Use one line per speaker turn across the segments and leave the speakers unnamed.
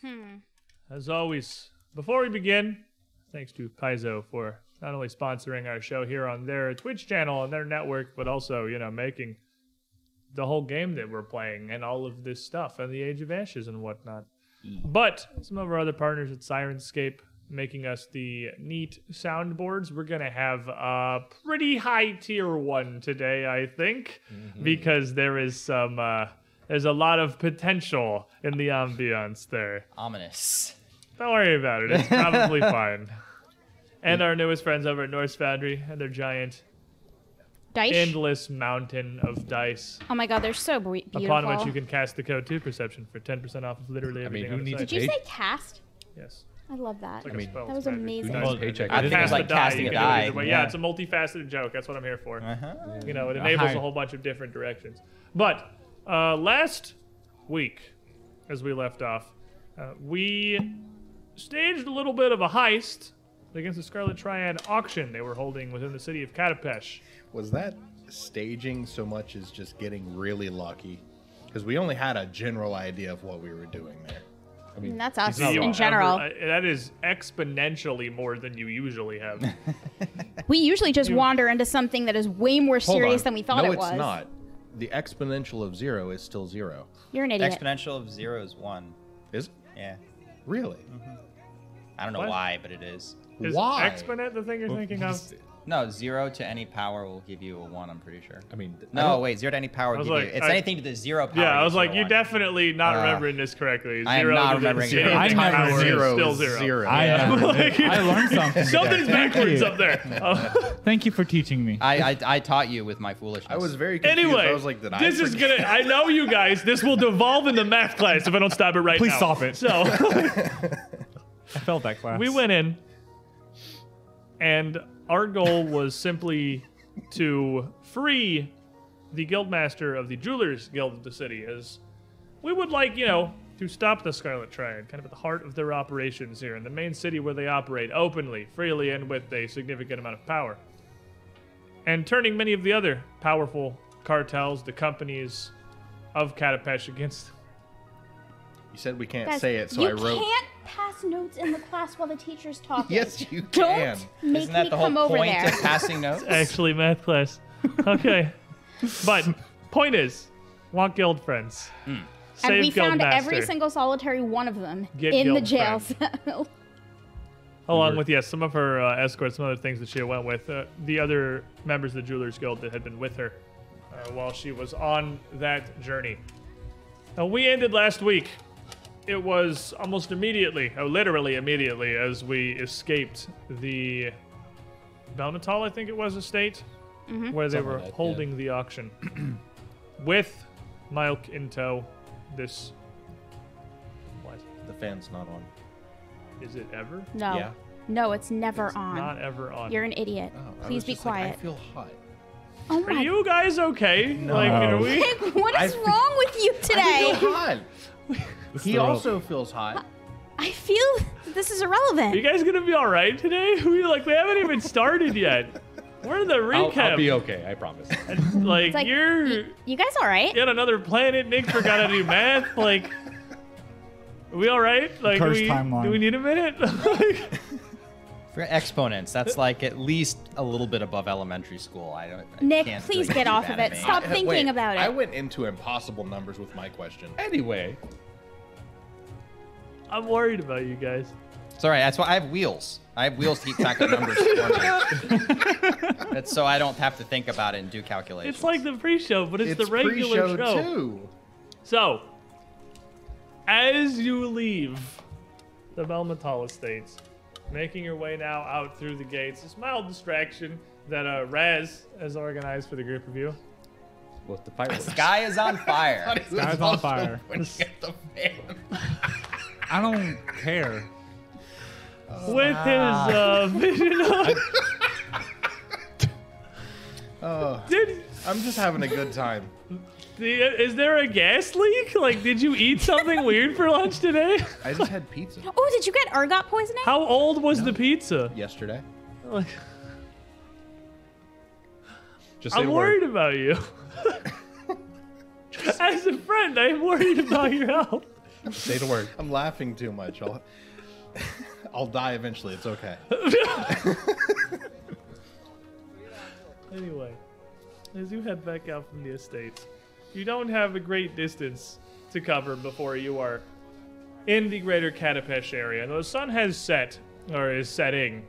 Hmm.
As always, before we begin, thanks to Paizo for not only sponsoring our show here on their Twitch channel and their network, but also, you know, making the whole game that we're playing and all of this stuff and the Age of Ashes and whatnot. But some of our other partners at Sirenscape making us the neat soundboards. We're going to have a pretty high tier one today, I think, because there is some. Uh, there's a lot of potential in the ambiance there.
Ominous.
Don't worry about it. It's probably fine. And our newest friends over at Norse Foundry and their giant
Dice.
endless mountain of dice.
oh my god, they're so be- beautiful.
Upon which you can cast the code 2 perception for 10% off of literally
I mean,
everything.
who
on the
needs
site.
Did you
Eight.
say cast?
Yes.
I love that.
Like
mean,
a spell.
that was
It's magic. You
amazing.
Who
guys
needs paycheck?
I think it
cast
was
the
like
die,
casting
you
a
can do it
die. Uh-huh.
either way. Yeah. it's a multifaceted joke. That's what I'm here for. You know, it enables
Hi.
a whole bunch of different directions. But uh, last week, as we left off, uh, we staged a little bit of a heist against the Scarlet Triad auction they were holding within the city of Katapesh.
Was that staging so much as just getting really lucky? Because we only had a general idea of what we were doing there.
And that's us
Do you
in
ever-
general.
uh, that is exponentially more than you usually have.
we usually just wander into something that is way more serious
on.
than we thought
no,
it was.
it's not. The exponential of zero is still zero.
You're an idiot.
Exponential of zero is one.
Is it?
Yeah.
Really?
Mm-hmm.
I don't know
What?
why, but it is.
Is
Why?
exponent the thing you're thinking of?
No, zero to any power will give you a one. I'm pretty sure.
I mean, I
No,
don't-
wait, zero to any power will
was
give you.
like,
It's
I-
anything to the zero power.
Yeah, I was
gives you
like,
a
you're
one.
definitely not
Uh,
remembering this correctly. Zero
I am not
to the
remembering it
zero
correctly.
to
I
power
remember
is
zero
still
is
zero.
zero.
I
Yeah.
know.
Like-
I learned something.
Something's
today. Thank
backwards
you.
up there. Uh,
Thank you for teaching me.
I, I I taught you with my foolishness.
I was very confused.
anyway,
I was like, did I
this is
forget-
gonna. I know you guys. This will devolve into math class if I don't stop it right
Please
now.
stop it.
So
I failed that class.
we went in, and our goal was simply to free the guildmaster of the Jewelers Guild of the city, as we would like, you know, to stop the Scarlet Triad, kind of at the heart of their operations here in the main city where they operate openly, freely, and with a significant amount of power. And turning many of the other powerful cartels, the companies of Katapesh against them.
You said we can't
Guys,
say it, so
you
I wrote.
can't pass notes in the class while the teacher's talking.
Yes, you
Don't
can.
make
Isn't that
me
the whole
come over
point
there.
of passing notes?
actually math class. Okay. but point is, want guild friends. Save
and we
guild
found every
master,
single solitary one of them
Get
in the
guild
jail
friend.
cell.
Along with, yes, some of her uh, escorts, some other things that she went with, uh, the other members of the Jewelers Guild that had been with her uh, while she was on that journey. Now, we ended last week. It was almost immediately, oh, literally immediately, as we escaped the Belnatal, I think it was, estate,
Mm-hmm.
where they were
like that, yeah.
holding the auction. with Milk in tow, this. What?
The fan's not on.
Is it ever?
no.
Yeah.
No, it's never
It's
on.
Not ever on.
You're an idiot.
Oh, I
Please
was
be
just like,
quiet.
I feel hot.
oh
Are
my
you guys okay? Like, are we?
Nick, what is
I feel-
wrong with you
I
today?
feel hot. he also feels hot.
I feel this is irrelevant.
You guys gonna be all right today? We like we haven't even started yet. We're in the recap.
okay. I promise.
Like,
It's like,
you're
y- you guys all right?
yet another planet. Nick forgot how to do math. Like, are we all right? Like, do
Cursed
we,
timeline.
do we need a minute? like,
For exponents, that's like at least a little bit above elementary school. I don't. I
Nick,
can't
please
really
get
do
off
that
of it.
at me. Uh,
Stop thinking
Wait,
about it.
I went into impossible numbers with my question.
Anyway.
I'm worried about you guys.
It's all right. That's why I have wheels. I have wheels to keep track of numbers. for me. That's so I don't have to think about it and do calculations.
It's like the pre-show, but it's,
It's
the regular
pre-show
show.
too.
So, as you leave the Belmetal Estates, making your way now out through the gates, this mild distraction that uh, Raz has organized for the group of you.
With the fireworks.
sky is on fire.
Sky's on fire.
When you get the fan.
I don't care.
With his uh, vision on.
Oh,
Did,
I'm just having a good time.
the, is there a gas leak? Like, did you eat something weird for lunch today?
I just had pizza
oh, did you get ergot poisoning?
How old was the pizza?
yesterday.
Like,
Just
I'm worried about you. As a friend, I'm worried about your health.
Say the word. I'm laughing too much. I'll, I'll die eventually. It's okay.
Anyway, as you head back out from the estates, you don't have a great distance to cover before you are in the greater Catapesh area. Though the sun has set, or is setting,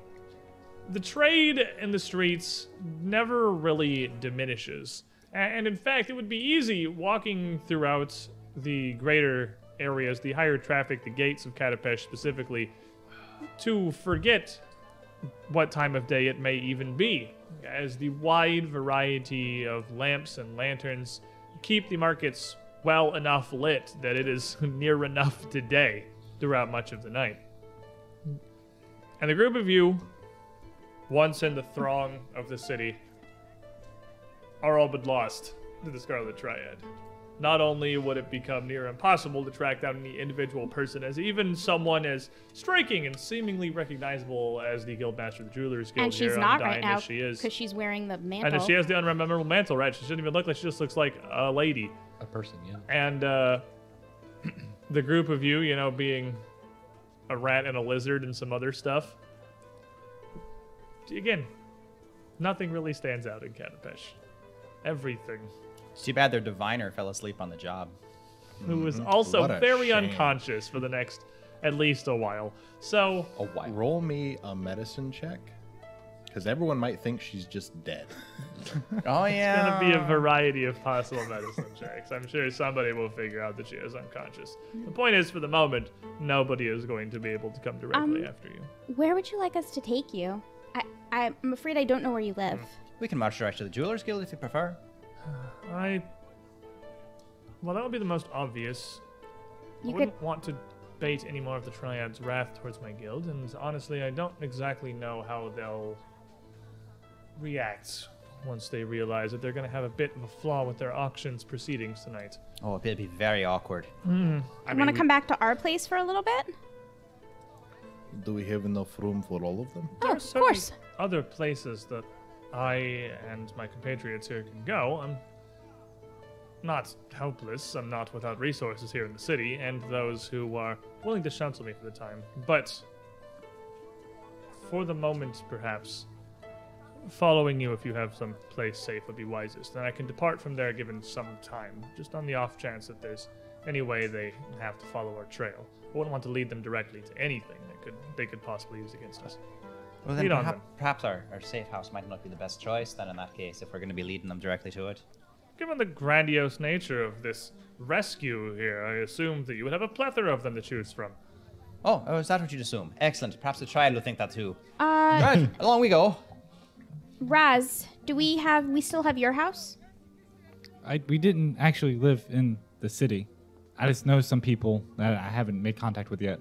the trade in the streets never really diminishes. A- And in fact, it would be easy walking throughout the greater areas, the higher traffic, the gates of Catapesh specifically, to forget what time of day it may even be, as the wide variety of lamps and lanterns keep the markets well enough lit that it is near enough to day throughout much of the night. And the group of you, once in the throng of the city, are all but lost to the Scarlet Triad. Not only would it become near impossible to track down any individual person, as even someone as striking and seemingly recognizable as the Guildmaster of the Jewelers Guild
and she's
here
not
on Dyne
right now
as she is.
because she's wearing the mantle.
And if she has the unrememberable mantle, right? She doesn't even look like she just looks like a lady.
A person, yeah.
And uh, the group of you, you know, being a rat and a lizard and some other stuff. Again, nothing really stands out in Catapesh. Everything.
It's too bad their diviner fell asleep on the job.
Who was also
Mm-hmm. What a
very
shame.
unconscious for the next at least a while. So
A while.
Roll me a medicine check. Because everyone might think she's just dead.
Oh yeah.
gonna be a variety of possible medicine checks. I'm sure somebody will figure out that she is unconscious. The point is, for the moment, nobody is going to be able to come directly
Um,
after you.
Where would you like us to take you? I, I'm afraid I don't know where you live.
We can march right to the Jewelers Guild if you prefer.
I. Well, that would be the most obvious. I
You could.
wouldn't want to bait any more of the Triad's wrath towards my guild, and honestly, I don't exactly know how they'll react once they realize that they're going to have a bit of a flaw with their auctions proceedings tonight.
Oh, it'd be very awkward.
I want to come back to our place for a little bit.
Do we have enough room for all of them?
Oh,
There are
of
certainly
course.
Other places that I and my compatriots here can go. I'm not helpless. I'm not without resources here in the city, and those who are willing to counsel me for the time. But for the moment, perhaps following you if you have some place safe would be wisest. Then I can depart from there given some time, just on the off chance that there's any way they have to follow our trail. I wouldn't want to lead them directly to anything that could they could possibly use against us.
Well, then
Lead on
perhap-
then.
perhaps our, our safe house might not be the best choice. Then in that case, if we're going to be leading them directly to it.
Given the grandiose nature of this rescue here, I assumed that you would have a plethora of them to choose from.
Oh, oh, is that what you'd assume? Excellent. Perhaps the child will think that too.
Uh,
Right, along we go.
Raz, do we have? We still have your house?
I, we didn't actually live in the city. I just know some people that I haven't made contact with yet.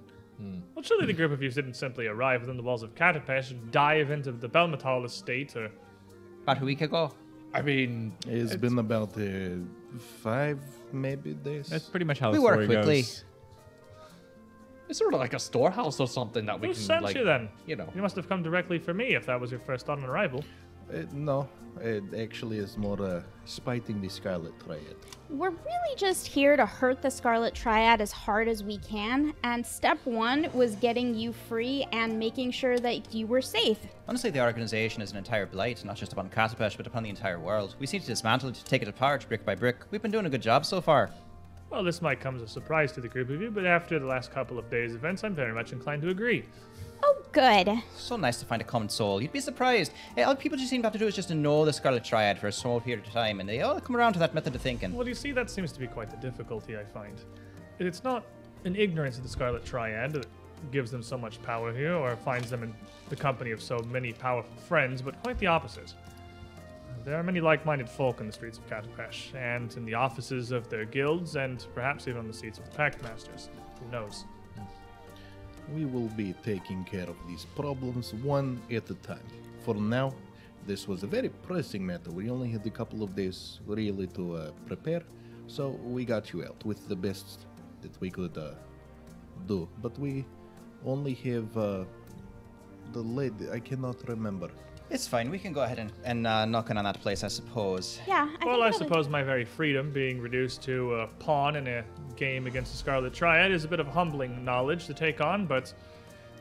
Well, surely the group of you didn't simply arrive within the walls of Catapesh and dive into the Belmetal estate or
About a week ago.
I mean,
it's been about uh, five, maybe days.
That's pretty much how
We
the
work
story
quickly.
goes.
it's sort of like a storehouse or something that we
Who
can
sent
like.
you then?
You know,
You must have come directly for me if that was your first thought on arrival.
Uh, no, it actually is more uh, spiting the Scarlet Triad.
We're really just here to hurt the Scarlet Triad as hard as we can. And step one was getting you free and making sure that you were safe.
Honestly, the organization is an entire blight, not just upon Catapesh, but upon the entire world. We seem to dismantle it, take it apart, brick by brick. We've been doing a good job so far.
Well, this might come as a surprise to the group of you, but after the last couple of days' events, I'm very much inclined to agree.
Oh, good.
So nice to find a common soul. You'd be surprised. Eh, All people just seem to have to do is just to know the Scarlet Triad for a small period of time, and they all come around to that method of thinking.
Well, you see, that seems to be quite the difficulty I find. It's not an ignorance of the Scarlet Triad that gives them so much power here, or finds them in the company of so many powerful friends, but quite the opposite. There are many like-minded folk in the streets of Catapesh, and in the offices of their guilds, and perhaps even on the seats of the Pact Masters. Who knows?
We will be taking care of these problems one at a time. For now, this was a very pressing matter. We only had a couple of days really to uh, prepare, so we got you out with the best that we could uh, do. But we only have uh, the lady, I cannot remember.
It's fine. We can go ahead and, and uh, knock in on that place, I suppose.
Yeah. I
well, I
think that would-
suppose my very freedom being reduced to a pawn in a game against the Scarlet Triad is a bit of humbling knowledge to take on, but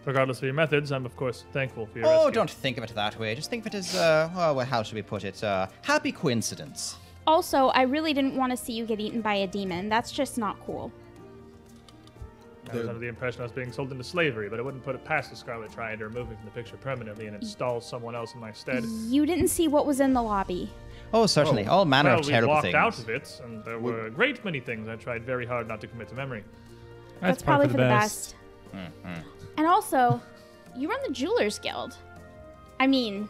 regardless of your methods, I'm of course thankful for your
Oh,
rescue.
don't think of it that way. Just think of it as, uh, oh, well, how should we put it? Uh, happy coincidence.
Also, I really didn't want to see you get eaten by a demon. That's just not cool.
I was under the impression I was being sold into slavery, but I wouldn't put it past the Scarlet Triad to remove me from the picture permanently and install someone else in my stead.
You didn't see what was in the lobby.
Oh, certainly. All manner
Well,
of
we
terrible
walked
things.
out of it, and there were a great many things I tried very hard not to commit to memory.
That's, probably, for the best.
Mm-hmm.
And also, you run the Jewelers Guild. I mean,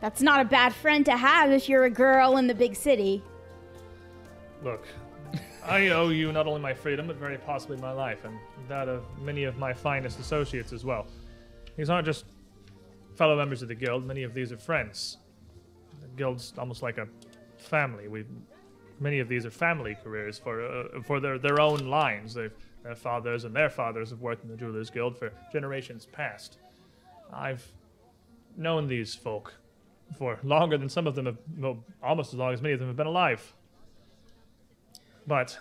that's not a bad friend to have if you're a girl in the big city.
Look, I owe you not only my freedom, but very possibly my life, and that of many of my finest associates as well. These aren't just fellow members of the guild, many of these are friends. The guild's almost like a family. We, Many of these are family careers for, uh, for their, their own lines. They've, their fathers and their fathers have worked in the Jewelers Guild for generations past. I've known these folk for longer than some of them have, well, almost as long as many of them have been alive. But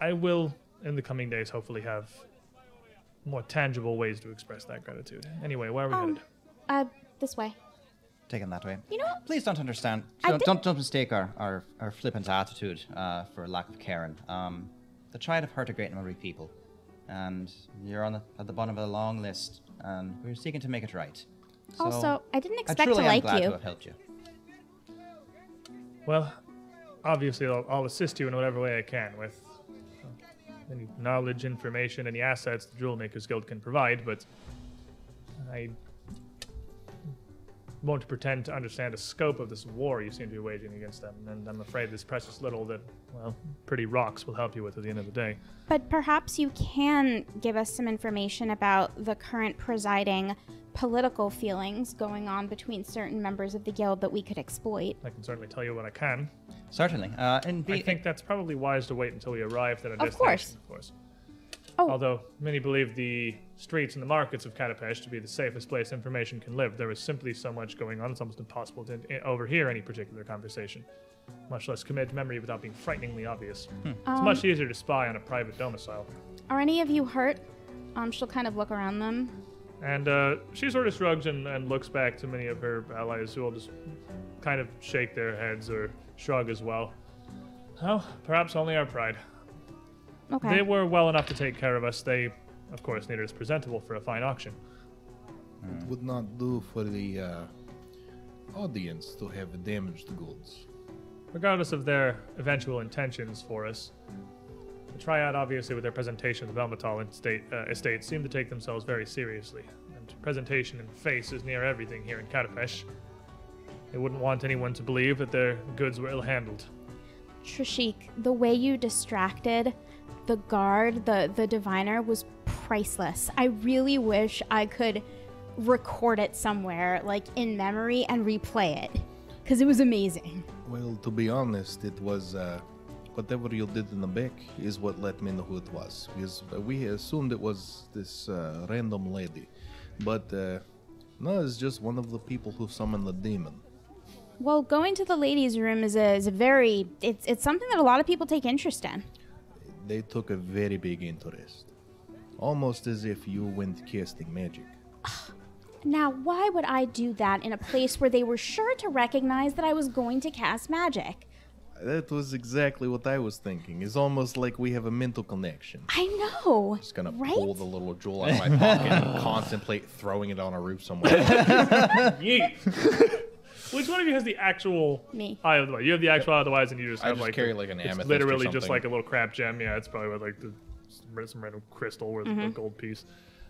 I will, in the coming days, hopefully have more tangible ways to express that gratitude. Anyway, where are we
Um,
headed?
uh, this way.
Taken that way.
You know what?
Please don't understand.
I
Don't,
did-
don't, don't mistake our, our, our flippant attitude uh, for lack of caring. Um, the triad have hurt a great number of people, and you're on the, at the bottom of a long list, and we're seeking to make it right. So,
also, I didn't
I
expect
truly
to
am
like
glad
you.
to have helped you.
Well, obviously, I'll, I'll assist you in whatever way I can with uh, any knowledge, information, any assets the Jewel Makers Guild can provide, but I won't pretend to understand the scope of this war you seem to be waging against them, and I'm afraid this precious little that, well, pretty rocks will help you with at the end of the day.
But perhaps you can give us some information about the current presiding political feelings going on between certain members of the guild that we could exploit.
I can certainly tell you what I can.
Certainly. Uh, and be,
I think that's probably wise to wait until we arrive at a destination,
course.
of course.
Oh.
Although many believe the streets and the markets of Katapesh to be the safest place information can live, there is simply so much going on, it's almost impossible to i- overhear any particular conversation, much less commit to memory without being frighteningly obvious. It's much easier to spy on a private domicile.
Are any of you hurt? Um, she'll kind of look around them.
And uh, she sort of shrugs and, and looks back to many of her allies who will just kind of shake their heads or shrug as well. Oh, perhaps only our pride.
Okay.
They were well enough to take care of us. They, of course, needed us presentable for a fine auction.
It would not do for the uh, audience to have damaged goods.
Regardless of their eventual intentions for us, the Triad, obviously, with their presentation of the Belmatal estate, uh, estate, seemed to take themselves very seriously. And presentation and face is near everything here in Katapesh. They wouldn't want anyone to believe that their goods were ill handled.
Trishik, the way you distracted the guard, the the diviner was priceless. I really wish I could record it somewhere, like in memory and replay it. Cause it was amazing.
Well, to be honest, it was uh, whatever you did in the back is what let me know who it was. Because we assumed it was this uh, random lady, but uh, no, it's just one of the people who summoned the demon.
Well, going to the ladies' room is a, is a very it's it's something that a lot of people take interest in.
They took a very big interest, almost as if you went casting magic.
Now, why would I do that in a place where they were sure to recognize that I was going to cast magic?
That was exactly what I was thinking. It's almost like we have a mental connection.
I know.
Just gonna
right?
pull the little jewel out of my pocket and contemplate throwing it on a roof somewhere.
Yeet! Which one of you has the actual
Me.
eye of the wise? You have the actual eye of the wise, and you just
I
have
just
like
carry,
the-
like, an
it's
amethyst or
literally just
something.
like a little crap gem. Yeah, it's probably what, like the, some, some random crystal or a gold piece.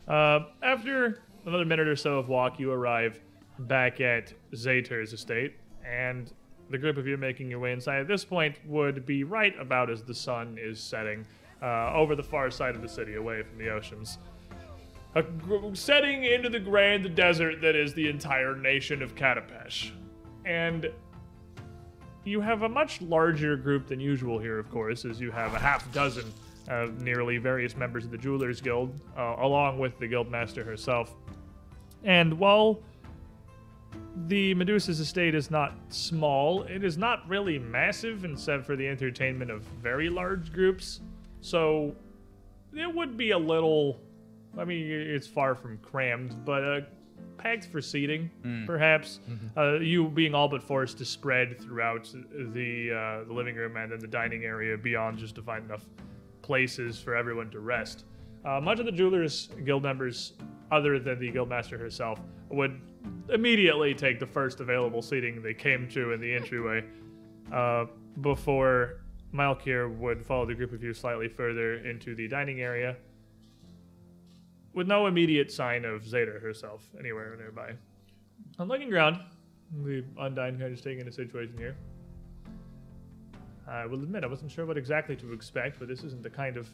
Uh, after another minute or so of walk, you arrive back at Zater's estate, and the group of you making your way inside at this point would be right about as the sun is setting uh, over the far side of the city, away from the oceans a gr- setting into the grand desert that is the entire nation of Katapesh. And you have a much larger group than usual here, of course, as you have a half dozen of nearly various members of the Jewelers Guild, uh, along with the Guildmaster herself. And while the Medusa's estate is not small. It is not really massive, except for the entertainment of very large groups. So it would be a little. I mean, it's far from crammed, but uh, packed for seating, perhaps. Uh, you being all but forced to spread throughout the, uh, the living room and then the dining area beyond just to find enough places for everyone to rest. Uh, much of the jewelers guild members, other than the guildmaster herself, would immediately take the first available seating they came to in the entryway uh, before Malkir would follow the group of you slightly further into the dining area with no immediate sign of Zeta herself anywhere nearby. On looking around, the Undyne kind of just taking the situation here. I will admit, I wasn't sure what exactly to expect, but this isn't the kind of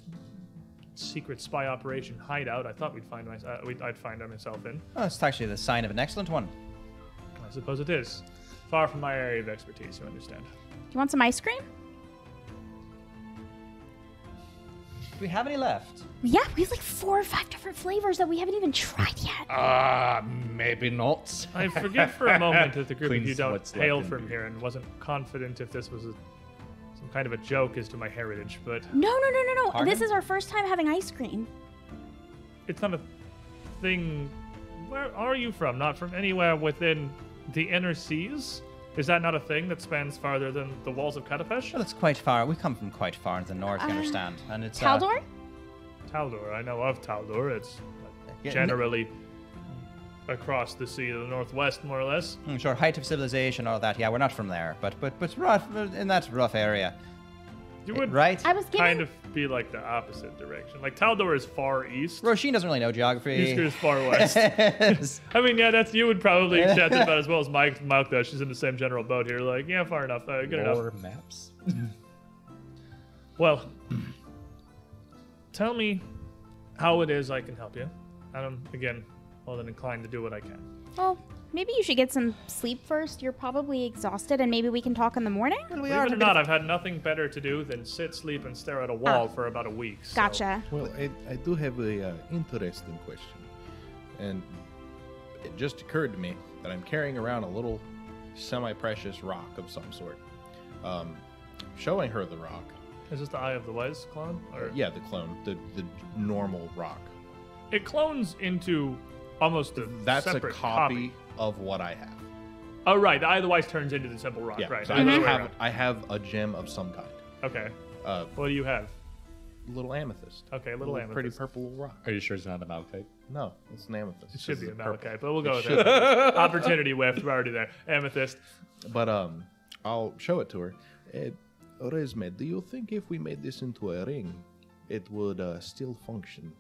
secret spy operation hideout I thought we'd find my, uh, we'd, I'd find myself in.
Oh, it's actually the sign of an excellent one.
I suppose it is. Far from my area of expertise, you understand.
You want some ice cream?
Do we have any left?
Yeah, we have like four or five different flavors that we haven't even tried yet.
Ah, maybe not.
I forget for a moment that the group
Clean
of you don't
what's left
hail
in
from here and wasn't confident if this was a, some kind of a joke as to my heritage, but
No, no, no, no, no. This
Pardon?
is our first time having ice cream.
it's not a thing. Where are you from? Not from anywhere within the inner seas? Is that not a thing that spans farther than the walls of
Well,
Katapesh?
it's quite far. We come from quite far into the north, you understand. And it's uh,
Taldor?
Taldor, I know of Taldor. It's
yeah,
generally across the sea to the northwest, more or less.
n- mm, sure, height of civilization, all that. Yeah, we're not from there, but but but rough in that rough area,
You would
right?
I was getting.
kind of be like the opposite direction. Like Taldor is far east.
Roisin doesn't really know
Easter is
geography.
far west.
Yes.
I mean, yeah, that's you would probably accept it about as well as Mike. Mike though, she's in the same general boat here. Like, yeah, far enough, uh, good enough.
More maps.
Well, tell me how it is I can help you. And I'm again more than inclined to do what I can.
well, maybe you should get some sleep first. You're probably exhausted, and maybe we can talk in the morning.
we
Believe
are
it or
a bit
not, I've had nothing better to do than sit, sleep, and stare at a wall
Ah.
for about a week. so-
Gotcha.
Well, I, I do have a uh, interesting question, and it just occurred to me that I'm carrying around a little semi-precious rock of some sort. Um, showing her the rock,
Is this the Eye of the Wise clone? Or
yeah, the clone, the the normal rock.
it clones into almost a
That's a
separate
copy, of what I have.
Oh, right. The Eye of the Wise turns into the Simple Rock.
Yeah,
right.
so
the
I,
other way
have,
around.
I have a gem of some kind,
Okay.
uh,
What do you have?
little amethyst.
Okay, little amethyst.
pretty purple rock.
Are you sure it's not a malachite?
No, it's an amethyst.
It should
This
be
is
a
purple.
malachite, but we'll go with
should
that. Opportunity whiffed. We're already there. Amethyst.
But um, I'll show it to her. Uh, Resmed, do you think if we made this into a ring, it would uh, still function?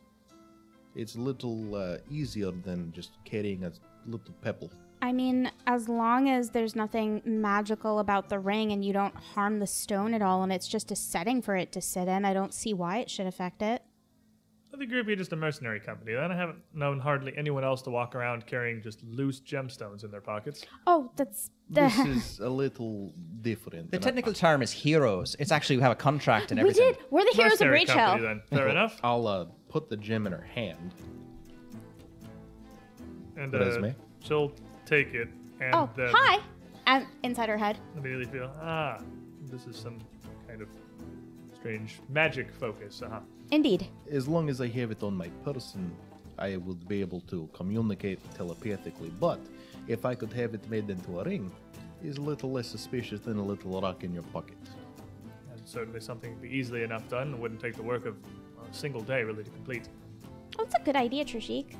It's a little uh, easier than just carrying a little pebble.
I mean, as long as there's nothing magical about the ring and you don't harm the stone at all, and it's just a setting for it to sit in, I don't see why it should affect it.
The group, you're just a mercenary company. Then I haven't known hardly anyone else to walk around carrying just loose gemstones in their pockets.
Oh, that's
This
the.
is a little different.
The
and I-
technical term is heroes. It's actually we have a contract and
We
everything.
did. We're the heroes of
mercenary
Rachel.
company, then. Fair enough.
I'll uh, put the gem in her hand.
And uh,
Resume.
she'll take it and
Oh,
then
hi. And inside her head.
immediately feel, ah, this is some kind of strange magic focus. Uh-huh.
Indeed.
As long as I have it on my person, I would be able to communicate telepathically. But if I could have it made into a ring, it's a little less suspicious than a little rock in your pocket.
And certainly something that could be easily enough done. It wouldn't take the work of a single day really to complete.
Oh, that's a good idea, Trishik.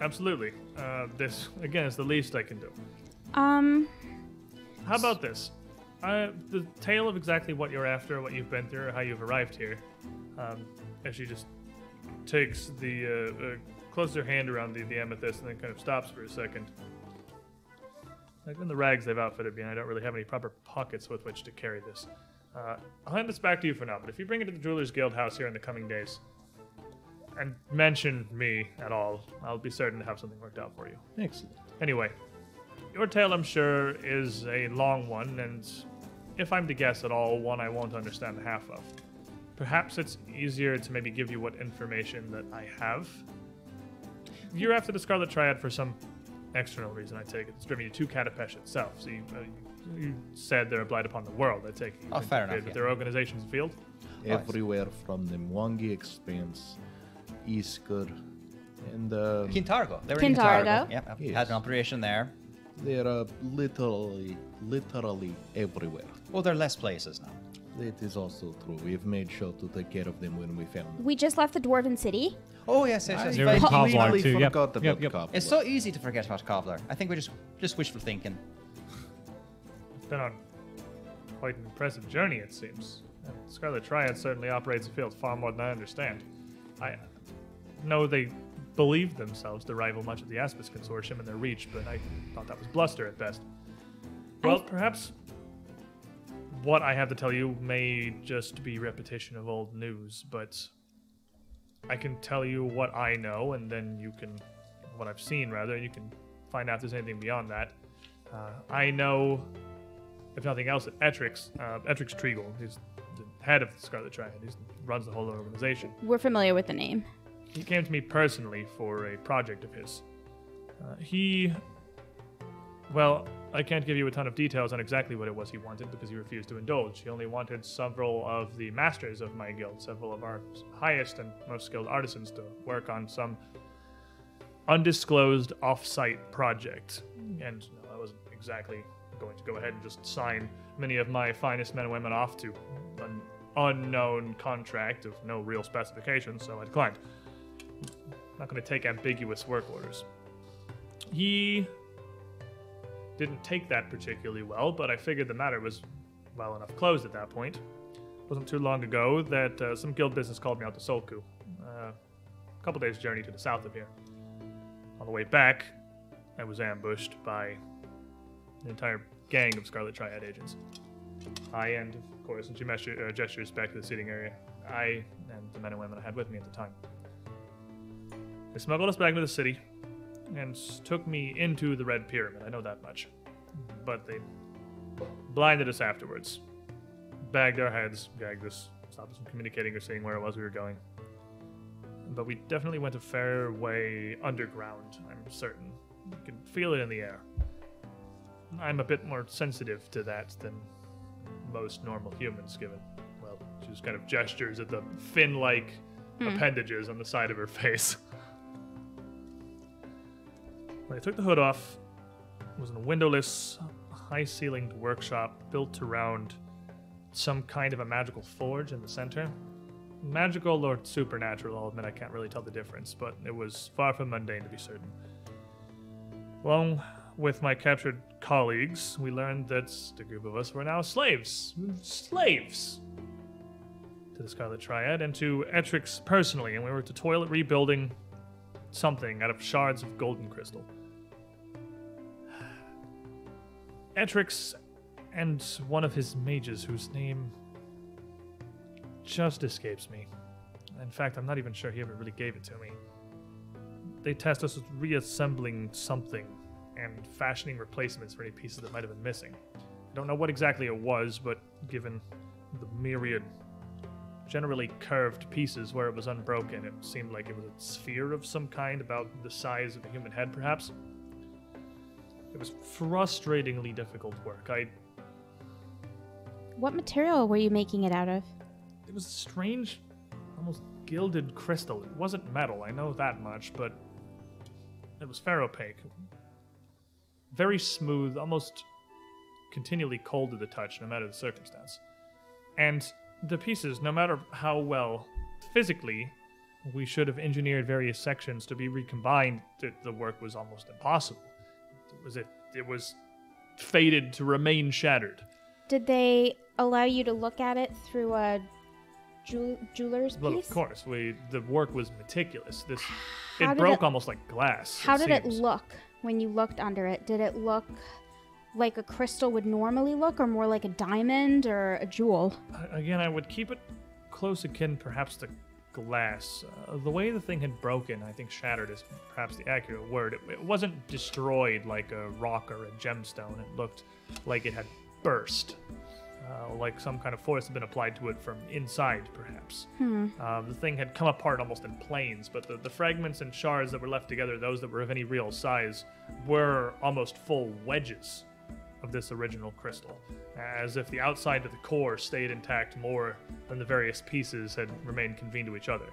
Absolutely. Uh, this, again, is the least I can do.
Um,
How about this? Uh, the tale of exactly what you're after, what you've been through, how you've arrived here. Um, and she just takes the uh, uh, closes her hand around the, the amethyst and then kind of stops for a second. Like in the rags they've outfitted me, and I don't really have any proper pockets with which to carry this. Uh, I'll hand this back to you for now, but if you bring it to the Jewelers Guild house here in the coming days and mention me at all, I'll be certain to have something worked out for you.
Excellent.
Anyway, your tale, I'm sure, is a long one, and if I'm to guess at all, one I won't understand half of. Perhaps it's easier to maybe give you what information that I have. You're after the Scarlet Triad for some external reason, I take it. It's driven you to Katapesh itself. So you, uh, you- you said they're a blight upon the world, I take it. You
Oh, fair
interfered
enough,
With
yeah.
their organization's field.
Everywhere from the Mwangi Expanse, Isker, and uh,
Kintargo. They were
Kintargo.
in Kintargo. Yep, I've
Yes.
had an operation there.
they're uh, literally, literally everywhere.
Well, there are less places now.
That is also true. We've made sure to take care of them when we found them.
We just left the Dwarven City.
Oh yes, yes,
They're in
yes.
Pa-
Kavlar,
Completely
too. Yep,
forgot
yep,
about
yep.
Kavlar.
It's so easy to forget about Cobbler. I think we're just just wishful thinking.
It's been on quite an impressive journey, it seems. And Scarlet Triad certainly operates the field far more than I understand. I know they believe themselves to rival much of the Aspis Consortium in their reach, but I thought that was bluster at best. Well, perhaps what I have to tell you may just be repetition of old news, but I can tell you what I know, and then you can, what I've seen rather, and you can find out if there's anything beyond that. Uh, I know if nothing else, that Etrix, uh, Etrix Treagle, who's the head of the Scarlet Triad, who runs the whole organization.
We're familiar with the name.
He came to me personally for a project of his. Uh, he, well, I can't give you a ton of details on exactly what it was he wanted because he refused to indulge. He only wanted several of the masters of my guild, several of our highest and most skilled artisans, to work on some undisclosed off-site project, and no, I wasn't exactly going to go ahead and just sign many of my finest men and women off to an unknown contract of no real specifications, so I declined. I'm not going to take ambiguous work orders. He didn't take that particularly well, but I figured the matter was well enough closed at that point. It wasn't too long ago that uh, some guild business called me out to Solku, uh, a couple days' journey to the south of here. On the way back, I was ambushed by an entire gang of Scarlet Triad agents. I and, of course, and she gesture, uh, gestures back to the seating area. I and the men and women I had with me at the time. They smuggled us back into the city and s- took me into the Red Pyramid. I know that much. But they blinded us afterwards, bagged our heads, gagged us, stopped us from communicating or seeing where it was we were going. But we definitely went a fair way underground, I'm certain. You can feel it in the air. I'm a bit more sensitive to that than most normal humans, given, well, she just kind of gestures at the fin like appendages on the side of her face. When I took the hood off, it was in a windowless, high ceilinged workshop built around some kind of a magical forge in the center. Magical or supernatural, I'll admit I can't really tell the difference, but it was far from mundane to be certain. Along with my captured colleagues, we learned that the group of us were now slaves. Slaves! To the Scarlet Triad and to Etrix personally, and we were to toil at rebuilding something out of shards of golden crystal. Etrix and one of his mages, whose name just escapes me. In fact, I'm not even sure he ever really gave it to me. They tasked us with reassembling something and fashioning replacements for any pieces that might have been missing. I don't know what exactly it was, but given the myriad generally curved pieces where it was unbroken. It seemed like it was a sphere of some kind, about the size of a human head, perhaps. It was frustratingly difficult work. I
What material were you making it out of?
it was strange, almost gilded crystal. It wasn't metal, I know that much, but it was ferropaque. Very smooth, almost continually cold to the touch, no matter the circumstance. And the pieces, no matter how well physically we should have engineered various sections to be recombined, the, the work was almost impossible. It was, it, it was fated to remain shattered.
Did they allow you to look at it through a jewel- jeweler's
Well,
piece?
of course, we the work was meticulous. This
How
it
did
broke
it-
almost like glass.
How did it
seems.
look when you looked under it? Did it look like a crystal would normally look, or more like a diamond or a jewel?
A- Again, I would keep it close akin, perhaps to glass. Uh, the way the thing had broken, I think shattered is perhaps the accurate word. It, it wasn't destroyed like a rock or a gemstone. It looked like it had burst. uh, like some kind of force had been applied to it from inside, perhaps.
Hmm.
Um, the thing had come apart almost in planes, but the, the fragments and shards that were left together, those that were of any real size, were almost full wedges of this original crystal, as if the outside of the core stayed intact more than the various pieces had remained convened to each other.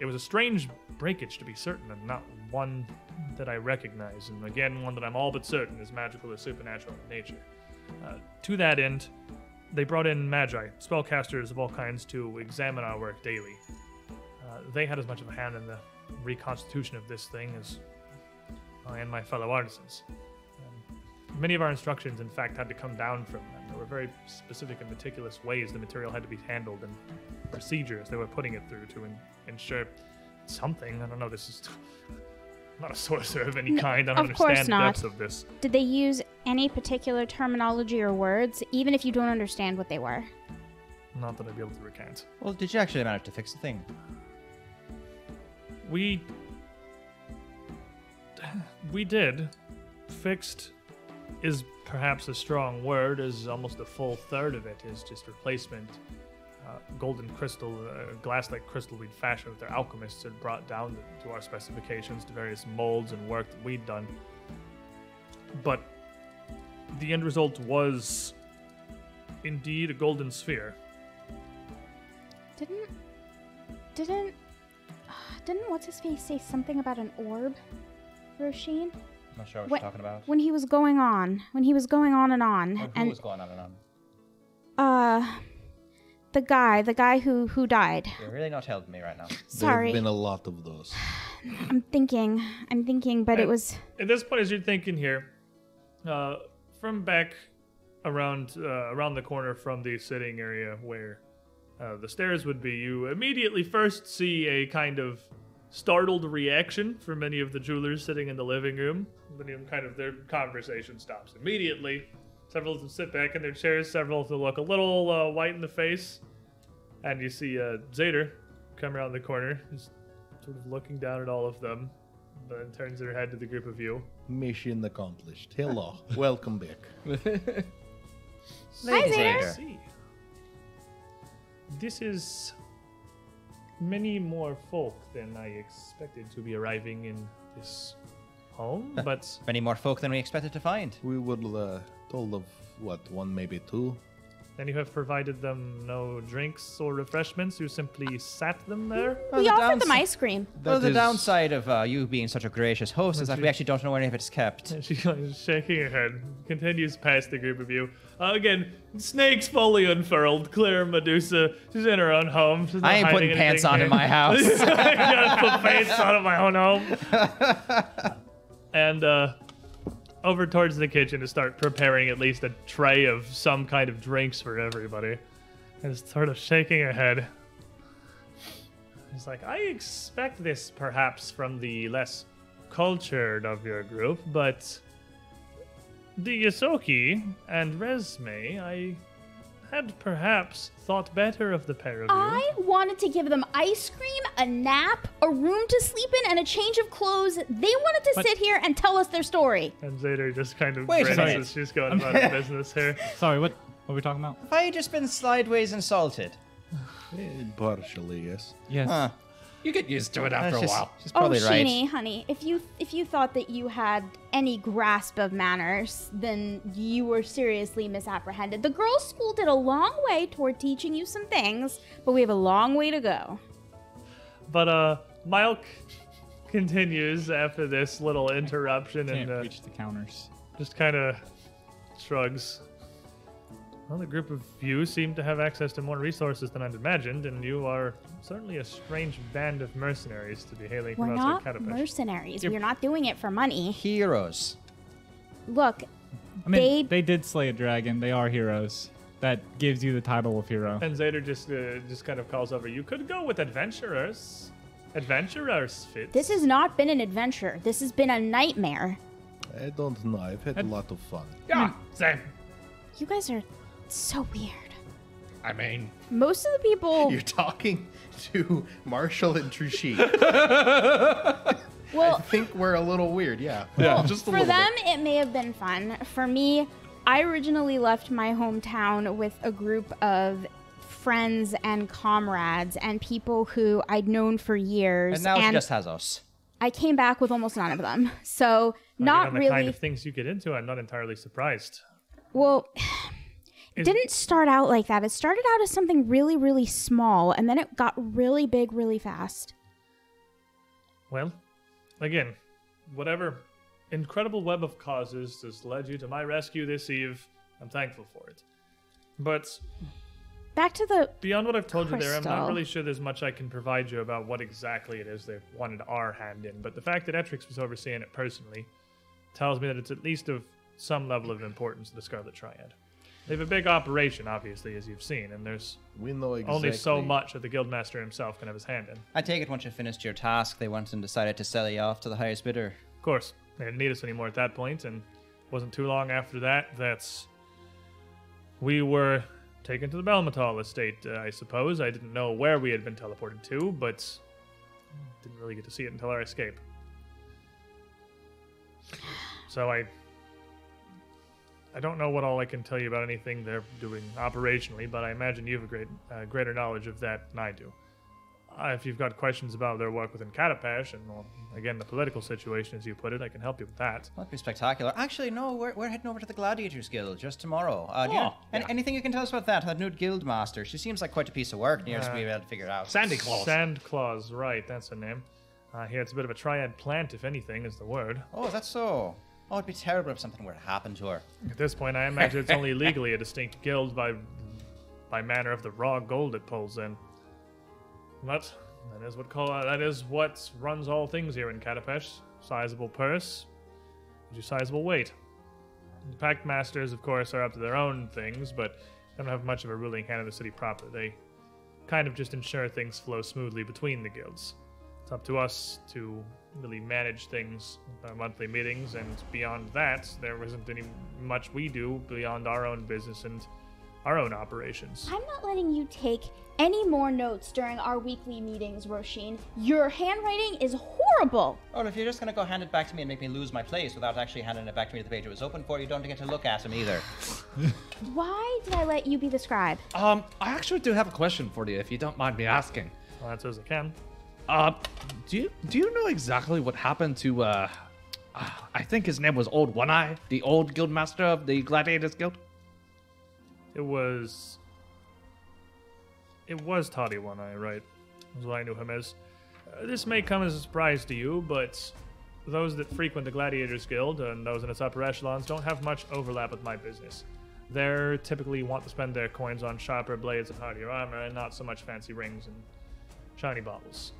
It was a strange breakage, to be certain, and not one that I recognize, and again, one that I'm all but certain is magical or supernatural in nature. Uh, to that end, they brought in magi, spellcasters of all kinds, to examine our work daily. Uh, they had as much of a hand in the reconstitution of this thing as I and my fellow artisans. Um, many of our instructions, in fact, had to come down from them. There were very specific and meticulous ways the material had to be handled and procedures they were putting it through to en- ensure something. I don't know. This is I'm not a sorcerer of any kind. I don't
of course
understand the
not.
depths of this.
Did they use any particular terminology or words, even if you don't understand what they were?
Not that I'd be able to recant.
Well, did you actually manage to fix the thing?
We we did. Fixed is perhaps a strong word, as almost a full third of it is just replacement. Uh, golden crystal, uh, glass-like crystal we'd fashioned with our alchemists had brought down to our specifications to various molds and work that we'd done. But the end result was indeed a golden sphere.
Didn't didn't didn't what's his face say something about an orb, Roshin?
I'm not sure what,
What-
you're talking about.
When he was going on, when he was going on and on,
Or who
and
was going on and on?
uh, the guy, the guy who who died.
You're really not helping me right now.
There
Sorry,
have been a lot of those.
I'm thinking, I'm thinking, but
Uh,
it was
at this point, as you're thinking here, uh, from back around uh, around the corner from the sitting area where uh, the stairs would be, you immediately first see a kind of startled reaction from many of the jewelers sitting in the living room. Many of them kind of their conversation stops immediately. Several of them sit back in their chairs. Several of them look a little uh, white in the face, and you see uh, Zader come around the corner, just sort of looking down at all of them, but then turns her head to the group of you.
Mission accomplished. Hello. Welcome back.
Hi there.
Zader.
see. This is many more folk than I expected to be arriving in this home, but
Many more folk than we expected to find.
We were uh, told of what one, maybe two.
then you have provided them no drinks or refreshments. You simply sat them there.
Oh,
we
the
offered
downs-
them ice cream.
well, the
is-
downside of uh, you being such a gracious host is that we actually don't know where any of it's kept.
And she's like shaking her head, continues past the group of you. Uh, again, snakes fully unfurled, clear Medusa. She's in her own home. She's not
I ain't
hiding
putting pants
anything
on in
here.
my house.
I gotta put pants on in my own home. and uh, over towards the kitchen to start preparing at least a tray of some kind of drinks for everybody. And is sort of shaking her head. He's like, I expect this perhaps from the less cultured of your group, but the Yasoki and Resme, I had perhaps thought better of the pair of you.
I wanted to give them ice cream, a nap, a room to sleep in, and a change of clothes. They wanted to
But-
sit here and tell us their story.
And Zader just kind of
Wait a
grins
minute.
as she's going about her business here.
Sorry, what, what are we talking about?
Have I just been sideways insulted?
Eh, partially, yes.
Yes.
Huh.
You get used to it after
That's
a
just-
while.
She's probably
oh,
right.
Sheenie, honey, if you if you thought that you had any grasp of manners, then you were seriously misapprehended. The girls' school did a long way toward teaching you some things, but we have a long way to go.
But uh, Milk continues after this little interruption
Can't
and uh,
reach the counters.
just kind of shrugs. Well, the group of you seem to have access to more resources than I'd imagined, and you are certainly a strange band of mercenaries to be hailing
We're
from
not
outside Katapesh.
mercenaries. We're not doing it for money.
Heroes.
Look,
I mean,
They-
they, did slay a dragon. They are heroes. That gives you the title of hero.
and Zader just uh, just kind of calls over. You could go with adventurers. Adventurers fit.
this has not been an adventure. This has been a nightmare.
I don't know. I've had a lot of fun.
Yeah, same.
You guys are so weird.
I mean,
Most of the people
You're talking to Marshall and Trushi.
well
I think we're a little weird, yeah.
Well,
just a
for
little
them, it may have been fun. For me, I originally left my hometown with a group of friends and comrades and people who I'd known for years.
And now she just has us.
I came back with almost none of them. So,
I mean,
not
on the
really.
kind of things you get into, I'm not entirely surprised.
well, it
Is-
didn't start out like that. It started out as something really, really small, and then it got really big really fast.
Well, again, whatever incredible web of causes has led you to my rescue this eve, I'm thankful for it. But
Back to the.
beyond what I've told you there, I'm not
Crystal.
really sure there's much I can provide you about what exactly it is they wanted our hand in. But the fact that Etrix was overseeing it personally tells me that it's at least of some level of importance to the Scarlet Triad. They have a big operation, obviously, as you've seen, and there's
We know exactly.
only so much that the Guildmaster himself can have his hand in. Of
I take it once you finished your task, they went and decided to sell you off to the highest bidder.
course, they didn't need us anymore at that point, and it wasn't too long after that that's we were taken to the Belmatal estate, uh, I suppose. I didn't know where we had been teleported to, but didn't really get to see it until our escape. So I I don't know what all I can tell you about anything they're doing operationally, but I imagine you have a great uh, greater knowledge of that than I do. Uh, if you've got questions about their work within Catapesh and well, again the political situation as you put it, I can help you with that.
That'd be spectacular. Actually, no, we're, we're heading over to the Gladiators Guild just tomorrow. Uh, do you-
Oh,
an- Anything you can tell us about that? That new guild master. She seems like quite a piece of work. Nearest
Uh,
we able to figure out.
Sandy Claus.
Sand Claws, right? That's the name. Uh, here it's a bit of a triad plant, if anything, is the word.
Oh, that's so. Oh, it'd be terrible if something were to happen to her.
At this point, I imagine it's only legally a distinct guild by by manner of the raw gold it pulls in. But that is what call uh, that is what runs all things here in Catapesh. Sizable purse, and your sizable weight. The Pact Masters, of course, are up to their own things, but they don't have much of a ruling hand in the city proper. They kind of just ensure things flow smoothly between the guilds. It's up to us to really manage things with our monthly meetings, and beyond that, there isn't any much we do beyond our own business and our own operations.
I'm not letting you take any more notes during our weekly meetings, Roshin. Your handwriting is horrible.
Oh, if you're just gonna go hand it back to me and make me lose my place without actually handing it back to me to the page it was open for, you don't get to look at him either.
Why did I let you be the scribe?
Um, I actually do have a question for you, if you don't mind me asking.
Well, that's as I can.
Uh, do you do you know exactly what happened to uh, uh, I think his name was Old One Eye, the old guildmaster of the Gladiators Guild.
It was. It was Toddy One Eye, right? That's what I knew him as. Uh, this may come as a surprise to you, but those that frequent the Gladiators Guild and those in its upper echelons don't have much overlap with my business. They're typically want to spend their coins on sharper blades and hardier armor, and not so much fancy rings and shiny baubles.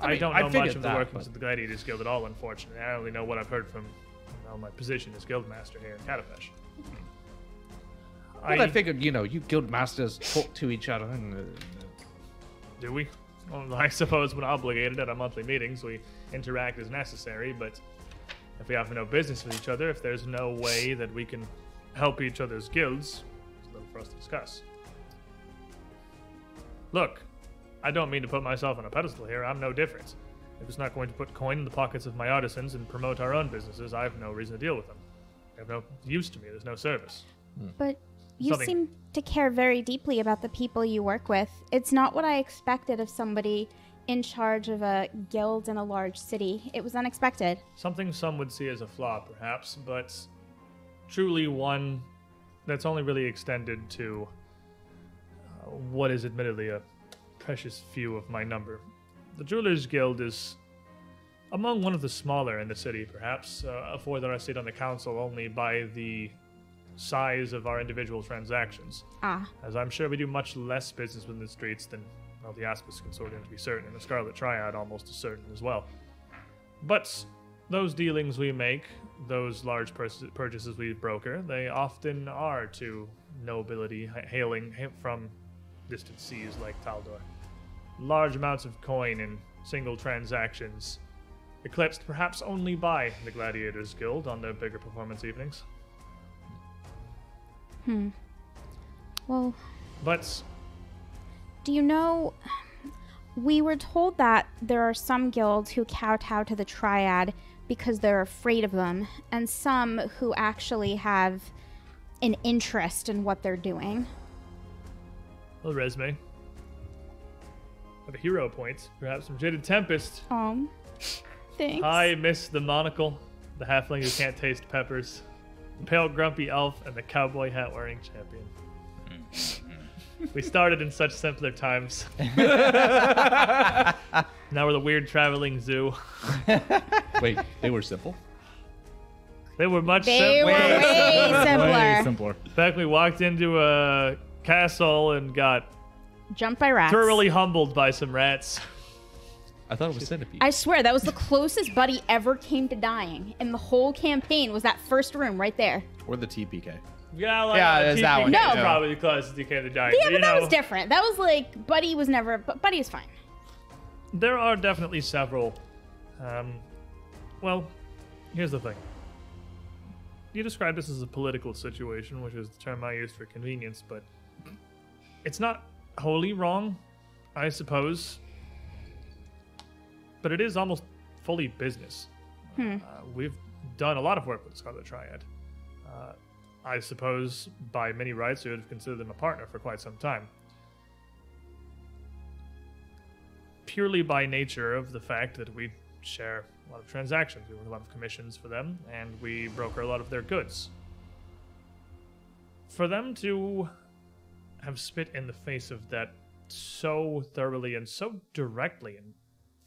I,
mean,
don't
I
know
figured
much of the
that,
workings
but-
of the Gladiators Guild at all, unfortunately. I only know what I've heard from you know, my position as Guildmaster here in Catapesh.
But I, figured, you know, you guildmasters talk to each other. And, uh,
Do we? Well, I suppose when obligated at our monthly meetings, we interact as necessary, but if we have no business with each other, if there's no way that we can help each other's guilds, there's little for us to discuss. Look, I don't mean to put myself on a pedestal here, I'm no different. If it's not going to put coin in the pockets of my artisans and promote our own businesses, I have no reason to deal with them. They have no use to me, there's no service.
But you
Something-
seem to care very deeply about the people you work with. It's not what I expected of somebody in charge of a guild in a large city. It was unexpected.
Something some would see as a flaw, perhaps, but truly one that's only really extended to uh, what is admittedly a precious few of my number. The Jewelers Guild is among one of the smaller in the city, perhaps, uh, for that I sit on the council only by the size of our individual transactions,
Ah,
as I'm sure we do much less business within the streets than well, the Aspis Consortium to be certain, and the Scarlet Triad almost is certain as well. But those dealings we make, those large purs- purchases we broker, they often are to nobility ha- hailing ha- from distant seas like Taldor. Large amounts of coin in single transactions, eclipsed perhaps only by the Gladiators Guild on their bigger performance evenings.
well,
But
do you know? We were told that there are some guilds who kowtow to the triad because they're afraid of them, and some who actually have an interest in what they're doing.
Little resume. Have a hero points. Perhaps from Jaded Tempest.
Um, thanks.
I miss the monocle, the halfling who can't taste peppers, the pale grumpy elf, and the cowboy hat wearing champion. we started in such simpler times. now we're the weird traveling zoo.
Wait, they were simple.
They were much
They were
simpler.
way
Way
simpler.
simpler.
In fact, we walked into a castle and got
Jump by rats.
thoroughly humbled by some rats.
I thought it was centipede.
I swear that was the closest Buddy ever came to dying in the whole campaign. Was that first room right there?
Or the TPK.
Yeah, like,
Yeah, there's that one.
No.
It's probably the closest you came to dying.
Yeah,
you
but that
know,
was different. That was like Buddy was never. But Buddy is fine.
There are definitely several. Um, well, here's the thing. You described this as a political situation, which is the term I use for convenience, but it's not wholly wrong, I suppose. But it is almost fully business.
Hmm.
Uh, we've done a lot of work with the Scarlet Triad. Uh, I suppose by many rights, we would have considered them a partner for quite some time. purely by nature of the fact that we share a lot of transactions, we work a lot of commissions for them, and we broker a lot of their goods. For them to have spit in the face of that so thoroughly and so directly and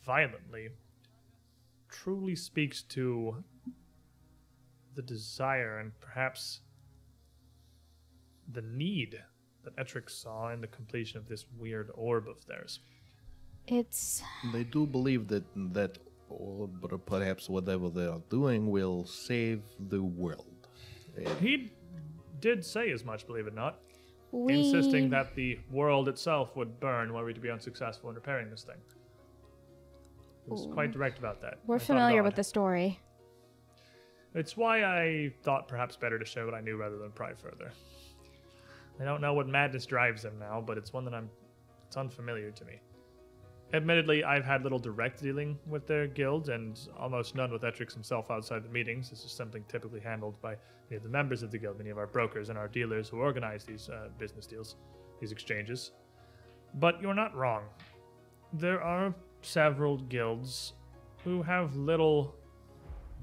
violently truly speaks to the desire and perhaps the need that Etric saw in the completion of this weird orb of theirs.
It's
They do believe that that, or perhaps whatever they are doing, will save the world.
He did say as much, believe it or not,
we
insisting that the world itself would burn were we to be unsuccessful in repairing this thing. He was quite direct about that.
we're
I thought it
familiar
odd.
with the story.
It's why I thought perhaps better to share what I knew rather than pry further. I don't know what madness drives him now, but it's one that I'm it's unfamiliar to me. Admittedly, I've had little direct dealing with their guild and almost none with Etrix himself outside the meetings. This is something typically handled by many of the members of the guild, many of our brokers and our dealers who organize these uh, business deals, these exchanges. But you're not wrong. There are several guilds who have little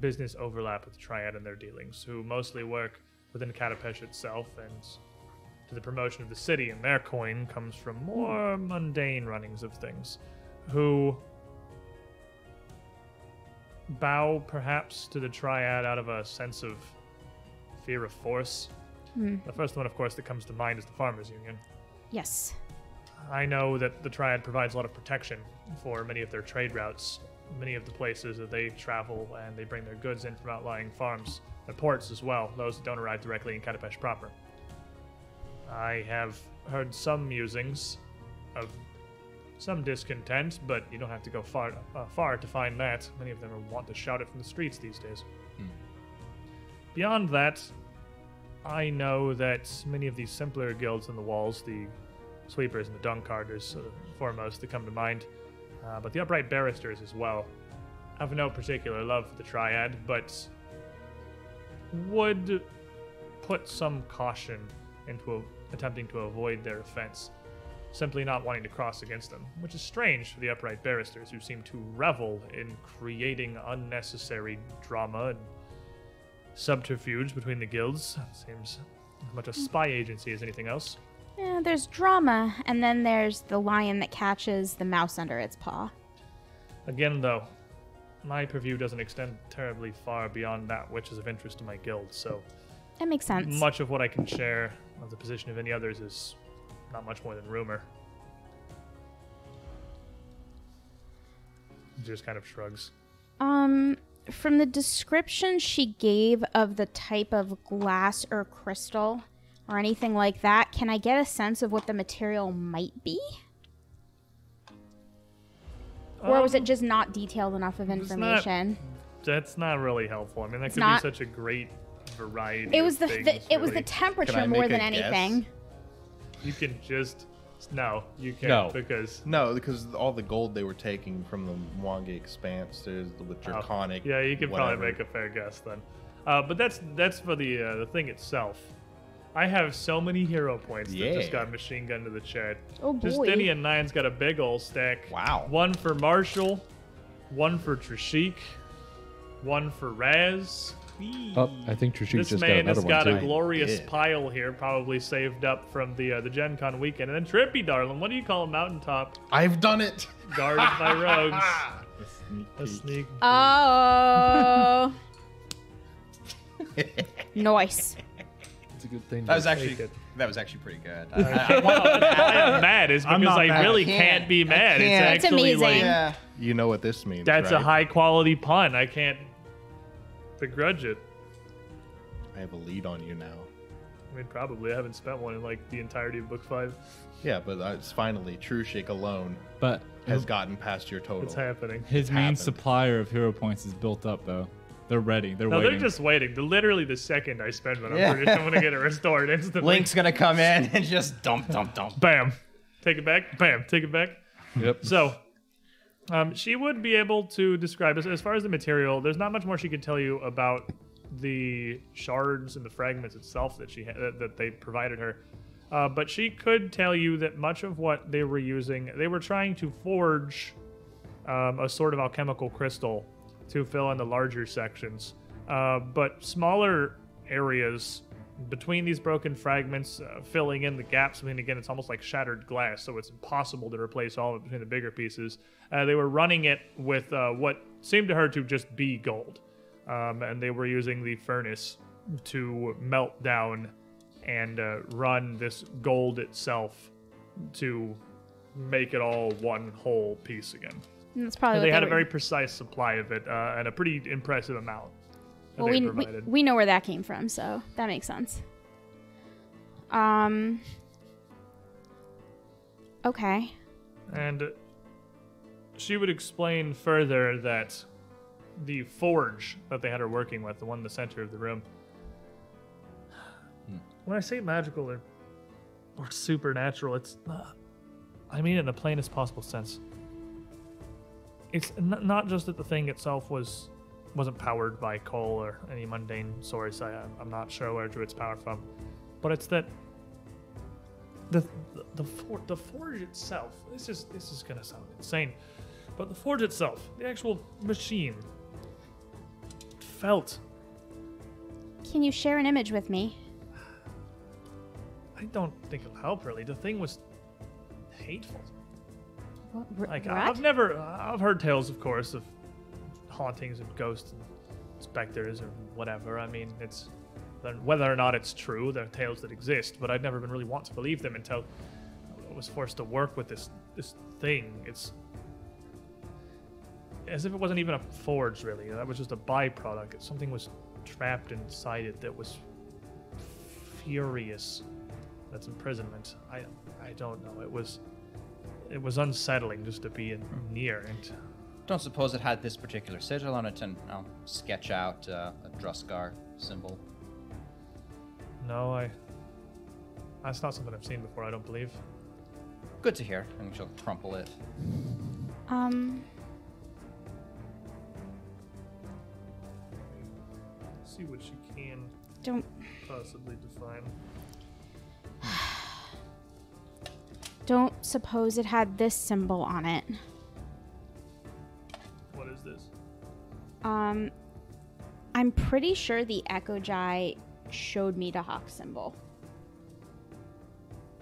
business overlap with Triad and their dealings, who mostly work within Katapesh itself and to the promotion of the city, and their coin comes from more mundane runnings of things, who bow perhaps to the Triad out of a sense of fear of force. The first one, of course, that comes to mind is the Farmers Union.
Yes.
I know that the Triad provides a lot of protection for many of their trade routes, many of the places that they travel, and they bring their goods in from outlying farms and ports as well, those that don't arrive directly in Katapesh proper. I have heard some musings of some discontent, but you don't have to go far uh, far to find that. Many of them are want to shout it from the streets these days. Beyond that, I know that many of these simpler guilds in the walls, the sweepers and the dung carters are the foremost that come to mind, uh, but the upright barristers as well. Have no particular love for the triad, but would put some caution into attempting to avoid their offense, simply not wanting to cross against them, which is strange for the upright barristers who seem to revel in creating unnecessary drama and subterfuge between the guilds. Seems as much a spy agency as anything else.
Yeah, there's drama, and then there's the lion that catches the mouse under its paw.
Again, though, my purview doesn't extend terribly far beyond that which is of interest to my guild, so
That makes sense.
much of what I can share of the position of any others is not much more than rumor. Just kind of shrugs.
Um, from the description she gave of the type of glass or crystal or anything like that, can I get a sense of what the material might be? or was it just not detailed enough of
it's not-
information?
That's not really helpful. I mean, that could
not-
be such a great variety.
It
of
was the,
things,
the it was the
really.
temperature
Can I
more
make
than
a guess?
anything.
you can just no, you can't
No.
because
No, because all the gold they were taking from the Mwangi Expanse, there's the with
Oh,
Draconic.
Yeah, you could probably
whatever.
make a fair guess then. Uh, but that's that's for the uh, the thing itself. I have so many hero points that just
Yeah.
got machine gunned to the chat.
Oh, boy.
Justinian Nine's got a big old stack.
Wow.
One for Marshall, one for Trishik, one for Raz.
Oh, I think Trishik
This
just got
man
another
has
one
got
too.
a glorious
Yeah.
pile here, probably saved up from the uh, the Gen Con weekend. And then Trippy, darling, what do you call a mountaintop
I've done it.
guarded by rogues? A sneak.
Oh. nice.
It's a good thing.
That was
that-
actually
it.
that was actually pretty good. I- I-
Well, I am mad is because
not
I
mad.
really
I
can't,
can't.
be
I
mad. It's
can't.
It's
actually
amazing.
like
yeah.
You know what this means.
that's a
right?
high quality pun. I can't begrudge it.
I have a lead on you now.
I mean, probably I haven't spent one in like the entirety of book five.
Yeah, but uh, it's finally True Shake alone
But
has gotten past your total.
It's happening.
his main
happened.
supplier of hero points is built up though. They're ready. They're
No,
waiting.
they're just waiting. They're literally the second I spend one, I'm
Yeah.
pretty sure I'm gonna get it restored instantly.
Link's gonna come in and just dump, dump, dump.
Bam, take it back. Bam, take it back.
Yep.
So, um, she would be able to describe as, as far as the material. There's not much more she could tell you about the shards and the fragments itself that she ha- that, that they provided her. Uh, but she could tell you that much of what they were using, they were trying to forge um, a sort of alchemical crystal to fill in the larger sections. Uh, but smaller areas between these broken fragments, uh, filling in the gaps. I mean, again, it's almost like shattered glass, so it's impossible to replace all of it between the bigger pieces. Uh, they were running it with uh, what seemed to her to just be gold. Um, and they were using the furnace to melt down and uh, run this gold itself to make it all one whole piece again.
And That's probably what
They had a
were-
very precise supply of it uh, and a pretty impressive amount that
well,
they
we, we,
provided.
we know where that came from, so that makes sense. Um. Okay.
And she would explain further that the forge that they had her working with, the one in the center of the room. When I say magical or, or supernatural, it's. Uh, I mean it in the plainest possible sense. It's n- not just that the thing itself was wasn't powered by coal or any mundane source. I, I'm not sure where it drew its power from, but it's that the the the, for, the forge itself. This is this is gonna sound insane, but the forge itself, the actual machine, felt.
Can you share an image with me?
I don't think it'll help really. The thing was hateful.
What, r-
Like I-
rat?
I've never, uh, I've heard tales, of course, of hauntings and ghosts and specters or whatever. I mean, it's then whether or not it's true, they're tales that exist. But I'd never been really want to believe them until I was forced to work with this this thing. It's as if it wasn't even a forge, really. That was just a byproduct. Something was trapped inside it that was furious. That's imprisonment. I, I don't know. It was it was unsettling just to be in, near and
Don't suppose it had this particular sigil on it, and I'll sketch out uh, a Druskar symbol.
no i that's not something i've seen before i don't believe
Good to hear. And she'll crumple it.
um.
see what she can
Don't
possibly define
don't suppose it had this symbol on it.
what is this
Um, I'm pretty sure the Echo Jai showed me the hawk symbol.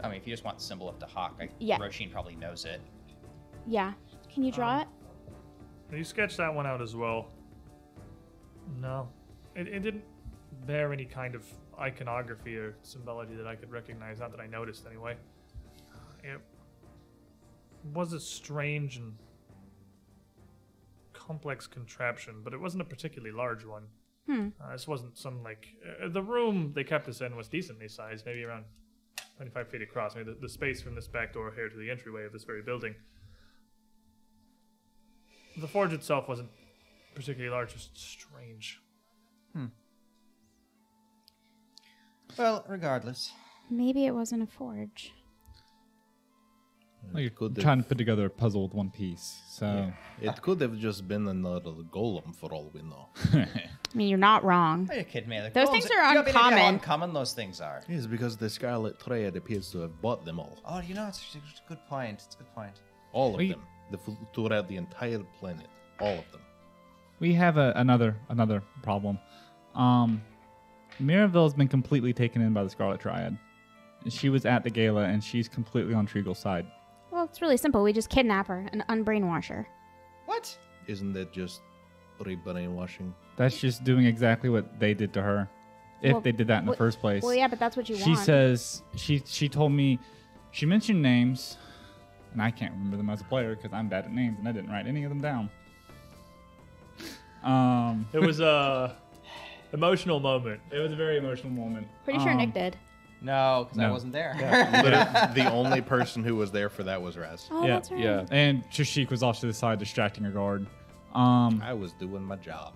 I mean, if you just want the symbol of the hawk, I,
Yeah.
Roshin probably knows it.
Yeah. Can you
Um,
draw it?
you sketched that one out as well no it, it didn't bear any kind of iconography or symbology that i could recognize not that i noticed anyway it was a strange and complex contraption but it wasn't a particularly large one Uh, this wasn't some like uh, the room they kept us in was decently sized, maybe around 25 feet across. Maybe the, the space from this back door here to the entryway of this very building. The forge itself wasn't particularly large, just strange.
Well, regardless.
Maybe it wasn't a forge.
like
Could have-
trying to put together a puzzle with one piece. So
It could have just been another golem for all we know.
I mean, you're not wrong.
Are you kidding me? The
Those
columns-
things are
you have any idea how
uncommon.
uncommon those things are.
It is because the Scarlet Triad appears to have bought them all.
Oh, you know, it's, it's a good point. It's a good point.
All of
Wait.
them. The, f- throughout the entire planet. All of them.
We have a, another another problem. Um, Mirabelle's been completely taken in by the Scarlet Triad. She was at the gala, and she's completely on Treagle's side.
Well, it's really simple. We just kidnap her and unbrainwash her.
What?
Isn't that just re-brainwashing?
That's just doing exactly what they did to her, if
Well,
they did that in the
well-
first place.
Well, yeah, but that's what you
she
want.
says she she told me she mentioned names, and I can't remember them as a player because I'm bad at names and I didn't write any of them down. Um,
It was a emotional moment.
it was a very emotional moment.
Pretty sure
Um,
Nick did.
No, because I
No.
wasn't there.
Literally, the only person who was there for that was Raz.
Oh,
yeah,
that's right.
Yeah.
And Trishik was off to the side distracting her guard. Um,
I was doing my job.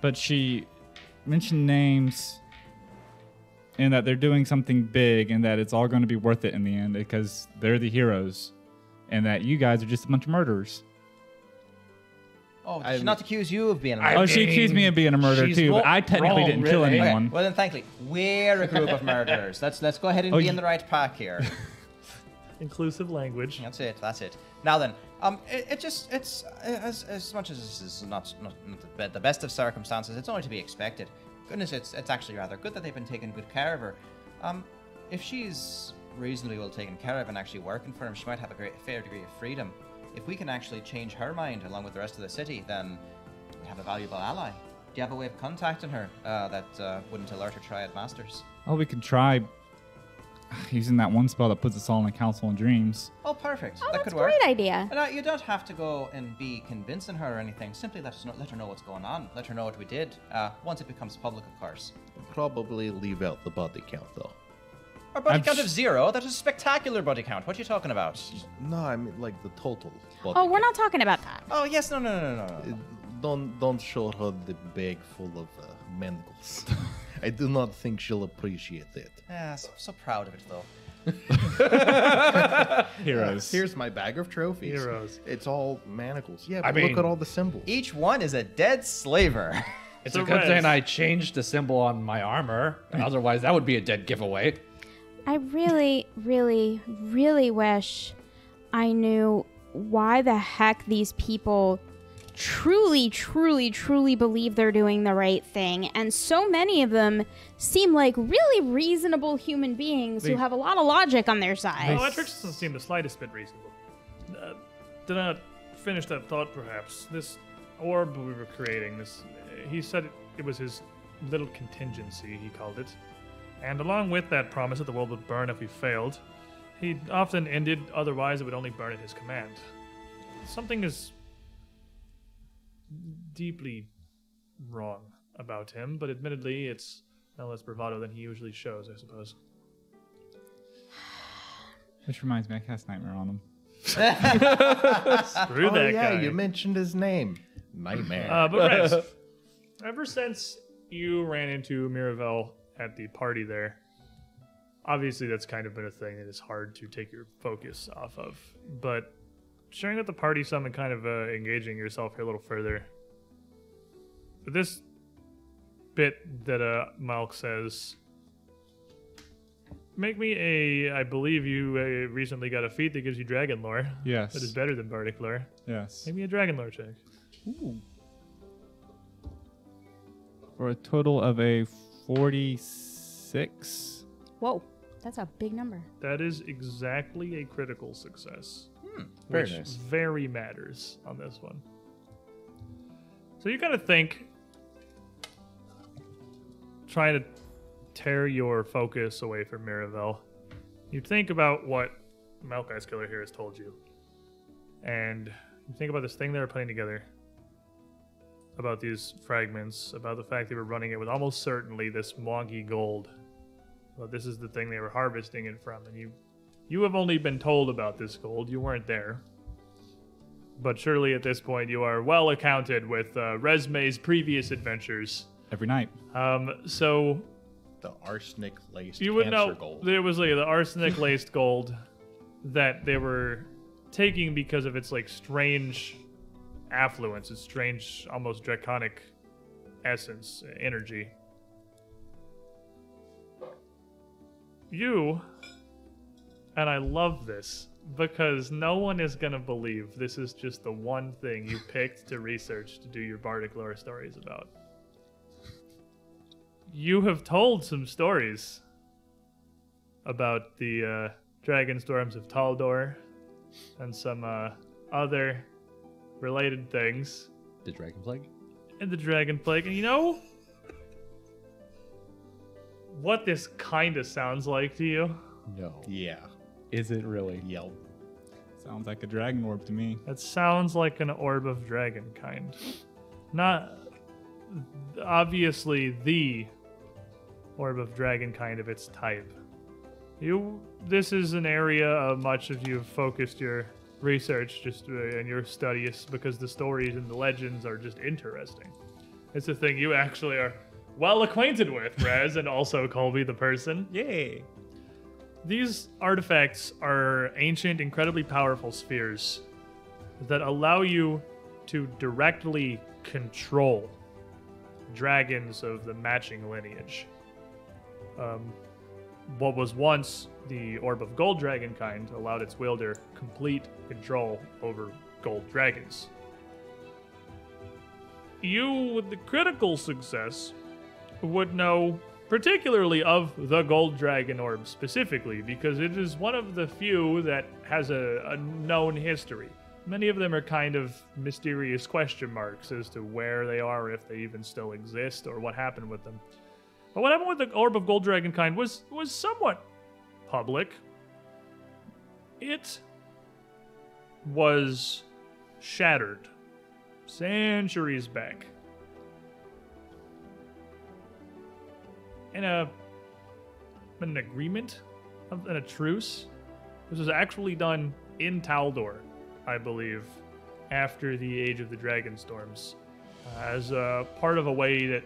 but she mentioned names and that they're doing something big and that it's all going to be worth it in the end because they're the heroes and that you guys are just a bunch of murderers.
Oh, I should not accuse you of being a
oh, she accused me of being a murderer
she's
too, but
not
I technically
wrong,
didn't kill
really.
anyone.
Okay, well then, thankfully, we're a group of murderers. Let's let's go ahead and
Oh,
be in
you-
the right pack here.
Inclusive language.
That's it. That's it. Now then, um, it, it just it's uh, as as much as this is not not, not the, be- the best of circumstances, it's only to be expected. Goodness, it's it's actually rather good that they've been taking good care of her. Um, if she's reasonably well taken care of and actually working for him, she might have a great fair degree of freedom. If we can actually change her mind along with the rest of the city, then we have a valuable ally. Do you have a way of contacting her uh, that uh, wouldn't alert her triad masters?
Oh, we could try using that one spell that puts us all in a council and dreams.
Oh, perfect.
Oh,
that
that's
could
a
work.
great idea.
And, uh, you don't have to go and be convincing her or anything. Simply let us know, let her know what's going on. Let her know what we did. Uh, once it becomes public, of course.
Probably leave out the body count though.
Our body
I'm
count
s-
of zero. That is a spectacular body count. What are you talking about?
No, I mean like the total body.
Oh, we're not talking about that.
Oh yes, no, no, no, no, no, no.
count. Don't don't show her the bag full of uh, manacles. I do not think she'll appreciate that.
Yeah, Uh, so, so proud of it though.
Heroes.
Here's my bag of trophies.
Heroes.
It's all manacles. Yeah, but
I
look
mean-
at all the symbols.
Each one is a dead slaver.
It's
So
a good
Rez-
thing I changed the symbol on my armor.
Mm.
Otherwise, that would be a dead giveaway.
I really, really, really wish I knew why the heck these people truly, truly, truly believe they're doing the right thing. And so many of them seem like really reasonable human beings who have a lot of logic on their side.
Oh, that trick doesn't seem the slightest bit reasonable. Uh, did not finish that thought, perhaps. This orb we were creating, this. He said it, it was his little contingency, he called it. And along with that promise that the world would burn if we failed, he often ended, otherwise, it would only burn at his command. Something is deeply wrong about him, but admittedly, it's no less bravado than he usually shows, I suppose.
Which reminds me, I cast Nightmare on them.
Screw
oh
that
yeah,
guy.
you mentioned his name. Nightmare.
Uh, but Rez, ever since you ran into Miravel at the party there, obviously that's kind of been a thing that is hard to take your focus off of. But sharing at the party some and kind of uh, engaging yourself here a little further. But this bit that uh, Malk says, make me a. I believe you uh, recently got a feat that gives you dragon lore.
Yes.
That is better than bardic lore.
Yes.
Make me a dragon lore check.
For a total of a 46.
Whoa, that's a big number.
That is exactly a critical success.
Hmm, Very
which
nice.
very matters on this one. So you kind of think trying to tear your focus away from Miravel. You think about what Malkai's killer here has told you. And you think about this thing they were putting together. About these fragments, about the fact they were running it with almost certainly this wonky gold well, this is the thing they were harvesting it from, and you you have only been told about this gold. You weren't there. But surely at this point you are well accounted with uh, Resme's previous adventures.
Every night.
Um, so
the arsenic laced
you would
cancer
know
gold.
there was like the arsenic laced gold that they were taking because of its like strange affluence, its strange, almost draconic essence, energy. You, and I love this because no one is going to believe this is just the one thing you picked to research to do your bardic lore stories about. You have told some stories about the uh, dragon storms of Taldor and some uh, other related things
The dragon plague.
and the dragon plague. And you know what this kind of sounds like to you?
No,
Yeah.
is it really?
Yelp.
Sounds like a dragon orb to me.
That sounds like an orb of dragon kind. Not obviously the orb of dragon kind of its type. You this is an area of much of you have focused your research just uh, and your studies because the stories and the legends are just interesting. It's a thing you actually are well acquainted with, Rez, and also Colby the person. Yay. These artifacts are ancient, incredibly powerful spheres that allow you to directly control dragons of the matching lineage. Um, what was once the Orb of Gold Dragon kind allowed its wielder complete control over gold dragons. You, with the critical success, would know particularly of the gold dragon orb specifically because it is one of the few that has a, a known history many of them are kind of mysterious question marks as to where they are if they even still exist or what happened with them but what happened with the orb of gold dragon kind was was somewhat public it was shattered centuries back in a an agreement of- in a truce. This was actually done in Taldor, I believe, after the Age of the Dragonstorms, uh, as a part of a way that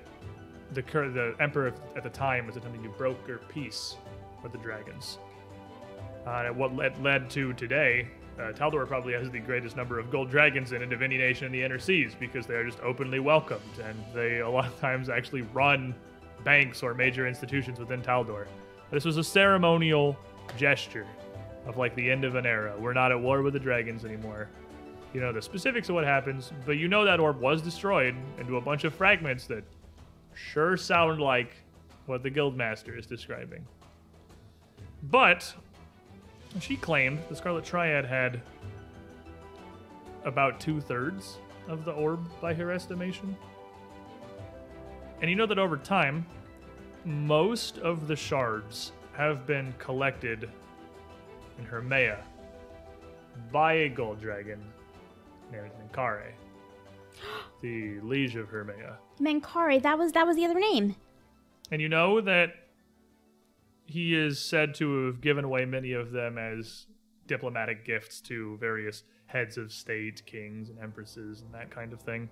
the cur- the emperor at the time was attempting to broker peace with the dragons. Uh, and what led, led to today, uh, Taldor probably has the greatest number of gold dragons in it of any nation in the Inner Seas because they are just openly welcomed, and they a lot of times actually run banks or major institutions within Taldor. This was a ceremonial gesture of like the end of an era. We're not at war with the dragons anymore. You know the specifics of what happens, but you know that orb was destroyed into a bunch of fragments that sure sound like what the guildmaster is describing. But she claimed the Scarlet Triad had about two thirds of the orb by her estimation. And you know that over time, most of the shards have been collected in Hermea by a gold dragon named Minkare, the liege of Hermea.
Mankari, that was that was the other name.
And you know that he is said to have given away many of them as diplomatic gifts to various heads of state, kings, and empresses, and that kind of thing.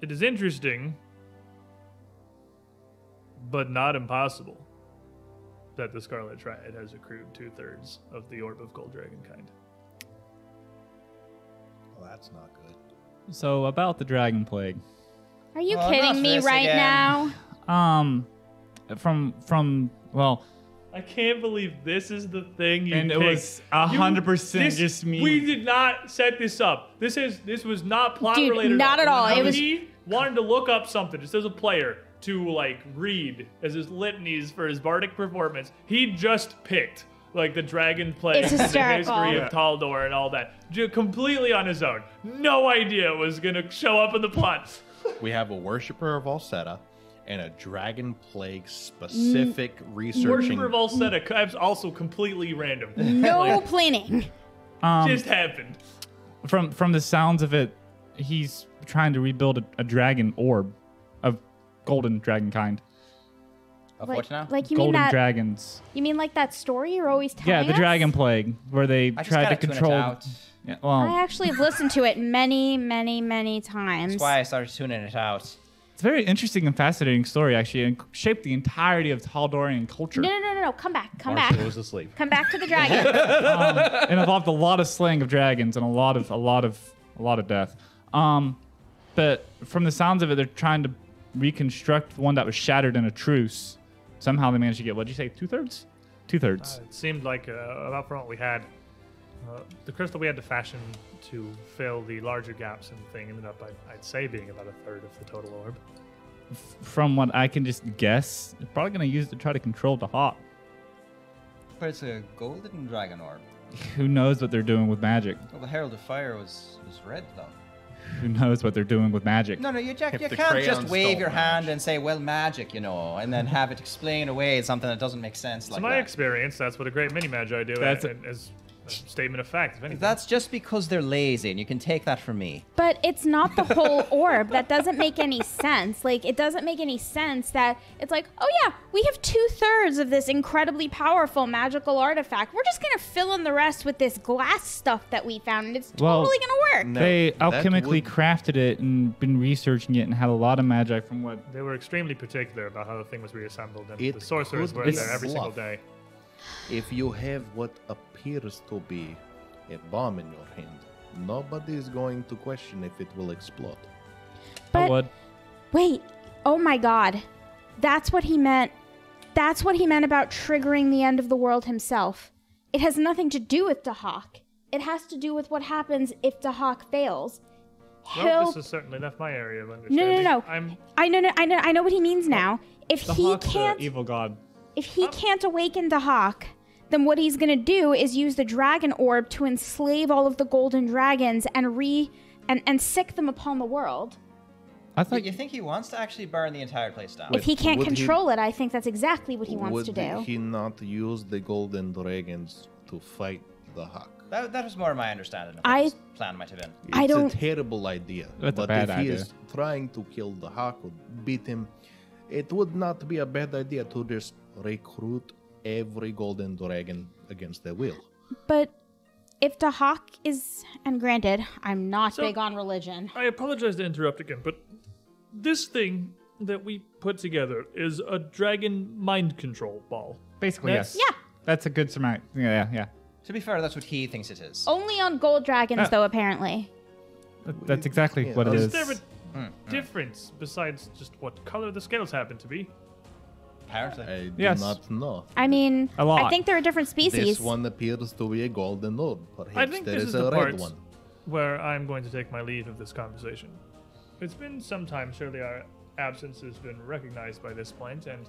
It is interesting, but not impossible, that the Scarlet Triad has accrued two thirds of the Orb of Gold Dragon kind.
Well, that's not good.
So about the dragon plague.
Are you
Oh, enough
kidding me
this
right
again.
now?
Um, from from well,
I can't believe this is the thing you
And it
picked.
was 100%
this-
just me.
We did not set this up. This is this was not plot
Dude,
related.
not at all.
When
It was-
he wanted to look up something just as a player to like read as his litanies for his bardic performance. He just picked like the dragon plague,
It's
the
hysterical.
history of Taldor, and all that, Ju- completely on his own. No idea it was gonna show up in the plot.
We have a worshiper of Alseta and a dragon plague specific researching.
Worship Mm. of Alceta that's also completely random.
No
Like,
planning.
um,
just happened.
from from the sounds of it, he's trying to rebuild a, a dragon orb of golden dragon kind.
Of
Like,
what now?
like you mean
golden
that?
dragons.
you mean like that story you're always telling?
Yeah, the
us?
dragon plague where they
I just
tried
gotta
to
tune it
control.
out.
Yeah, well,
I actually have listened to it many, many, many times.
That's why I started tuning it out.
It's a very interesting and fascinating story, actually, and shaped the entirety of Taldorian culture
No, no, no, no, no. Come back. Come
Marshall
back.
was asleep.
Come back to the dragon.
and involved a lot of slaying of dragons and a lot of a lot of a lot of death. Um, But from the sounds of it, they're trying to reconstruct the one that was shattered in a truce. Somehow they managed to get, what'd you say, two thirds? Two thirds.
It seemed like uh, about from what we had, uh, the crystal we had to fashion to fill the larger gaps in the thing ended up, I'd, I'd say, being about a third of the total orb.
from what I can just guess, they're probably going to use it to try to control the hawk.
But it's a golden dragon orb.
Who knows what they're doing with magic?
Well, the Herald of Fire was, was red, though.
Who knows what they're doing with magic?
No, no, you, Jack, you
the
can't just
crayons
wave
don't
your
match.
hand and say, well, magic, you know, and then have it explain away something that doesn't make sense
To
like
my
that.
experience, that's what a great mini magi do.
That's
That's and, as a statement of fact, if anything.
That's just because they're lazy, and you can take that from me.
But it's not the whole orb. That doesn't make any sense. Like, it doesn't make any sense that it's like, oh yeah, we have two thirds of this incredibly powerful magical artifact. We're just gonna fill in the rest with this glass stuff that we found, and it's
Well-
totally gonna work.
No,
they
that
alchemically
would-
crafted it and been researching it and had a lot of magic from what
they were extremely particular about how the thing was reassembled, and
It
the sorcerers
could
were in
be
there every single
fluff.
day.
If you have what appears to be a bomb in your hand, nobody is going to question if it will explode.
But-
I would.
Wait, oh my god. That's what he meant. That's what he meant about triggering the end of the world himself. It has nothing to do with Dahak. It has to do with what happens if Dahak fails.
Well,
He'll
this has certainly left my area of
No, no,
understanding.
no, no.
I'm
I know, no, I know, I know what he means now. If
The
he
hawk's
can't,
the evil god.
if he can't awaken the hawk, then what he's gonna do is use the dragon orb to enslave all of the golden dragons and re and and sick them upon the world.
I thought
But you think he wants to actually burn the entire place down?
if he can't
would he-
control it, I think that's exactly what he wants
Would
to do.
he not use the golden dragons to fight the hawk?
That, that was more my understanding of what
I-
his plan might have been.
It's
I don't-
a terrible idea.
That's a
but
bad
if
idea.
he is trying to kill the hawk or beat him, it would not be a bad idea to just recruit every golden dragon against their will.
But if the hawk is, and granted, I'm not
So-
big on religion.
I apologize to interrupt again, but this thing that we put together is a dragon mind control ball.
basically
That's-
yes.
Yeah,
That's a good surmise. Yeah, yeah,
To be fair, that's what he thinks it is.
only on gold dragons
Ah.
Uh,
though. Apparently,
yeah. That's exactly
Yeah,
what it
that's-
is.
Is there a
Hmm,
difference besides just what color the scales happen to be?
Apparently.
I do
Yes.
not know.
I mean,
A lot.
I think they're a different species.
This one appears to be a golden orb. Perhaps
think
there
this
is,
is
a
the
red
part-
one.
Where I'm going to take my leave of this conversation. It's been some time, surely our absence has been recognized by this point, and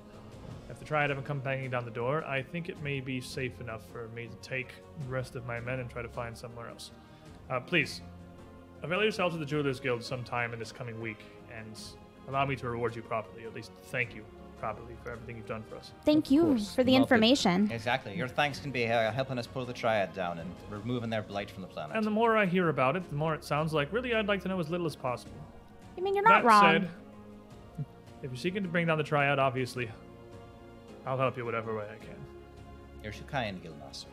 if the triad haven't come banging down the door, I think it may be safe enough for me to take the rest of my men and try to find somewhere else. Uh, please, avail yourselves of the Jewelers Guild sometime in this coming week, and allow me to reward you properly, at least thank you properly for everything you've done for us.
Thank you for the
not the-
information.
Exactly. Your thanks can be uh, helping us pull the triad down and removing their blight from the planet.
And the more I hear about it, the more it sounds like really I'd like to know as little as possible.
I mean, you're not
that
wrong.
said, if you're seeking to bring down the triad, obviously, I'll help you whatever way I can.
You're too kind, Guildmaster.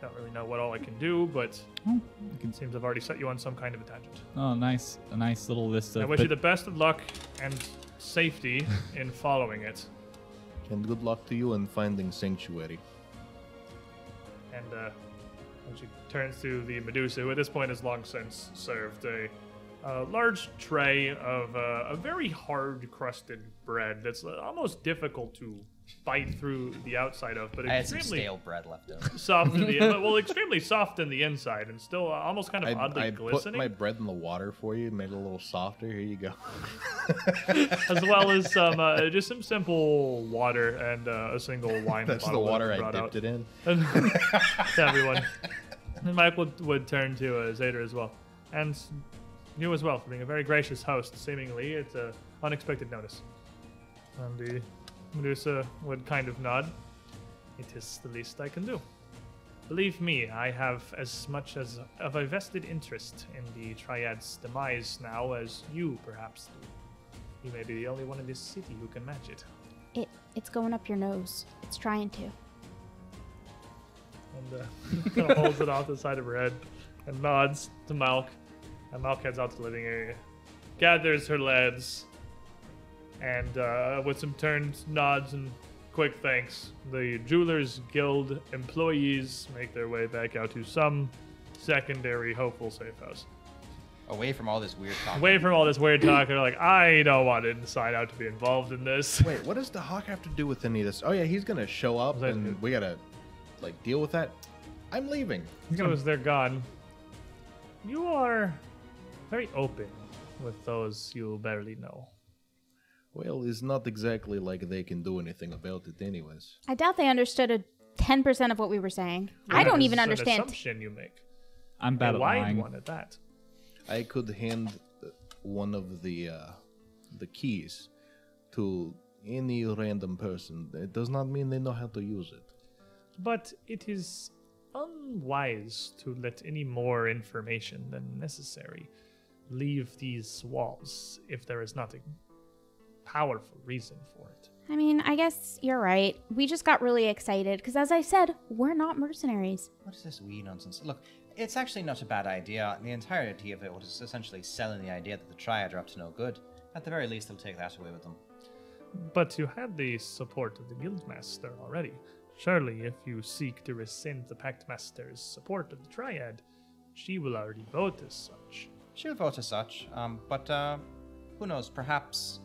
Don't really know what all I can do, but
Hmm.
it seems I've already set you on some kind of a tangent.
oh, nice, a nice little list of.
I wish
but
you the best of luck and safety in following it.
And good luck to you in finding sanctuary.
And uh, when she turns to the Medusa, who at this point has long since served a, uh large tray of uh, a very hard crusted bread that's uh, almost difficult to bite through the outside of, but
I had some
extremely
stale bread left over.
soft in the well, extremely soft in the inside, and still uh, almost kind of oddly
I, I put
glistening,
my bread in the water for you, made it a little softer. Here you go.
as well as some uh, just some simple water and uh, a single wine.
That's the
bottle that
water
was
I
brought out.
dipped it in.
to everyone. And Mike would, would turn to uh, Zader as well, and you as well for being a very gracious host. Seemingly, it's an unexpected notice. And the Medusa would kind of nod. It is the least I can do. Believe me, I have as much as of a vested interest in the Triad's demise now as you perhaps do. You may be the only one in this city who can match it.
It it's going up your nose. It's trying to.
and uh, kind of holds it off the side of her head and nods to Malk. And Malk heads out to the living area, gathers her lads, and uh, with some turns, nods, and quick thanks, the Jewelers Guild employees make their way back out to some secondary hopeful safe house.
away from all this weird talk.
Away from all this weird talk, they're like, I don't want to sign out to be involved in this.
Wait, what does the hawk have to do with any of this? Oh yeah, he's gonna show up,
Like-
and we gotta like deal with that. I'm leaving.
So as they're gone, you are very open with those you barely know.
Well, it's not exactly like they can do anything about it, anyways.
I doubt they understood a 10% of what we were saying. I
That
don't
is
even
an
understand.
assumption you make.
I'm
A
bad at
wide
lying.
one at that.
I could hand uh, one of the uh, the keys to any random person. It does not mean they know how to use it.
But it is unwise to let any more information than necessary leave these walls if there is not a powerful reason for it.
I mean, I guess you're right. We just got really excited because, as I said, we're not mercenaries.
What is this wee nonsense? Look, it's actually not a bad idea. The entirety of it was essentially selling the idea that the Triad are up to no good. At the very least, they'll take that away with them.
But you had the support of the Guildmaster already. Surely, if you seek to rescind the Pactmaster's support of the Triad, she will already vote as such.
She'll vote as such, um, but uh, who knows? Perhaps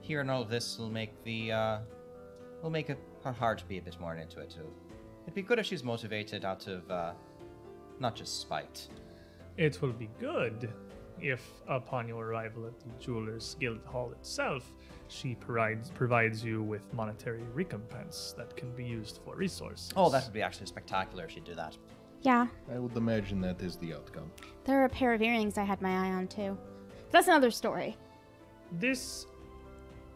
hearing all of this will make the uh, will make it, her heart be a bit more into it too. It'd be good if she's motivated out of uh, not just spite.
It will be good if, upon your arrival at the Jewelers Guild Hall itself, she provides, provides you with monetary recompense that can be used for resources.
Oh, that would be actually spectacular if she'd do that.
Yeah,
I would imagine that is the outcome.
there are a pair of earrings I had my eye on, too. That's another story.
This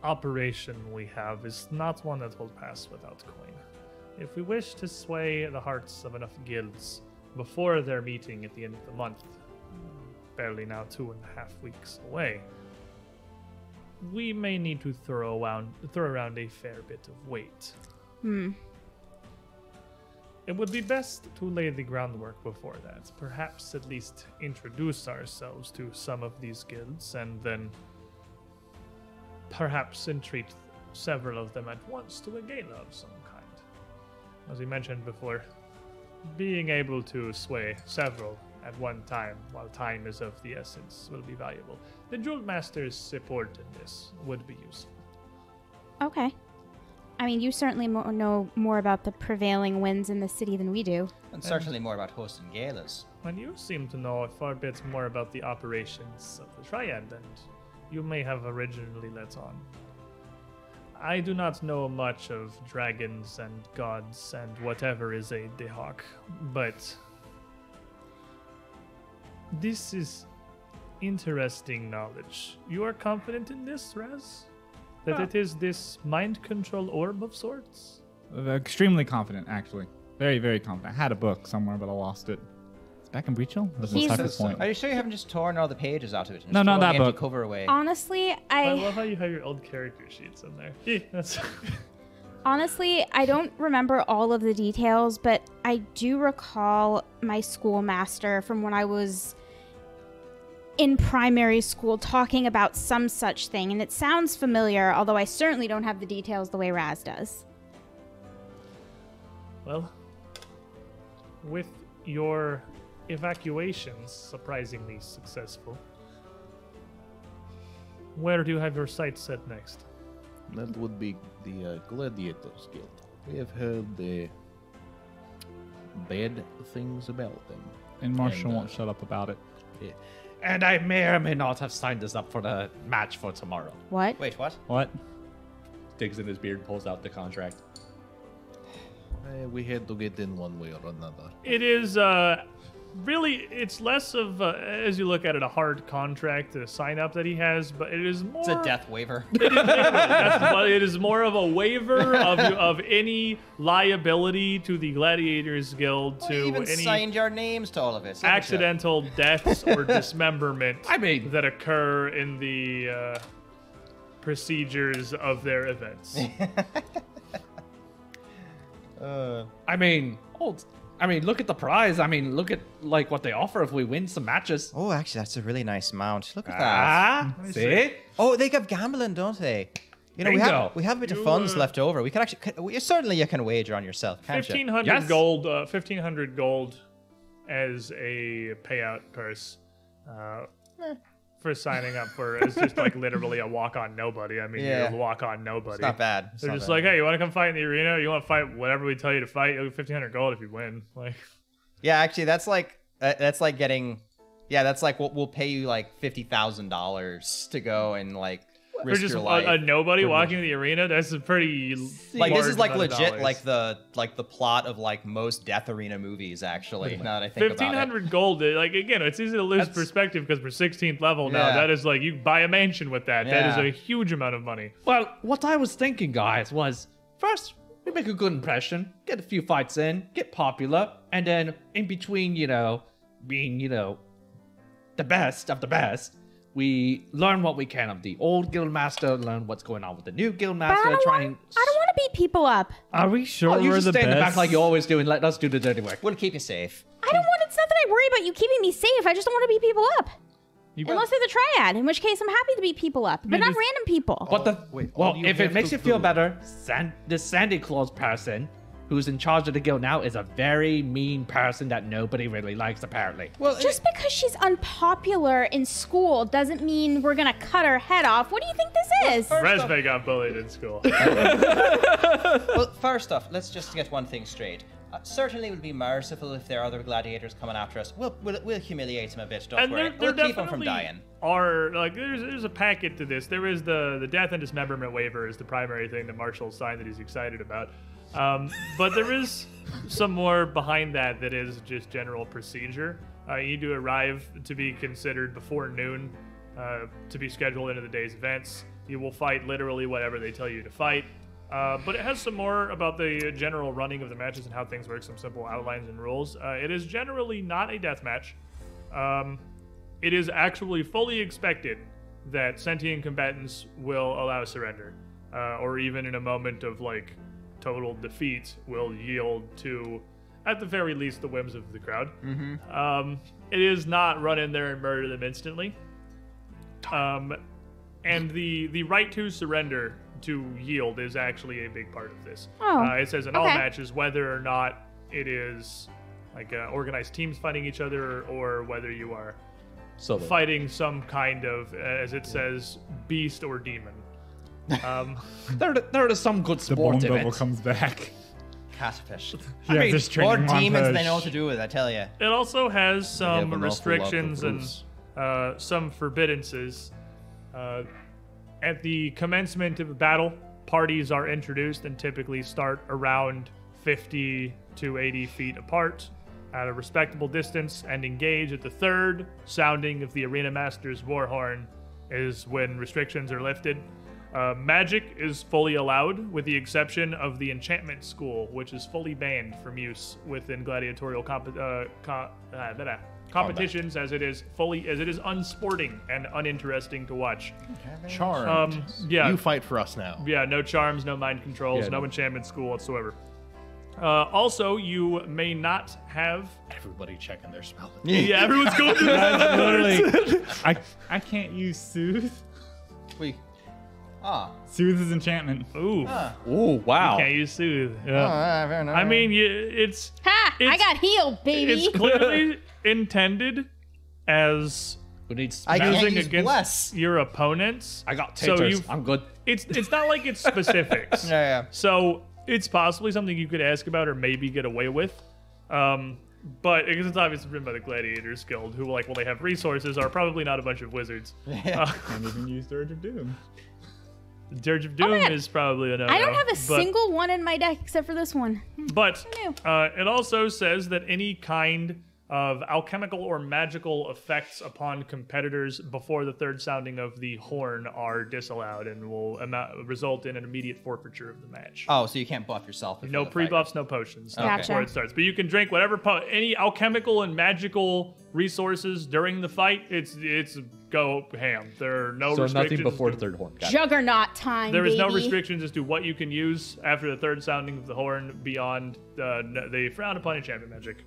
operation we have is not one that will pass without coin. If we wish to sway the hearts of enough guilds before their meeting at the end of the month, barely now two and a half weeks away, we may need to throw around, throw around a fair bit of weight. It would be best to lay the groundwork before that. Perhaps at least introduce ourselves to some of these guilds and then perhaps entreat several of them at once to a gala of some kind. As we mentioned before, being able to sway several at one time while time is of the essence will be valuable. The Jewel Master's support in this would be useful.
Okay. I mean, you certainly mo- know more about the prevailing winds in the city than we do.
And certainly more about hosting galas.
And you seem to know a far bit more about the operations of the Triad than you may have originally let on. I do not know much of dragons and gods and whatever is a Dehawk, but this is interesting knowledge. You are confident in this, Raz? That it is this mind control orb of sorts?
Uh, Extremely confident, actually. Very, very confident. I had a book somewhere, but I lost it. It's back in Breach Hill? That's
He's-
beside the point.
Are you sure you haven't just torn all the pages out of it? And
No,
just
not
thrown
that
the empty
book.
Cover away.
Honestly,
I
I
love how you have your old character sheets in there. Eh, That's
honestly I don't remember all of the details, but I do recall my schoolmaster from when I was in primary school talking about some such thing, and it sounds familiar, although I certainly don't have the details the way Raz does.
Well, with your evacuations surprisingly successful, where do you have your sights set next?
That would be the uh, Gladiators Guild. We have heard the bad things about them.
And Marshall
And, uh,
won't shut up about it.
And I may or may not have signed us up for the match for tomorrow.
What?
Wait, what?
What?
Digs in his beard, pulls out the contract.
Uh, we had to get in one way or another.
It is uh, really, it's less of, uh, as you look at it, a hard contract, a sign up that he has, but it is more.
It's a death waiver.
That's, but it is more of a waiver of, of any liability to the Gladiators Guild,
You
to
even
any.
signed your names to all of it. haven't you?
accidental deaths or dismemberment
I mean-
that occur in the uh, procedures of their events.
I mean, oh, I mean, look at the prize. I mean, look at like what they offer if we win some matches.
Oh, actually, that's a really nice mount. Look at that.
Ah, see?
Oh, they have gambling, don't they? You know, we
Bingo.
have we have a bit
You,
of funds
uh,
left over. We can actually can, we, certainly you can wager on yourself, can't
Fifteen
you?
hundred
Yes.
gold. Uh, Fifteen hundred gold as a payout purse. Uh,
Eh.
for signing up for it's just like literally a walk on nobody. I mean,
Yeah.
you're a walk on nobody.
It's not bad. It's
They're
not
just
bad.
like, hey, you want to come fight in the arena? You want to fight whatever we tell you to fight? You'll get fifteen hundred gold if you win. Like,
yeah, actually, that's like uh, that's like getting, yeah, that's like we'll, we'll pay you like fifty thousand dollars to go and like
or
risk
just a,
your life.
a nobody walking to the arena. That's a pretty
like this
large
is like
amount of
legit,
dollars.
like the like the plot of like most death arena movies. Actually, now that I think
Fifteen
about it,
hundred gold. uh, Like again, it's easy to lose
That's-
perspective because we're sixteenth level now.
Yeah.
That is like you buy a mansion with that. That
Yeah.
is a huge amount of money.
Well, what I was thinking, guys, was first we make a good impression, get a few fights in, get popular, and then in between, you know, being, you know, the best of the best, we learn what we can of the old guildmaster, learn what's going on with the new
But I
guildmaster,
don't
try
want
and.
to beat people up.
Are we sure
Oh, you
we're
just
the
stay
best?
in the back like you always do and let us do the dirty work.
we'll keep you safe.
I don't want. It's not that I worry about you keeping me safe. I just don't want to beat people up.
You
Unless they're the triad, in which case I'm happy to beat people up, but not
just-
random people.
What the?
wait, all
well,
you
if it
have
makes
to
oh, you feel
do-
better, San, the Santa Claus person who's in charge of the guild now is a very mean person that nobody really likes, apparently.
Well,
Just because she's unpopular in school doesn't mean we're gonna cut her head off. What do you think this is?
Resme got bullied in school.
Well, first off, let's just get one thing straight. Uh, certainly, we'll be merciful if there are other gladiators coming after us. We'll we'll, we'll humiliate them a bit. Don't worry. we'll keep them from dying.
Are like there's there's a packet to this. There is the the death and dismemberment waiver is the primary thing that Marshall signed that he's excited about. Um, but there is some more behind that that is just general procedure. Uh, you do arrive to be considered before noon, uh, to be scheduled into the day's events. You will fight literally whatever they tell you to fight. Uh, but it has some more about the general running of the matches and how things work, some simple outlines and rules. Uh, it is generally not a death match. Um, it is actually fully expected that sentient combatants will allow surrender, uh, or even in a moment of like total defeat, will yield to, at the very least, the whims of the crowd. Um, it is not run in there and murder them instantly. Um, and the the right to surrender to yield is actually a big part of this.
Oh,
Uh, it says in all
okay.
matches whether or not it is like uh, organized teams fighting each other or whether you are
So the-
fighting some kind of, uh, as it says, beast or demon. Um,
There, there are some good
the bone
sport
double
events.
comes back.
Catfish.
yeah,
mean,
this
More
training
demons
montage.
they know what to do with. I tell you.
it also has
have an
some
awful lot of
restrictions and
rules.
uh, some forbiddances. Uh, at the commencement of a battle, parties are introduced and typically start around 50 to 80 feet apart at a respectable distance and engage at the third sounding of the arena master's war horn is when restrictions are lifted. Uh, magic is fully allowed with the exception of the enchantment school, which is fully banned from use within gladiatorial comp- uh, co- uh, blah, blah, competitions as it is fully as it is unsporting and uninteresting to watch.
Charmed.
Um, yeah,
You fight for us now.
yeah, no charms, no mind controls,
Yeah,
no
no.
enchantment school whatsoever. Uh, also, you may not have.
Everybody checking their spell.
Yeah, everyone's going through this.
That's literally, I I can't use soothe.
We. Ah.
Soothe is enchantment.
Ooh,
Ooh, wow.
can't you soothe?
Oh,
Yeah.
ah, very nice.
I mean, you, it's
ha! I
It's-
got healed, baby.
it's clearly intended as
Who needs?
I can't
using
use
against
bless.
your opponents.
I got
So
taters.
you-
I'm good.
It's it's not like it's specifics.
Yeah, yeah.
So it's possibly something you could ask about or maybe get away with. Um, but because it's obviously written by the Gladiators Guild, who like well they have resources are probably not a bunch of wizards. Uh,
Can't even use Dirge of Doom.
Dirge of Doom
God.
is probably a no.
Oh, I don't have a
but,
single one in my deck except for this one.
But
knew?
uh, it also says that any kind of alchemical or magical effects upon competitors before the third sounding of the horn are disallowed and will amou- result in an immediate forfeiture of the match.
Oh, so you can't buff yourself. before
No
the fight.
pre buffs, no potions.
Okay.
Before it starts, but you can drink whatever po- any alchemical and magical resources during the fight. It's it's go ham. There are no
So
restrictions.
nothing before
to-
third horn. Got it.
Juggernaut time.
There is no
baby.
restrictions as to what you can use after the third sounding of the horn beyond uh, no, they frown upon enchantment magic,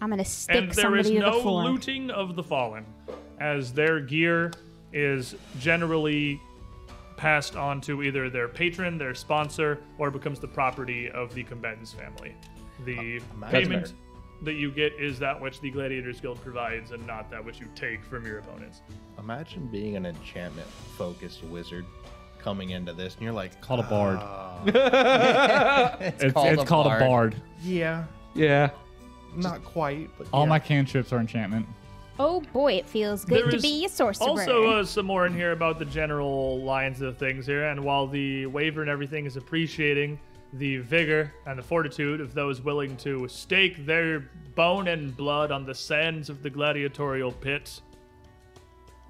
I'm gonna stick
and there
somebody
is
to the
no
floor.
looting of the fallen, as their gear is generally passed on to either their patron, their sponsor, or becomes the property of the combatant's family. The
Imagine-
payment that you get is that which the Gladiators Guild provides and not that which you take from your opponents.
Imagine being an enchantment focused wizard coming into this and you're like,
Called a bard.
It's,
it's called, it's a, called
bard.
a bard.
yeah,
Yeah.
not quite, but
All
yeah.
my cantrips are enchantment.
Oh boy, it feels good
There
to
is
be a sorcerer.
Also, uh, some more in here about the general lines of things here. And while the waiver and everything is appreciating the vigor and the fortitude of those willing to stake their bone and blood on the sands of the gladiatorial pit,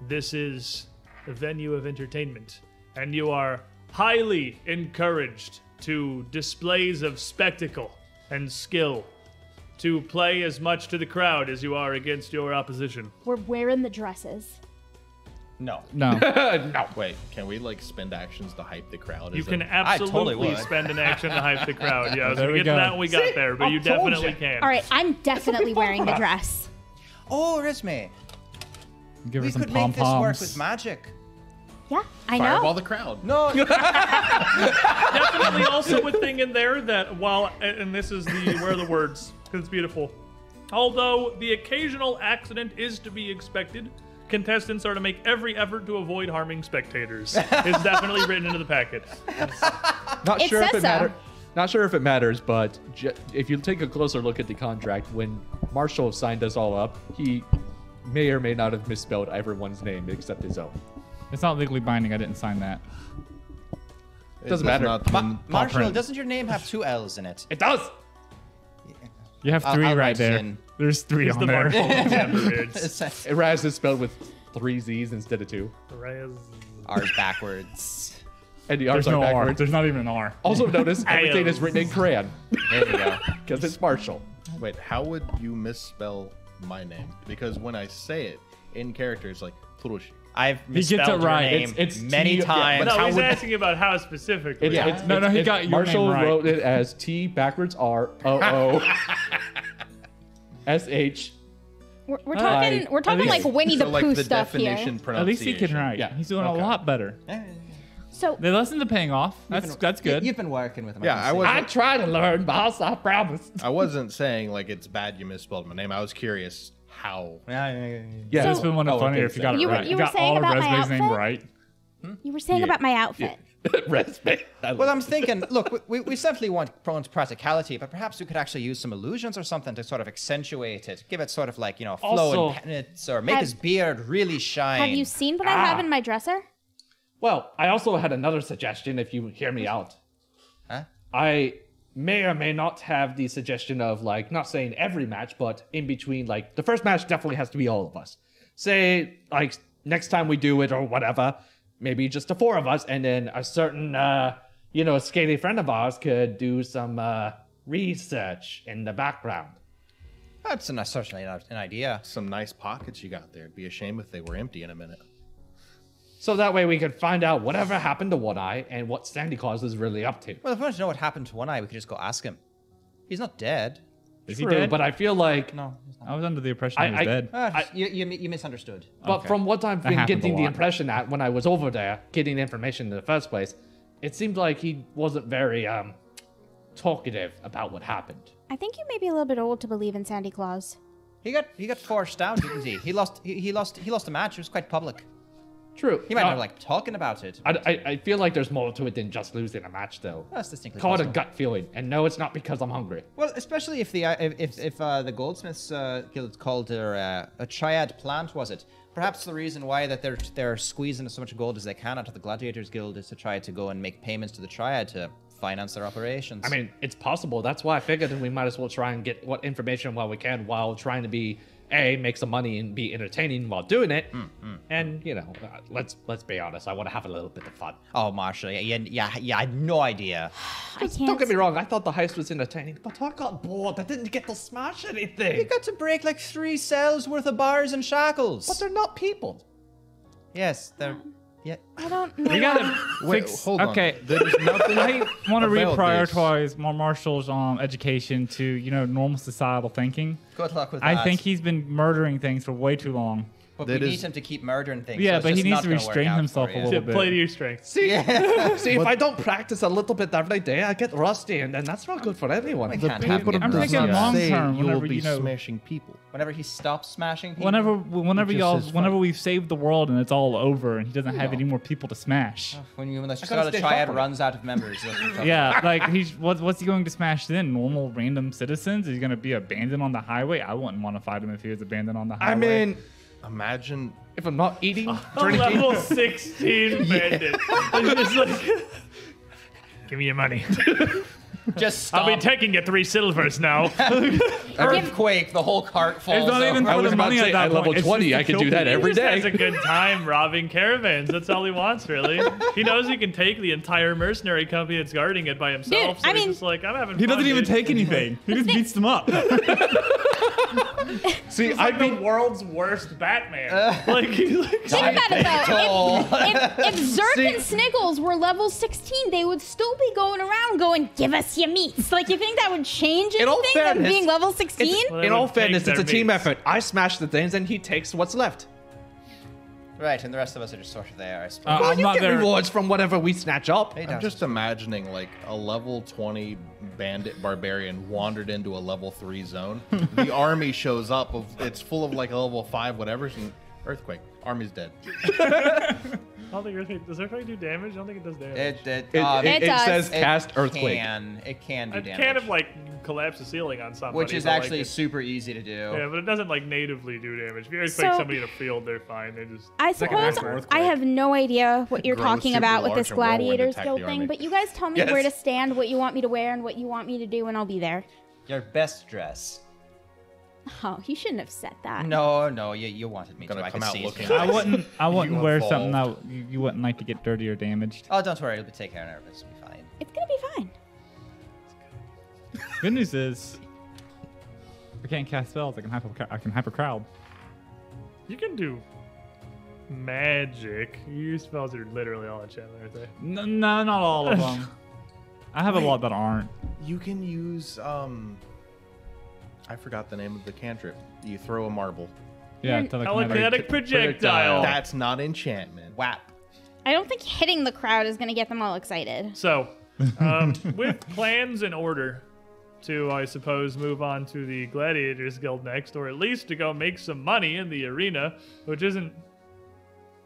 this is a venue of entertainment, and you are highly encouraged to displays of spectacle and skill. To play as much to the crowd as you are against your opposition.
We're wearing the dresses.
No.
No.
no.
Wait, can we like spend actions to hype the crowd?
You
as
can
a-
absolutely
would.
spend an action to hype the crowd. Yeah, I was
There
gonna
we
get
go.
to that when we got
See?
there, but
I
you
told
definitely
ya.
can.
All right, I'm definitely wearing the dress.
Oh, Resme,
Give her
we
some
could
pom
make this work with
poms.
magic.
Yeah, I
fireball
know.
the crowd.
No,
Definitely also a thing in there that while and this is the where are the words because it's beautiful. Although the occasional accident is to be expected, contestants are to make every effort to avoid harming spectators. It's definitely written into the packet.
Not
It
sure if
says
it
so.
matters. Not sure if it matters, but ju- if you take a closer look at the contract, when Marshall signed us all up, he may or may not have misspelled everyone's name except his own.
It's not legally binding. I didn't sign that.
It
doesn't
does
matter.
not-
Ma- Marshall,
print.
doesn't your name have two L's in it?
It does.
You have
I'll-
3
I'll
right
write
there.
in.
There's three
It's
on
the
there.
Marvel Champions.
It's-
Eraz is spelled with three Z's instead of two,
R's backwards.
and the R's
There's
are
no R.
backwards.
There's not even an R.
Oh,
Also notice everything is written in crayon
There we go.
because it's Marshall.
Wait, how would you misspell my name? Because when I say it in character, it's like Turushi.
I've
gets it
misspelled your
right.
name
It's- it's
many
T- yeah,
times.
No, he's asking about how specifically.
It's, it's,
No, no,
it's-
he
it's-
got your name
Marshall
right.
wrote it as T backwards R O O S H.
We're, we're talking. we're talking like Winnie the
so like
Pooh
the
stuff
definition
here.
At
pronunciation.
least he can write.
Yeah.
He's doing a lot better.
So
The lessons are paying off. That's that's good.
You've been working with him.
Yeah,
can
I
see.
was.
I try to learn, boss. I promise.
I wasn't saying like it's bad you misspelled my name. I was curious how.
Yeah, yeah, yeah, yeah.
yeah, this
So-
would have been
Oh,
funnier
okay,
if you got it
You were-
right.
you were
got
saying
all of
about my
Resme's name
outfit?
right.
you were saying about my outfit.
Respect. I
Well, I'm thinking, look, we- we, we simply want prone to practicality, but perhaps we could actually use some illusions or something to sort of accentuate it. Give it sort of like, you know, flow
Also-
and penance or make
Have-
his beard really shine.
Have you seen what I
ah.
have in my dresser?
well, I also had another suggestion if you hear me out.
Huh?
I may or may not have the suggestion of like not saying every match, but in between, like the first match definitely has to be all of us. Say like next time we do it or whatever, maybe just the four of us, and then a certain uh, you know scaly friend of ours could do some uh, research in the background.
That's an, certainly not an idea.
Some nice pockets you got there. It'd be a shame if they were empty in a minute.
So that way we could find out whatever happened to One Eye and what Sandy Claus is really up to.
Well, if we want to know what happened to One Eye, we could just go ask him. He's not dead.
Is
True,
he dead?
but I feel like,
No, he's not.
I was under the impression
I-
he was
I-
dead.
Ah, just- you, you, you misunderstood.
but
Okay.
from what I've
That
been
happens a
getting the
lot.
impression that when I was over there getting the information in the first place, it seemed like he wasn't very um talkative about what happened.
I think you may be a little bit old to believe in Santa Claus.
He got he got forced down, didn't he? He lost he, he lost he lost a match. It was quite public.
True.
He might
Uh,
Ah.
not have liked talking about it.
I, I, I feel like there's more to it than just losing a match, though.
That's distinctly
Call it a
possible.
gut feeling, and no, it's not because I'm hungry.
Well, especially if the uh, if if, if uh, the goldsmiths uh, guild called their uh, a triad plant was it? Perhaps the reason why that they're they're squeezing as much gold as they can out of the gladiators guild is to try to go and make payments to the triad to finance their operations.
I mean, it's possible. That's why I figured that we might as well try and get what information while we can, while trying to be a make some money and be entertaining while doing it.
Mm,
And you know, uh, let's let's be honest. I want to have a little bit of fun.
oh, Marshall, yeah, yeah, yeah, yeah, I had no idea.
I can't.
Don't get me wrong. I thought the heist was entertaining, but I got bored. I didn't get to smash
You
anything.
got to break like three cells worth of bars and shackles.
But they're not people.
yes, they're yeah.
I don't know.
We gotta
Wait,
fix.
hold on.
okay,
There's nothing.
I want to
about
reprioritize Mar Marshall's um, education to you know normal societal thinking.
Good luck with
I
that.
think he's been murdering things for way too long.
But
That
we
is-
need him to keep murdering things. so
Yeah,
it's
but he
just
needs
not
to
gonna work
restrain
out
himself
for
a
you.
little
Yeah,
bit.
play to your strengths.
See, see, if I don't practice a little bit every day, I get rusty, and then that's not good for anyone.
Like-
The
can't have
paper
it. I'm
does
thinking
not
long
say
term,
you will
whenever,
be
you know-
smashing people.
Whenever he stops smashing people.
Whenever, whenever
It just
y'all,
is fun.
whenever we've saved the world and it's all over, and he doesn't have any more people to smash.
When you, unless you
I gotta
start a
stay
triad
humble.
runs out of members. that's what I'm
yeah, like he's what, what's he going to smash then? Normal random citizens? Is he gonna be abandoned on the highway? I wouldn't want to fight him if he was abandoned on the highway.
I mean,
Imagine
if I'm not eating, drinking,
Level 16 bandit. It's like, Give me your money.
talking- Just
I'll
stop.
be taking your three silvers now.
Earthquake, the whole cart falls
it's not even
over.
for
was
the
about
money
to say,
at that
at
point,
level
it's just
20,
to
I could
kill
do that
people.
every
He just
day.
has a good time robbing caravans. That's all he wants, really. He knows he can take the entire mercenary company that's guarding it by himself.
Dude,
so
I
he's
mean-
just like, I'm having
He
fun,
doesn't even
dude.
take anything. He just beats them up.
See, I'd be the world's worst Batman. like, he's like,
Think about it though.
Tall.
If, if Zerk and Sniggles were level 16, they would still be going around going, "Give us your meats." Like you think that would change
all
anything? Them
fairness,
being level
It's-
16?
Well, they
in all
would take
fairness,
their
it's a team
meats.
effort. I smash the things, and he takes what's left.
Right, and the rest of us are just sort of there, I
Uh,
suppose.
Well,
I'm
you
not
get
there.
rewards from whatever we snatch up.
Hey,
I'm
Dawson.
just imagining like a level 20 bandit barbarian wandered into a level 3 zone. the army shows up of it's full of like a level 5 whatever and earthquake. Army's dead.
I don't think earthquake does earthquake do damage? I don't think it does damage.
It, it,
It,
uh,
it- it
does.
says
it
cast earthquake.
Can, it can do
it
damage.
kind of like collapse the ceiling on somebody,
which is
but, like,
actually
it-
super easy to do.
yeah, but it doesn't like natively do damage. If you earthquake
So-
somebody in a field, they're fine. They just
I suppose I have no idea what you're
Grow
talking
super
about with
large
this
and roll and
gladiators
attack
guild
the
thing,
army.
but you guys tell me
Yes.
where to stand, what you want me to wear, and what you want me to do, and I'll be there.
Your best dress.
Oh, you shouldn't have said that.
No, no, you, you wanted me
Gonna
to. I
come
could
out
see
looking
it.
I wouldn't. I wouldn't
You
wear
evolved.
something that you, you wouldn't like to get dirty or damaged.
Oh, don't worry, it'll be taken care of. It'll be fine.
It's gonna be fine.
Good news is, I can't cast spells. I can hyper. I can hyper crowd.
you can do magic. Your spells are literally all enchantment, aren't they?
No, no, not all of them. I have a lot that aren't.
You can use um I forgot the name of the cantrip. You throw a marble.
Yeah,
You're-
telekinetic.
Telekinetic
Oh.
projectile.
That's not enchantment.
Whap.
I don't think hitting the crowd is gonna get them all excited.
So, um, with plans in order to, I suppose, move on to the Gladiators Guild next, or at least to go make some money in the arena, which isn't.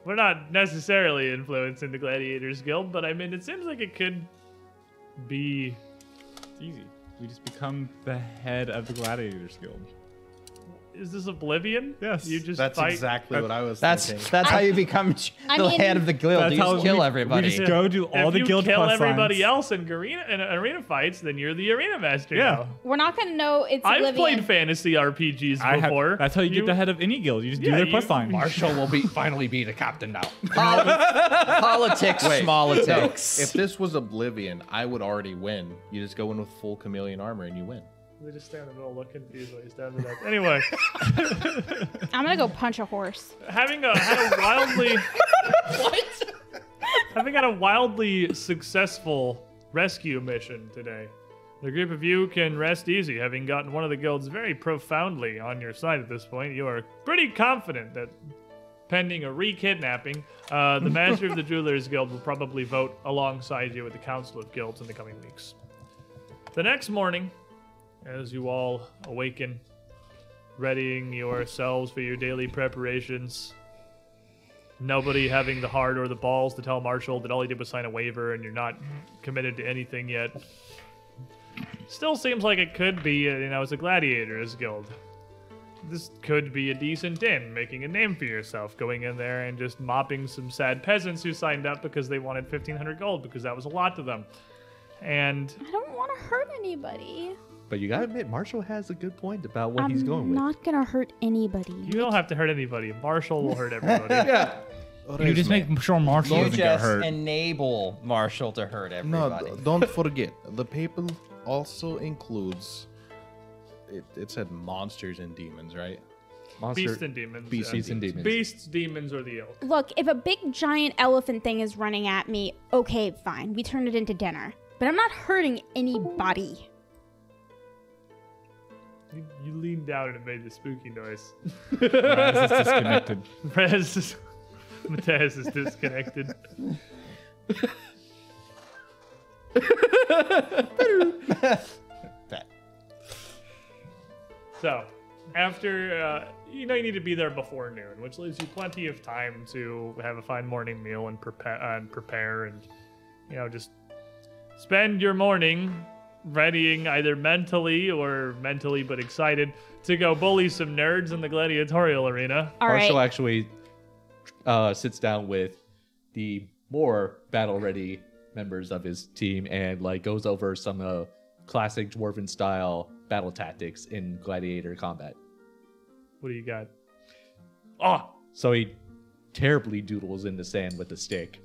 We're not necessarily influencing the Gladiators Guild, but I mean, it seems like it could be.
It's easy. We just become the head of the gladiators guild.
Is this Oblivion?
Yes.
You just
That's
fight.
exactly what I was
That's
thinking.
that's how you become ch-
I
the
mean-
head of the guild. You just kill
we,
everybody.
We just go do all
if
the
you
guild
kill
plus
everybody
signs.
else in arena, in arena fights, then you're the arena master.
Yeah.
now.
We're not gonna know it's
I've
Oblivion.
played fantasy RPGs
I have,
before.
that's how you, get the head of any guild. You just
Yeah,
do their
you-
quest line.
Marshall will be finally be the captain now.
Poli- politics,
No,
smolitics.
if this was Oblivion, I would already win. You just go in with full chameleon armor and you win.
They just stand in the middle looking confused while you stand it up. Anyway,
I'm gonna go punch a horse.
having a, had a wildly having had a wildly successful rescue mission today. The group of you can rest easy, having gotten one of the guilds very profoundly on your side at this point. You are pretty confident that, pending a re-kidnapping, uh, the master of the Jewelers Guild will probably vote alongside you at the Council of Guilds in the coming weeks. The next morning, as you all awaken, readying yourselves for your daily preparations, nobody having the heart or the balls to tell Marshall that all he did was sign a waiver and you're not committed to anything yet. Still seems like it could be, uh, you know, it's a gladiators guild. This could be a decent in, making a name for yourself, going in there and just mopping some sad peasants who signed up because they wanted 1500 gold because that was a lot to them. And
I don't want to hurt anybody.
But you gotta admit, Marshall has a good point about what
I'm
he's going with.
not gonna hurt anybody.
you don't have to hurt anybody. Marshall will hurt everybody.
Yeah.
You just make sure Marshall
you
doesn't get
just
hurt.
enable Marshall to hurt
No,
everybody.
d- don't forget, the papal also includes. It, it said monsters and demons, right?
Beasts
Monster.
and demons.
Beasts
yeah.
Beasts and demons.
Beasts, demons, or the elk.
Look, if a big giant elephant thing is running at me, okay, fine. We turn it into dinner. But I'm not hurting anybody.
You, you leaned down and made the spooky noise.
This is disconnected.
Rez is, Mateus is disconnected.
That.
So, after, uh, you know, you need to be there before noon, which leaves you plenty of time to have a fine morning meal and prepare, and, prepare and you know, just spend your morning readying either mentally or mentally but excited to go bully some nerds in the gladiatorial arena.
All right.
Marshall actually uh, sits down with the more battle ready members of his team and like goes over some uh, classic dwarven style battle tactics in gladiator combat.
What do you got?
Oh, so he terribly doodles in the sand with a stick.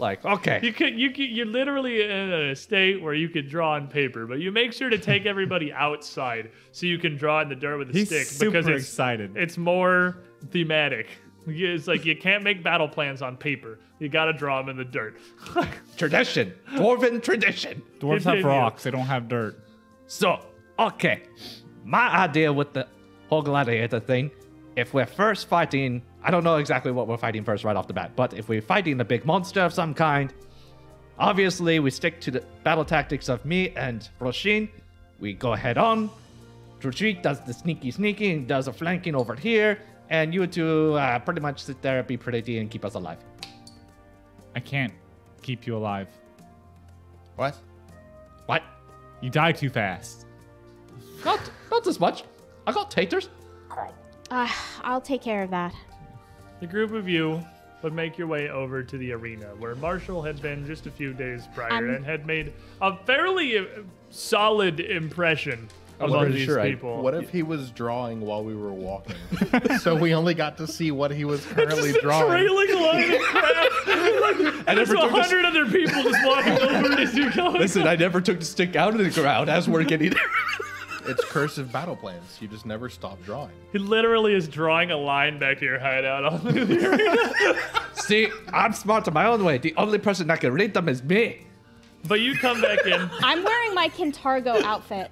Like, okay,
You could, you could, you're literally in a state where you could draw on paper, but you make sure to take everybody outside so you can draw in the dirt with a
He's
stick
super
because it's
excited.
it's more thematic. You- It's like you can't make battle plans on paper. You gotta draw them in the dirt.
tradition, dwarven tradition.
Dwarves have
Continue.
rocks. They don't have dirt.
So, okay. My idea with the whole gladiator thing, if we're first fighting, I don't know exactly what we're fighting first right off the bat, but if we're fighting a big monster of some kind, obviously we stick to the battle tactics of me and Roshin. We go head on. Drujik does the sneaky sneaky and does a flanking over here, and you two uh, pretty much sit there, be pretty, and keep us alive.
I can't keep you alive.
What?
What?
You die too fast.
Not, not as much. I got taters.
Uh, I'll take care of that.
The group of you would make your way over to the arena where Marshall had been just a few days prior
Um,
and had made a fairly uh, solid impression among
pretty
these
sure I-
people.
What if he was drawing while we were walking? so we only got to see what he was currently
just a
drawing.
trailing line of crap. and there's
never
a
took this-
hundred other people just walking over as you go.
Listen, I never took the stick out of the ground as we're getting there.
It's cursive battle plans. You just never stop drawing.
He literally is drawing a line back to your hideout on the
See, I'm smart in my own way. The only person that can read them is me.
But you come back in
I'm wearing my Kintargo outfit.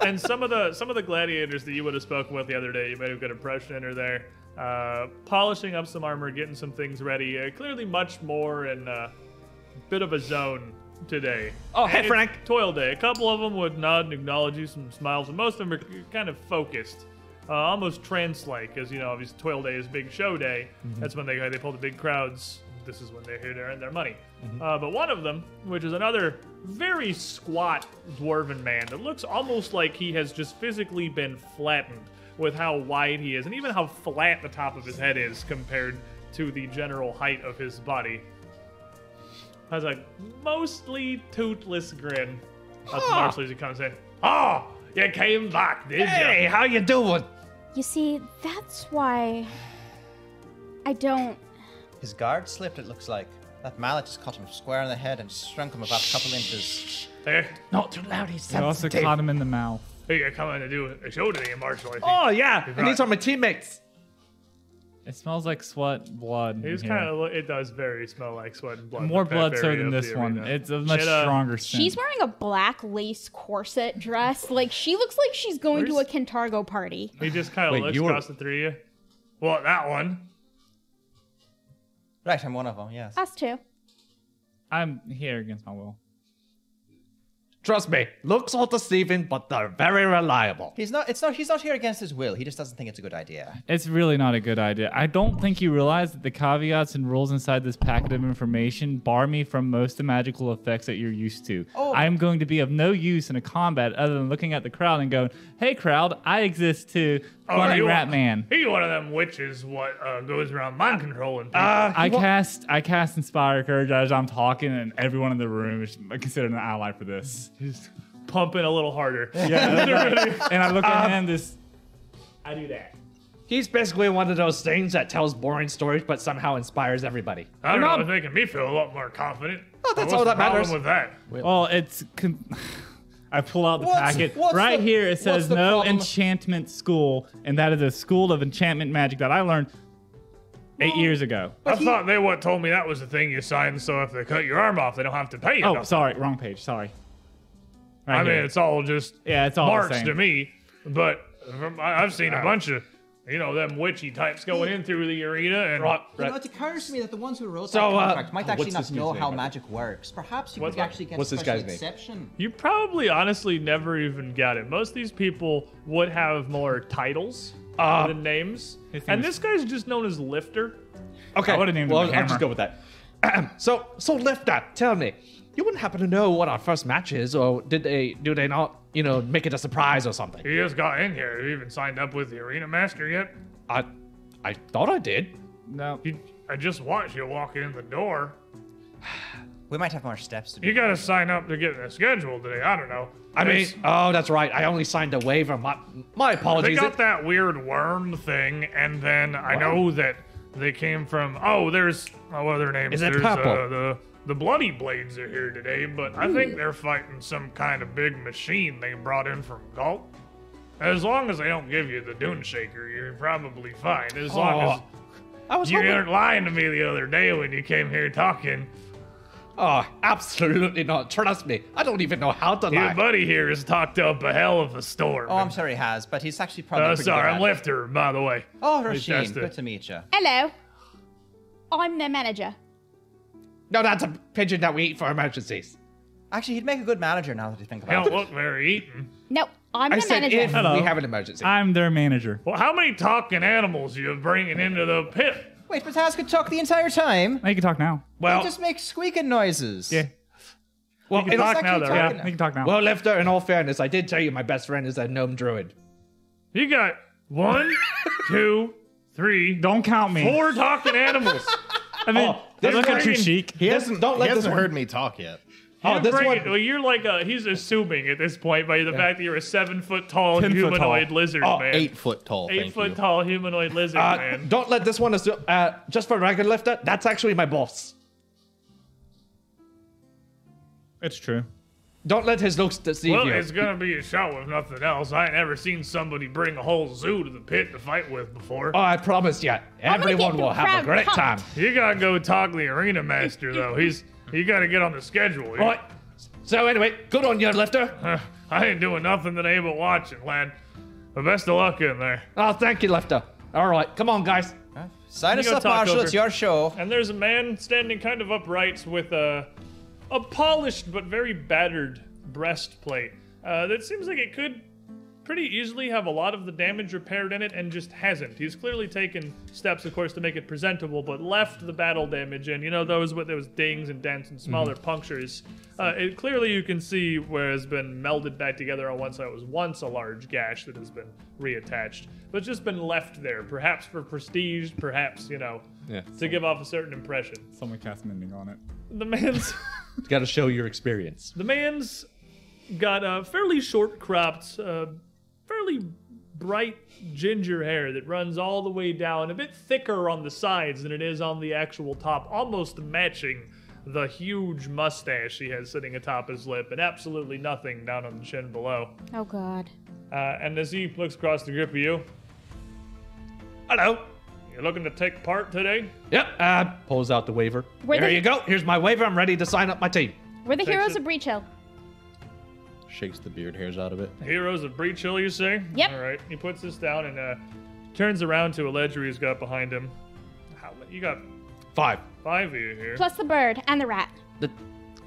and some of the some of the gladiators that you would have spoken with the other day, you made a good impression are there. Uh, polishing up some armor, getting some things ready. Uh, clearly, much more in uh, a bit of a zone today.
Oh, hey,
It's
Frank.
Toil day. A couple of them would nod and acknowledge you, some smiles, and most of them are kind of focused, uh, almost trance-like, as you know, obviously toil day is big show day.
Mm-hmm.
That's when they they pull the big crowds. This is when they're here to earn their money.
Mm-hmm.
Uh, but one of them, which is another very squat dwarven man that looks almost like he has just physically been flattened with how wide he is, and even how flat the top of his head is compared to the general height of his body has a mostly toothless grin. That's
Ah.
Marshall as he comes in. Oh, you came back, did
Hey,
you?
how you doing?
You see, that's why I don't.
His guard slipped, it looks like. That mallet just caught him square in the head and shrunk him about a couple inches.
Hey,
Not too loud, he's
They also
sensitive.
caught him in the mouth.
hey, you're coming to do a show today, Marshall, I think.
Oh yeah, and
right.
these are my teammates.
It smells like sweat, blood. in
It was
here.
kind of. It does very smell like sweat and blood. in
more
the
blood so
area
than
of
this
the
one.
arena.
It's a much
Should, uh,
stronger scent.
She's wearing a black lace corset dress. Like, she looks like she's going
Where's-
to a Kintargo party.
He just kind
Wait,
of looks
you were-
across the three of you. What that one?
Right, I'm one of them, yes.
Us too.
I'm here against my will.
Trust me, looks all deceiving, but they're very reliable.
He's not. It's not. He's not here against his will. He just doesn't think it's a good idea.
It's really not a good idea. I don't think you realize that the caveats and rules inside this packet of information bar me from most of the magical effects that you're used to.
Oh.
I'm going to be of no use in a combat other than looking at the crowd and going, "Hey, crowd, I exist too." Funny
Oh, you
rat
one-
man.
He one of them witches what uh, goes around mind controlling people.
Ah.
I cast I cast inspire courage as I'm talking, and everyone in the room is considered an ally for this.
He's pumping a little harder.
and I look at him this. I do that.
He's basically one of those things that tells boring stories but somehow inspires everybody.
I don't know. It's making me feel a lot more confident.
Oh, that's
What's
all
the
that matters.
problem With that.
Well, oh, it's. Con- I pull out the
What's-
packet.
what's
right
the-
here, it
what's
says
the
no
problem?
enchantment school, and that is a school of enchantment magic that I learned eight years ago.
I thought they what told me that was the thing you signed, so if they cut your arm off, they don't have to pay you.
Oh,
nothing.
sorry, wrong page. Sorry. Right
I mean,
here.
it's all just
yeah, it's all the
marks
same.
to me. But um, I- I've seen a bunch of, you know, them witchy types going in throrough the arena and.
Right,
You know,
right.
it occurs to me that the ones who wrote
So,
that
uh,
contract might actually
what's
not
this dude's
know
name,
how
by the way?
magic works. Perhaps you
What's
could
that-
actually get
what's
a
this
special
guy's name?
exception.
You probably honestly never even got it. Most of these people would have more titles
Uh,
than names.
His name
And
is-
this guy's just known as Lifter.
Okay.
I would've named him
well,
the
I'll
Hammer.
just go with that. so, so left that. Tell me, you wouldn't happen to know what our first match is, or did they? Do they not? You know, make it a surprise or something?
He just got in here. You even signed up with the Arena Master yet?
I, I thought I did.
No.
You, I just watched you walk in the door.
We might have more steps to do.
You gotta sign up to get in the schedule today. I don't know.
I mean,
It's-
oh, that's right. I only signed a waiver. My, my
they
apologies.
got that weird worm thing, and then I know that they came from. Oh, there's oh, what are their names?
Is it
there's,
purple?
Uh, the the bloody blades are here today, but I think they're fighting some kind of big machine they brought in from Galt. As long as they don't give you the Dune Shaker, you're probably fine. As long
Oh, I was
as you
hoping.
weren't lying to me the other day when you came here talking.
Oh, absolutely not. Trust me. I don't even know how to
Your
lie.
buddy here has talked up a hell of a storm.
Oh, I'm sorry, Has, but he's actually probably.
Uh,
pretty
sorry,
good
I'm
at it.
Lifter, by the way.
Oh,
That's
Rasheen,
the-
good to meet you.
Hello. I'm their manager.
no, that's a pigeon that we eat for emergencies.
Actually, he'd make a good manager now that you think
They
about
don't
it.
look very eaten.
No, I'm
I
the
said
manager.
if
Hello. Ah,
we have an emergency.
I'm their manager.
Well, how many talking animals you bringing into the pit?
Wait, but Has could talk the entire time.
Now you can talk now.
He
well,
just makes squeaking noises.
Yeah.
well, in all,
talk now,
actually
though.
Yeah,
talking.
you can talk now.
well, Lifter, in all fairness, I did tell you my best friend is a gnome druid.
You got one, two, three,
Don't count me.
four talking animals.
I mean,
Oh,
I
this
look at
fucking-
you, Sheik.
He hasn't. Don't
He
let this
hasn't
one.
heard me talk yet.
Oh,
You
this
bring
one.
it- well, you're like a. He's assuming at this point by the fact that you're a seven foot tall
10 foot
humanoid
tall.
lizard
Oh,
man.
Eight foot tall.
Eight
thank
foot
you.
tall humanoid lizard
Uh,
man.
don't let this one assume. Uh, just for record, Lifter, that's actually my boss.
It's true.
Don't let his looks deceive
Well,
you.
it's gonna be a show if nothing else. I ain't never seen somebody bring a whole zoo to the pit to fight with before.
Oh, I promise you,
gonna get
everyone
the
will have
crowd
a great
pumped.
time.
You gotta go talk to the arena master though. He's you gotta get on the schedule.
All right. So anyway, good on you, Lifter.
Huh, I ain't doing nothing today but watching, lad. But best of luck in there.
Oh, thank you, Lefter. All right, come on, guys.
Sign us
go
up,
talk
Marshall.
over.
It's your show.
And there's a man standing kind of upright with a, a polished but very battered breastplate uh, that seems like it could pretty easily have a lot of the damage repaired in it and just hasn't. He's clearly taken steps, of course, to make it presentable, but left the battle damage in. You know, those with those dings and dents and smaller punctures. Uh, it clearly you can see where it's been melded back together on one side. It was once a large gash that has been reattached, but it's just been left there, perhaps for prestige, perhaps, you know,
Yeah.
to give off a certain impression.
Someone cast mending on it.
The man's
Got to show your experience.
the man's got a fairly short cropped, uh, fairly bright ginger hair that runs all the way down, a bit thicker on the sides than it is on the actual top, almost matching the huge mustache he has sitting atop his lip, and absolutely nothing down on the chin below.
oh God.
Uh, and as he looks across the grip of you,
Hello.
you're looking to take part today?
Yep. Uh, pulls out the waiver.
Were
there
they-
you go. Here's my waiver. I'm ready to sign up my team.
We're the heroes
it.
of Breach Hill.
Shakes the beard hairs out of it.
Heroes of Breach Hill, you say?
Yep.
All right. He puts this down and uh, turns around to a ledger he's got behind him. How many? You got
Five.
five of you here.
Plus the bird and the rat.
The,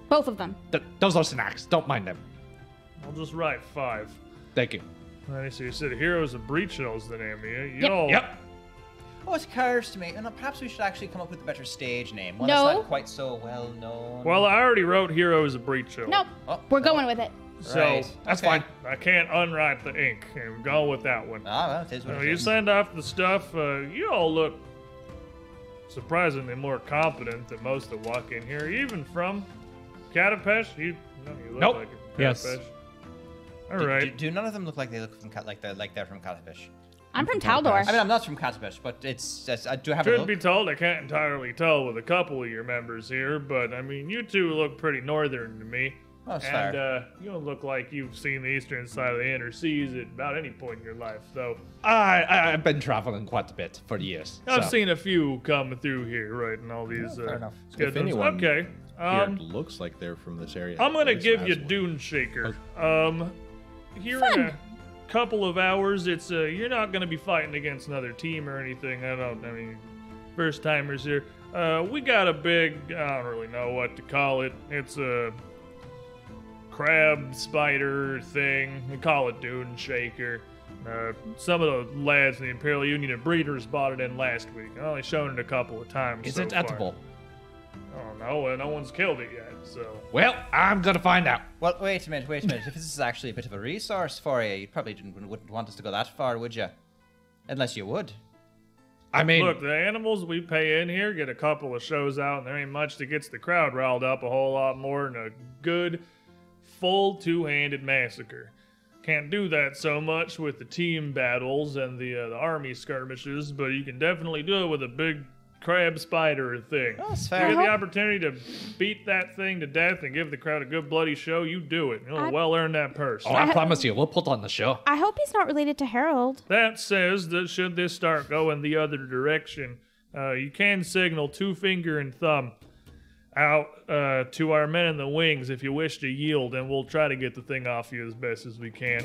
Both of them.
the, those are snacks. Don't mind them.
I'll just write five.
Thank you.
All right. So you said Heroes of Breach Hill is the name of you. you
Yep.
all-
Yep.
Oh, it occurs to me. And perhaps we should actually come up with a better stage name. One
No.
that's not quite so well known.
Well, uh, I already wrote Heroes of Breach Hill.
Nope.
Oh,
We're going with it.
So
Right.
That's
Okay.
fine.
I can't unwrite the ink and go with that one.
Ah, well, it is what
Uh,
it
you
is.
send off the stuff. Uh, you all look surprisingly more competent than most that walk in here, even from Catapesh. You, no, you look
Nope.
like a
Yes.
Catapesh. All
Do-
right.
Do, do none of them look like they look from Cat- like they're like they're from Catfish?
I'm from Taldor.
I mean, I'm not from Catfish, but it's. it's I do have a
Truth
look.
be told, I can't entirely tell with a couple of your members here, but I mean, you two look pretty northern to me.
Oh, that's
and
fair.
uh, you don't look like you've seen the eastern side of the inner seas at about any point in your life, though.
I, I I've been traveling quite a bit for years.
I've
so.
seen a few come through here, right, and all these.
fair
uh,
enough.
schedules.
If anyone
okay.
Beard
Um,
looks like they're from this area.
I'm gonna
This
give you
has one.
Dune Shaker. Um, here in
Fun.
a, couple of hours, it's uh, you're not going to be fighting against another team or anything. I don't. I mean, first timers here. Uh, we got a big. I don't really know what to call it. It's a crab spider thing. We call it Dune Shaker. Uh, some of the lads in the Imperial Union of Breeders bought it in last week. I've only shown it a couple of times.
Is
so
it
far.
edible?
I don't know. No one's killed it yet, so.
Well, I'm gonna find out.
Well, wait a minute, wait a minute. if this is actually a bit of a resource for you, you probably didn't, wouldn't want us to go that far, would you? Unless you would.
I mean,
Look, the animals we pay in here get a couple of shows out, and there ain't much that gets the crowd riled up a whole lot more than a good, full two handed massacre. Can't do that so much with the team battles and the, uh, the army skirmishes, but you can definitely do it with a big crab spider thing.
That's
you
fair.
get the opportunity to beat that thing to death and give the crowd a good bloody show, you do it. You'll
I-
well earn that purse.
oh, I promise you, we'll put on the show.
I hope he's not related to Harold.
That says that should this start going the other direction, uh, you can signal two finger and thumb out uh, to our men in the wings if you wish to yield, and we'll try to get the thing off you as best as we can.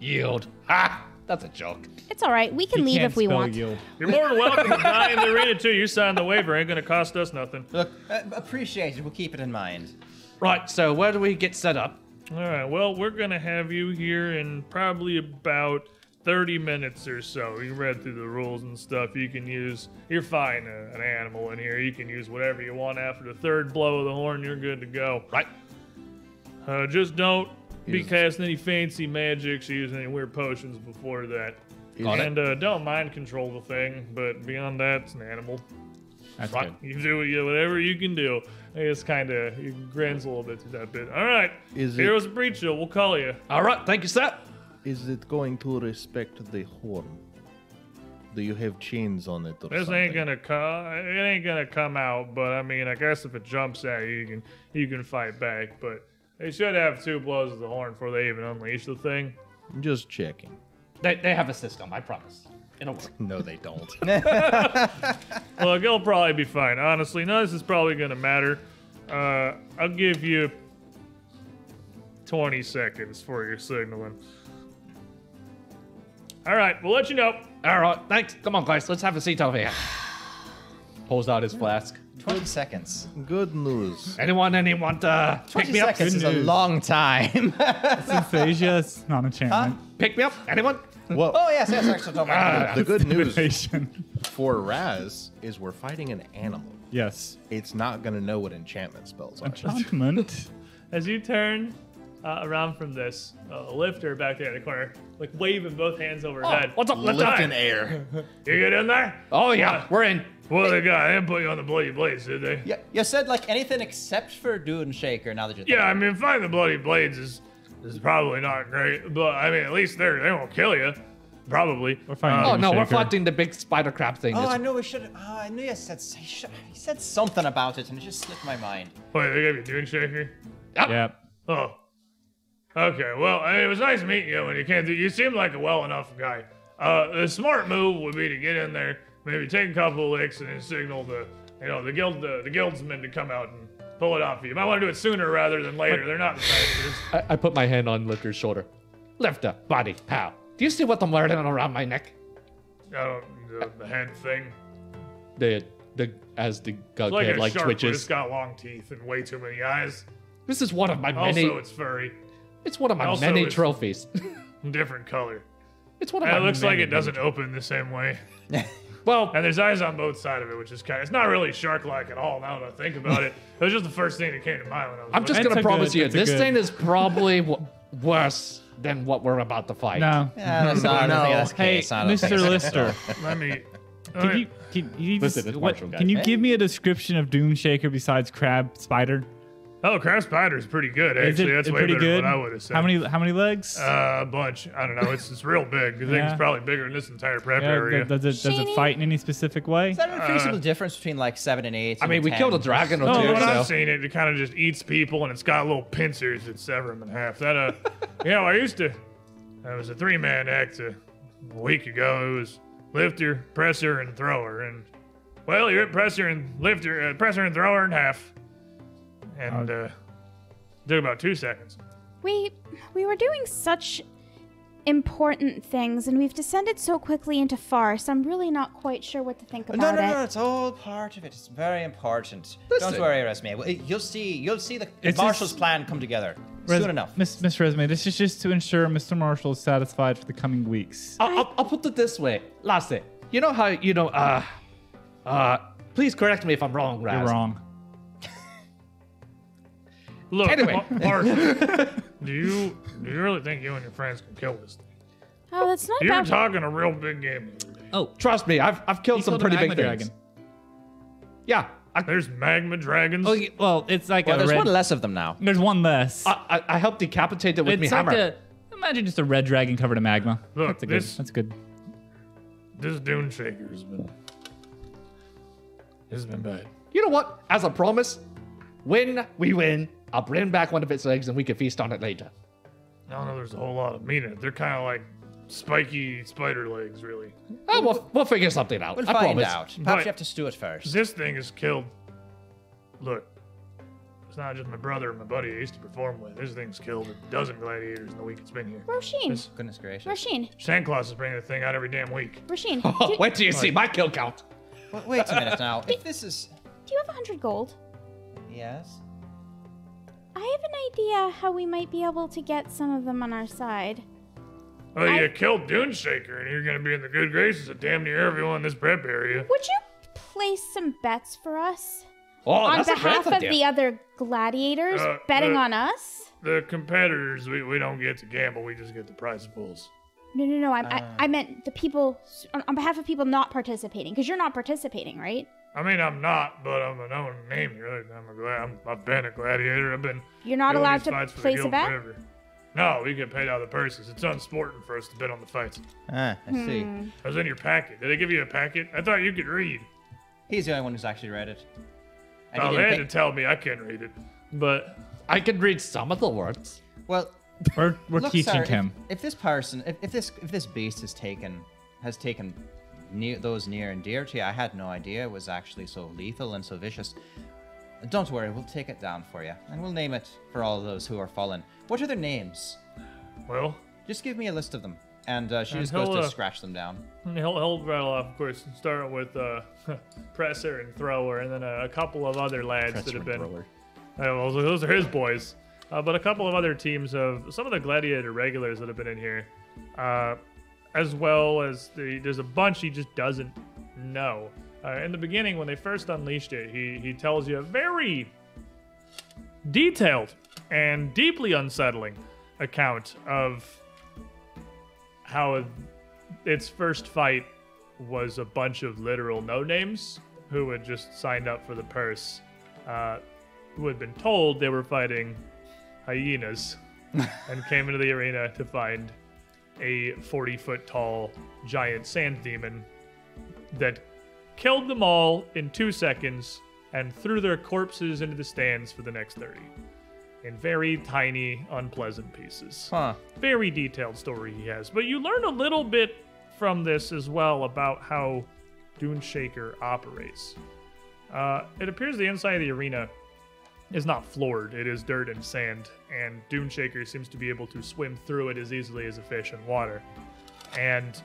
Yield. Ha! That's a joke.
It's all right. We can leave if we want.
You're more than welcome to die in the arena too. You signed the waiver; ain't gonna cost us nothing.
Look, uh, appreciate it. We'll keep it in mind.
Right. So where do we get set up?
All right. Well, we're gonna have you here in probably about 30 minutes or so. You read through the rules and stuff. You can use. You're fine. Uh, an animal in here. You can use whatever you want after the third blow of the horn. You're good to go.
Right.
Uh, just don't be casting any fancy magics or using any weird potions before that.
Got it.
and Uh, don't mind control the thing, but beyond that, it's an animal.
That's
Right.
good.
You do you- whatever you can do. It's kind of he grins a little bit to that bit. All right,
Is it-
heroes of breach. We'll call you.
All right. Thank you, sir.
Is it going to respect the horn? Do you have chains on it or
This
something?
ain't gonna come. It ain't gonna come out. But I mean, I guess if it jumps at you, you can you can fight back. But they should have two blows of the horn before they even unleash the thing.
Just checking.
They, they have a system. I promise. It'll work.
No, they don't.
Look, it'll probably be fine. Honestly, none of this is probably gonna matter. Uh, I'll give you 20 seconds for your signaling. All right, we'll let you know.
All right. Thanks. Come on, guys. Let's have a seat over here. Pulls out his flask.
20 seconds.
Good news.
Anyone? Anyone? Uh, pick
20
me up.
seconds is a long time.
Since Asia, it's not enchantment.
Pick me up. Anyone?
Well,
oh, yes, yes, actually, don't
Ah.
mind.
the good news
Divination.
for Raz is we're fighting an animal.
yes.
It's not going to know what enchantment spells are.
Enchantment.
As you turn uh, around from this, uh, lifter back there in the corner, like waving both hands over her
Oh,
head.
what's up, left eye?
air.
You get in there?
Oh yeah, we're in.
Well, they got they didn't put you on the bloody blades, did they?
you, you said, like, anything except for Dune Shaker now that you're
Yeah, I mean, find the bloody blades is is probably not great, but I mean, at least they are they won't kill you, probably.
We're fine.
Oh no, we're
Shaker.
fighting the big spider crab thing.
Oh,
It's-
I know we should have. Oh, I knew you said, I should, you said something about it, and it just slipped my mind.
Wait, they gave you Dune Shaker?
Yep.
Oh. Okay, well, I mean, it was nice meeting you when you came through. You seem like a well enough guy. Uh, the smart move would be to get in there, maybe take a couple of licks, and then signal the, you know, the guild, the, the guildsmen to come out and pull it off you. You might want to do it sooner rather than later. They're not the fastest.
I, I put my hand on Lifter's shoulder. Lifter, body, pow. Do you see what I'm wearing around my neck?
I don't, the, the head thing.
The the as the gug
It's like
head
a
like
shark, but it's
twitches.
got long teeth and way too many eyes.
This is one of my
Also,
many. It's,
it's furry,
one of my
also
many
it's-
trophies.
different color.
it's one of
And
my.
it looks like
many-
it doesn't open the same way.
Well,
And there's eyes on both sides of it, which is kind of, it's not really shark like at all now that I think about it. It was just the first thing that came to mind when I was
I'm just
That's
gonna
a
promise
good-
you,
that's a
this
good-
thing is probably w- worse than what we're about to fight.
No.
Yeah, that's not, I don't think that's the
Hey,
case, I don't think
Mr.
so.
Lister,
Let me.
can you can you,
Listen,
just-
it's
what-
Marshall, guys.
can you
Hey.
give me a description of Doom Shaker besides crab spider?
Oh, Crash Spider's pretty good,
Is
actually.
it
That's way
pretty
better than
good?
what I would have said.
How many how many legs?
Uh, a bunch. I don't know. It's it's real big. I think
Yeah.
it's probably bigger than this entire prep
Yeah,
area.
does, it, does it
Shiny.
fight in any specific way?
Is that an appreciable difference between, like, 7 and 8?
Uh, I mean, we killed a dragon or
No,
From
two.
what
so-
I've seen, it, it kind of just eats people, and it's got little pincers that sever them in half. That uh, you know, I used to. I was a three-man act a week ago. It was lifter, presser, and thrower. And well, you're at presser and lifter, uh, presser and thrower in half. And uh, took about two seconds.
We we were doing such important things, and we've descended so quickly into farce. I'm really not quite sure what to think about
No, no,
it.
no, it's all part of it. It's very important. Don't
Listen.
worry, Resme. Well, You'll see, you'll see the
It's
Marshall's
just-
plan come together soon enough.
Miss, Miss Resume, this is just to ensure Mr. Marshall is satisfied for the coming weeks.
I'll, I'll, I'll put it this way, Lasse. You know how you know? Uh, uh. Please correct me if I'm wrong, Raz.
You're wrong.
Look,
Anyway.
Ma- Marshall, do you do you really think you and your friends can kill this? Thing?
Oh, that's not
You're
about.
talking a real big game.
Trust me, I've I've killed
Oh. He
some
killed a
pretty big
magma
things.
dragon.
Yeah, I,
There's magma dragons.
Oh, well, it's like
Well,
a
there's
red. Uh,
one less of them now.
there's one less.
I I- I helped decapitate it with
it's
me
like
hammer.
a. Imagine just a red dragon covered in magma.
Look,
that's a
this-
good. That's good.
This Dune Shaker's been. It's been bad.
You know what? As a promise, when we win, I'll bring back one of its legs and we can feast on it later.
I don't know. There's a whole lot of meat in it. They're kind of like spiky spider legs, really.
Oh, we'll, we'll figure something out.
We'll
I
find
promise.
out. Perhaps
Right.
you have to stew it first.
This thing is killed. Look, it's not just my brother and my buddy I used to perform with. This thing's killed a dozen gladiators in the week it's been here.
Roshin,
Goodness gracious.
Roshin,
Santa Claus is bringing the thing out every damn week.
Roshin.
Oh,
do,
wait till you see my kill count.
Wait, wait a minute now. If this is.
do you have 100 gold?
Yes?
I have an idea how we might be able to get some of them on our side.
Oh, you killed Dune Shaker, and you're gonna be in the good graces of damn near everyone in this prep area.
Would you place some bets for us
Oh,
on
that's a
behalf
great
of
idea.
the other gladiators
Uh,
betting
uh,
on us?
The competitors, we, we don't get to gamble. We just get the prize pools.
No, no, no. I,
uh.
I, I meant the people on, on behalf of people not participating, because you're not participating, right?
I mean, I'm not, but I'm a known name here. I'm a glad. I'm, I've been a gladiator. I've been
You're not
doing
allowed
these
to
fights for the
place a
guild
bet.
forever. No, we get paid out of the purses. It's unsporting for us to bet on the fights.
Ah, I see.
I was in your packet. Did they give you a packet? I thought you could read.
He's the only one who's actually read it. And he
Oh, they
didn't
had to
think-
tell me I can't read it. But
I can read some of the words.
well,
We're, we're
look,
teaching
sir, if-
him.
If, this person, if, if this if this beast has taken has taken near, those near and dear to you, I had no idea it was actually so lethal and so vicious. Don't worry, we'll take it down for you, and we'll name it for all those who are fallen. What are their names?
well,
Just give me a list of them, and uh, she
And
just goes
he'll,
to
uh,
scratch them down.
he'll, he'll rattle off, of course, starting with uh, presser and thrower, and then a, a couple of other lads that have been. I don't know, Uh, those are his boys. Uh, but a couple of other teams of some of the gladiator regulars that have been in here, uh, as well as the, there's a bunch he just doesn't know. Uh, in the beginning, when they first unleashed it, he he tells you a very detailed and deeply unsettling account of how its first fight was a bunch of literal no names who had just signed up for the purse. Uh, who had been told they were fighting hyenas and came into the arena to find a 40 foot tall giant sand demon that killed them all in two seconds and threw their corpses into the stands for the next 30 in very tiny, unpleasant pieces
Huh.
very detailed story he has. But you learn a little bit from this as well about how Dune Shaker operates. Uh, it appears the inside of the arena is not floored, it is dirt and sand, and Dune Shaker seems to be able to swim through it as easily as a fish in water. And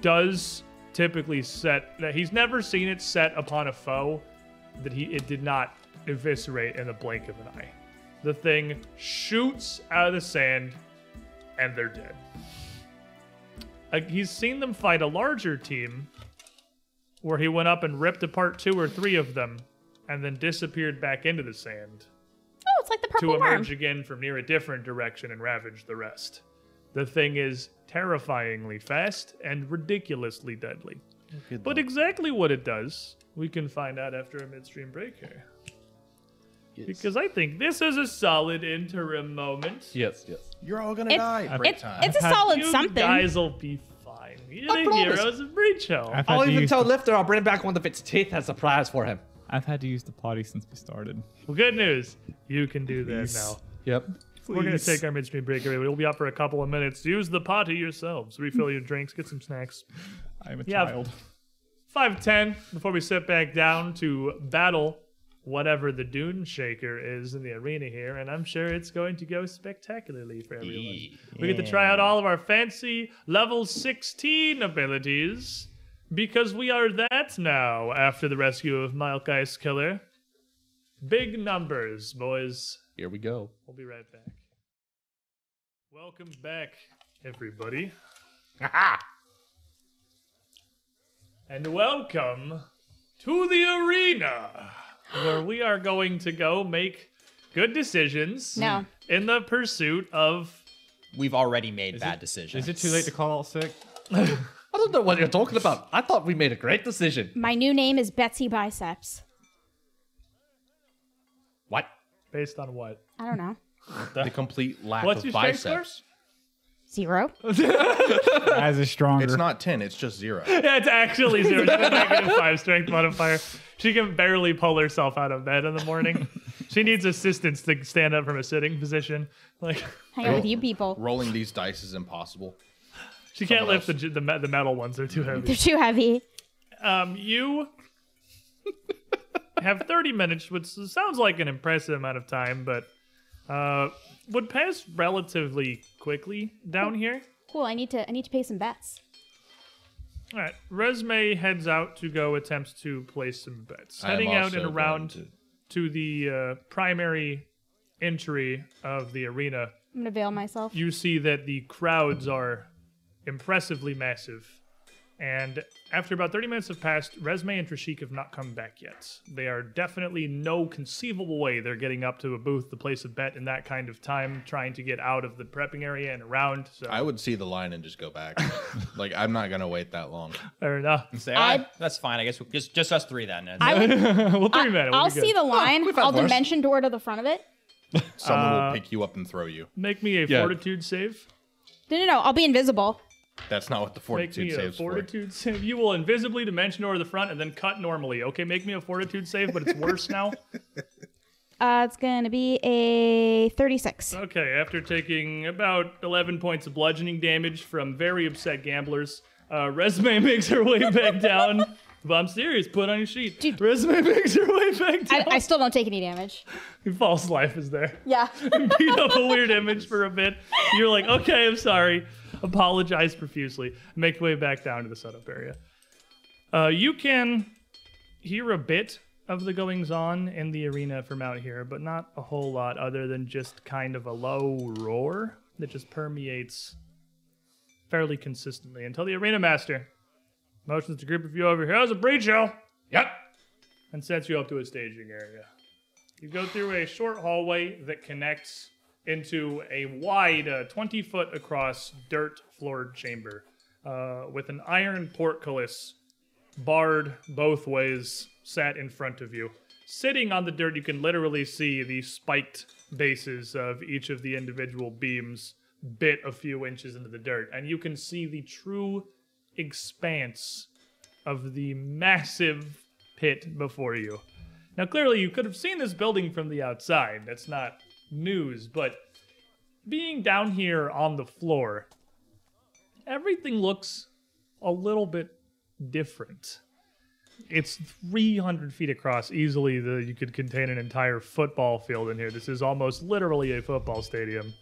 does typically set that he's never seen it set upon a foe that he it did not eviscerate in the blink of an eye. The thing shoots out of the sand and they're dead. Uh, he's seen them fight a larger team where he went up and ripped apart two or three of them and then disappeared back into the sand
Oh, it's like the
to
purple worm.
emerge again from near a different direction and ravage the rest. The thing is terrifyingly fast and ridiculously deadly. But exactly what it does, we can find out after a midstream break here. Because I think this is a solid interim moment.
Yes, yes.
You're all gonna
It's-
die.
It- it's a
I've had-
solid
You
something.
guys will be fine. You're
I
the
promise.
heroes of Breach Hill.
I've had,
I'll
to
even
use
tell
the,
Lifter I'll bring back one of its teeth as a prize for him.
I've had to use the potty since we started.
Well, good news. You can do that
Please.
now.
Yep.
We're going to
Please.
take our midstream break. everybody. We'll be out for a couple of minutes. Use the potty yourselves. Refill your drinks. Get some snacks.
I'm a
Yeah.
child.
Five ten before we sit back down to battle whatever the Dune Shaker is in the arena here, and I'm sure it's going to go spectacularly for everyone. We get to try out all of our fancy level 16 abilities because we are that now after the rescue of Malkai's killer. Big numbers, boys.
Here we go.
We'll be right back. Welcome back, everybody. and welcome to the arena where we are going to go make good decisions
No.
in the pursuit of
We've already made bad decisions.
Is it too late to call all sick?
I don't know what you're talking about. I thought we made a great decision.
My new name is Betsy Biceps.
What?
based on what?
I don't know.
The complete lack
What's
of
your strength score?
biceps.
Zero.
As is stronger.
It's not 10, it's just zero.
Yeah, it's actually zero. She's a negative five strength modifier. She can barely pull herself out of bed in the morning. she needs assistance to stand up from a sitting position. Like
Hang out with you people.
Rolling these dice is impossible.
she can't lift the, the me- the metal ones; they're too heavy.
They're too heavy.
Um, you have 30 minutes, which sounds like an impressive amount of time, but uh, would pass relatively quickly down here.
Cool. I need to. I need to pay some bets.
All right, Resme heads out to go attempt to place some bets.
I am
Heading out
also
and
going
around
to-
to the uh, primary entry of the arena,
I'm gonna veil myself.
you see that the crowds are impressively massive. And after about 30 minutes have passed, Resme and Trishik have not come back yet. They are definitely no conceivable way they're getting up to a booth, the place of bet, in that kind of time, trying to get out of the prepping area and around. So,
I would see the line and just go back. like, I'm not going to wait that long.
fair enough.
Say, "Ah, that's fine. I guess we just just us three then.
I would,
well, three
I,
minutes.
I'll see the line.
we've had
I'll
worse.
dimension door to the front of it.
Someone
Uh,
will pick you up and throw you.
Make me a
Yeah.
fortitude save.
No, no, no. I'll be invisible.
That's not what the
Make
fortitude
me a
saves for.
fortitude save. You will invisibly dimension over the front and then cut normally. Okay, make me a fortitude save, but it's worse now.
Uh, it's gonna be a 36.
Okay, after taking about 11 points of bludgeoning damage from very upset gamblers, uh, Resume makes her way back down. But I'm serious, put on your sheet.
Dude.
Resume makes her way back
I,
down.
I still don't take any damage.
False life is there.
Yeah.
Beat up a weird image for a bit. You're like, okay, I'm sorry. Apologize profusely. Make your way back down to the setup area. Uh, you can hear a bit of the goings on in the arena from out here, but not a whole lot other than just kind of a low roar that just permeates fairly consistently until the arena master motions to group of you over here. How's a breach, yo? Yep. And sets you up to a staging area. You go through a short hallway that connects into a wide, uh, 20 foot across dirt floored chamber uh, with an iron portcullis barred both ways sat in front of you. Sitting on the dirt, you can literally see the spiked bases of each of the individual beams bit a few inches into the dirt, and you can see the true expanse of the massive pit before you. Now, clearly, you could have seen this building from the outside. That's not news, but being down here on the floor, everything looks a little bit different. It's 300 feet across, easily. The, you could contain an entire football field in here. This is almost literally a football stadium.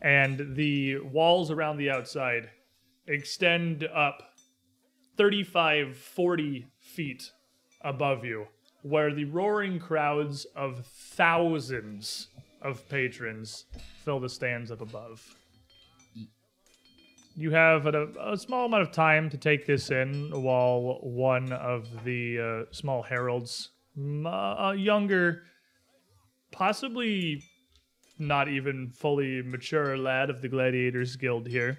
And the walls around the outside extend up 35, 40 feet above you, where the roaring crowds of thousands of patrons fill the stands up above. You have a, a small amount of time to take this in while one of the uh, small heralds, m- uh, younger, possibly not even fully mature lad of the Gladiators Guild here,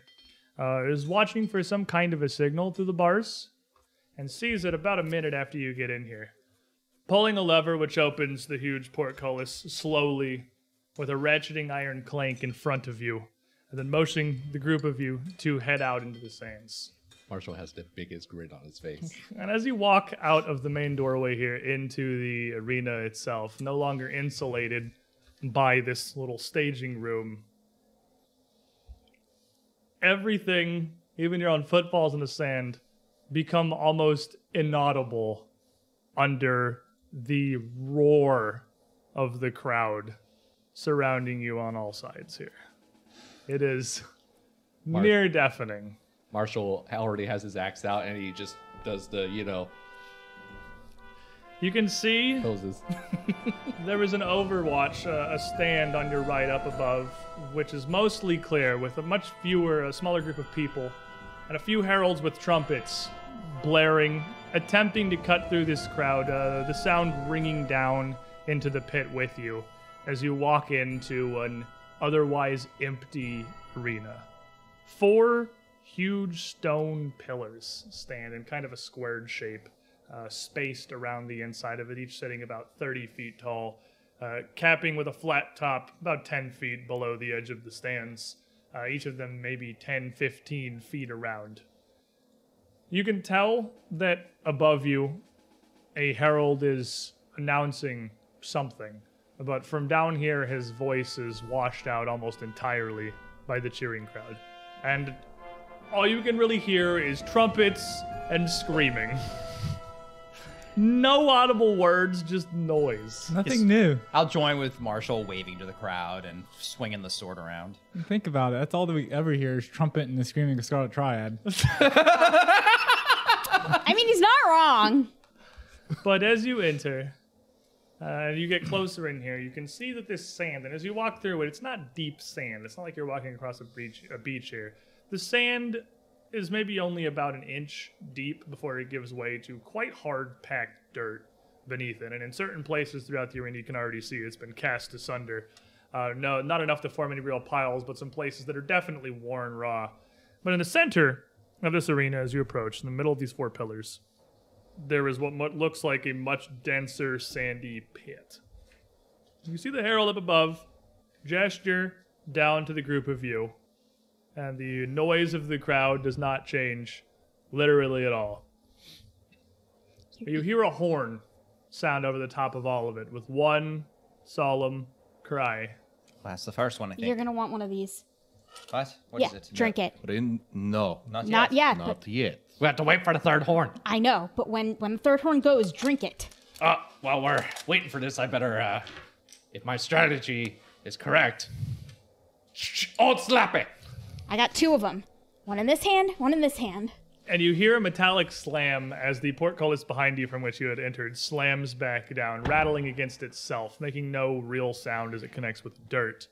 uh, is watching for some kind of a signal through the bars and sees it about a minute after you get in here. Pulling a lever which opens the huge portcullis slowly with a ratcheting iron clank in front of you, and then motioning the group of you to head out into the sands.
Marshall has the biggest grin on his face.
And as you walk out of the main doorway here into the arena itself, no longer insulated by this little staging room, everything, even your own footfalls in the sand, become almost inaudible under the roar of the crowd surrounding you on all sides here. It is near deafening.
Marshall already has his axe out and he just does the, you know,
You can see
poses.
There is an Overwatch, uh, a stand on your right up above, which is mostly clear, with a much fewer, a smaller group of people, and a few heralds with trumpets blaring, attempting to cut through this crowd, uh, the sound ringing down into the pit with you as you walk into an otherwise empty arena. Four huge stone pillars stand in kind of a squared shape, uh, spaced around the inside of it, each sitting about 30 feet tall, uh, capping with a flat top about 10 feet below the edge of the stands, uh, each of them maybe 10, 15 feet around. You can tell that above you, a herald is announcing something, but from down here, his voice is washed out almost entirely by the cheering crowd. And all you can really hear is trumpets and screaming. no audible words, just noise.
Nothing
It's-
new.
I'll join with Marshall waving to the crowd and swinging the sword around.
Think about it. That's all that we ever hear is trumpet and the screaming of Scarlet Triad.
I mean, he's not wrong.
But as you enter, uh, you get closer in here. You can see that this sand, and as you walk through it, it's not deep sand. It's not like you're walking across a beach. A beach here. The sand is maybe only about an inch deep before it gives way to quite hard packed dirt beneath it. And in certain places throughout the arena, you can already see it's been cast asunder. Uh, no, not enough to form any real piles, but some places that are definitely worn raw. But in the center of this arena, as you approach, in the middle of these four pillars, there is what mu- looks like a much denser sandy pit. You see the herald up above gesture down to the group of you, and the noise of the crowd does not change literally at all. You hear a horn sound over the top of all of it with one solemn cry.
That's the first one, I think.
You're gonna want one of these.
What? What
yeah,
is it?
drink it.
Rin- no,
Not yet.
Not yet. but
not yet.
We have to wait for the third horn.
I know, but when when the third horn goes, drink it.
Uh, while we're waiting for this, I better, uh, if my strategy is correct, sh- old slap it.
I got two of them. One in this hand, one in this hand.
And you hear a metallic slam as the portcullis behind you from which you had entered slams back down, rattling against itself, making no real sound as it connects with dirt.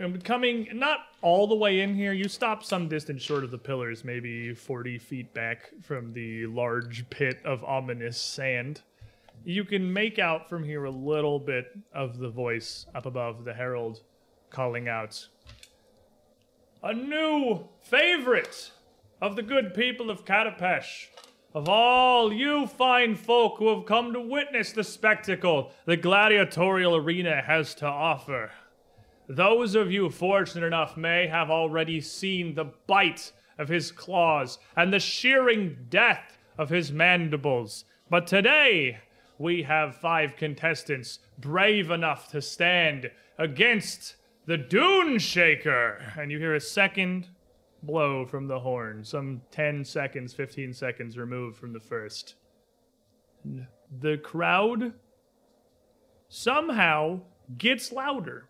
Um, Coming not all the way in here, you stop some distance short of the pillars, maybe 40 feet back from the large pit of ominous sand. You can make out from here a little bit of the voice up above the herald calling out a new favorite of the good people of Catapesh, of all you fine folk who have come to witness the spectacle the gladiatorial arena has to offer. Those of you fortunate enough may have already seen the bite of his claws and the shearing death of his mandibles. But today, we have five contestants brave enough to stand against the Dune Shaker. And you hear a second blow from the horn, some 10 seconds, 15 seconds removed from the first. And The crowd somehow gets louder.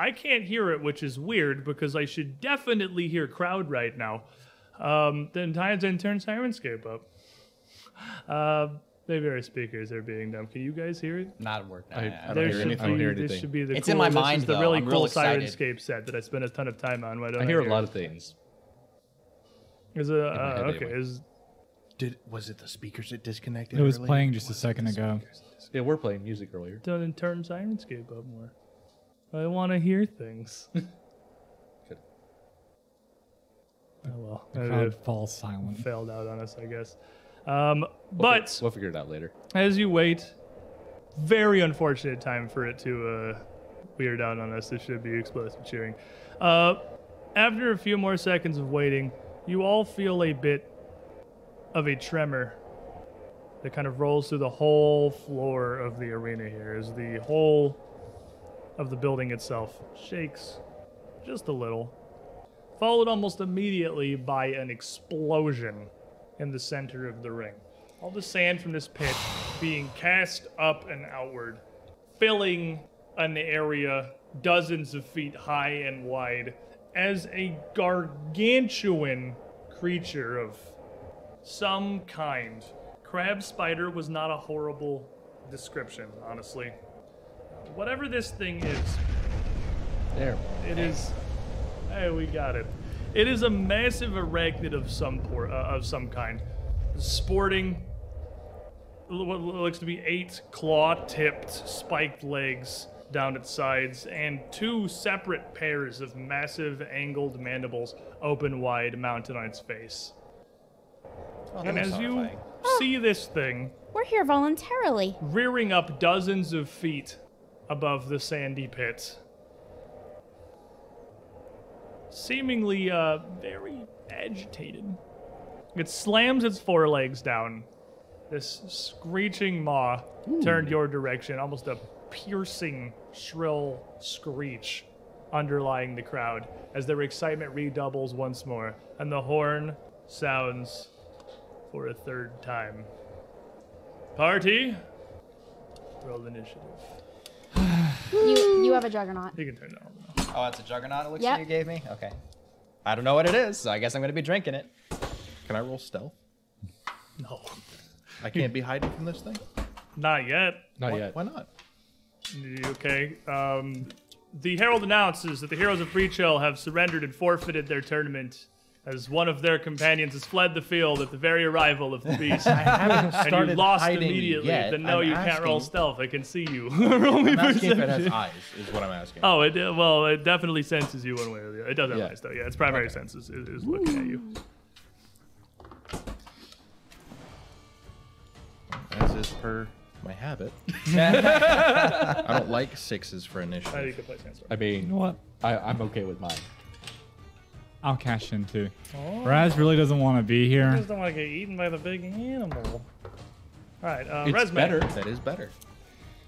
I can't hear it, which is weird because I should definitely hear crowd right now. Um, the entire then turn Sirenscape up. Uh, maybe our speakers are being dumb. Can you guys hear it?
Not work. Nah, nah, nah.
There
hear
should
anything. I don't
be-
hear
This
anything.
should be the
It's
cool,
in my
this
mind,
is the
though.
really
I'm
cool
real excited.
Sirenscape set that I spent a ton of time on. Why don't I,
I hear a
it?
lot of things.
Is it, uh,
head
okay,
anyway.
is
Did was it the speakers that disconnected?
It was
earlier?
playing just a second ago.
Yeah, we're playing music earlier.
done turn Sirenscape up more. I want to hear things. oh Oh, well,
The
I
crowd falls silent.
failed out on us, I guess. Um,
We'll fi-
but
we'll figure it out later.
as you wait, very unfortunate time for it to uh, weird out on us. This should be explosive cheering. Uh, after a few more seconds of waiting, you all feel a bit of a tremor that kind of rolls through the whole floor of the arena here as the whole of the building itself shakes just a little, followed almost immediately by an explosion in the center of the ring. All the sand from this pit being cast up and outward, filling an area dozens of feet high and wide as a gargantuan creature of some kind. Crab spider was not a horrible description, honestly. Whatever this thing is,
There.
it is. Hey, we got it. It is a massive arachnid of some por- uh, of some kind, sporting l- what looks to be eight claw-tipped, spiked legs down its sides, and two separate pairs of massive angled mandibles open wide, mounted on its face.
Oh, that
and
looks
as you
horrifying.
see this thing
We're here voluntarily.
rearing up dozens of feet above the sandy pit. Seemingly uh, very agitated. It slams its forelegs down. This screeching maw turned your direction, almost a piercing, shrill screech underlying the crowd as their excitement redoubles once more, and the horn sounds for a third time. Party, Roll initiative.
You you have a juggernaut.
You can turn that on.
Oh, that's a juggernaut elixir
Yep.
you gave me? Okay. I don't know what it is, so I guess I'm going to be drinking it.
Can I roll stealth?
No.
I can't be hiding from this thing.
Not yet.
Not
Why,
yet.
why not?
Okay. Um, the Herald announces that the Heroes of Breach Hill have surrendered and forfeited their tournament as one of their companions has fled the field at the very arrival of the beast.
haven't
and you lost immediately.
yet.
Then no,
I'm
you can't roll
asking-
stealth. I can see you. roll me
I'm asking if it has
perception.
eyes, is what I'm asking.
Oh, it, uh, well, it definitely senses you one way or the other. It does have
Yeah.
eyes, though. Yeah, its primary senses is, is looking at you.
As is per my habit. I don't like sixes for
Uh, you
initiative.
can play sense.
I mean,
what?
I, I'm okay with mine.
I'll cash in too. Raz really doesn't want to be
I
here.
just don't want to get eaten by the big animal. All right, uh,
It's
Resme.
better.
That is better.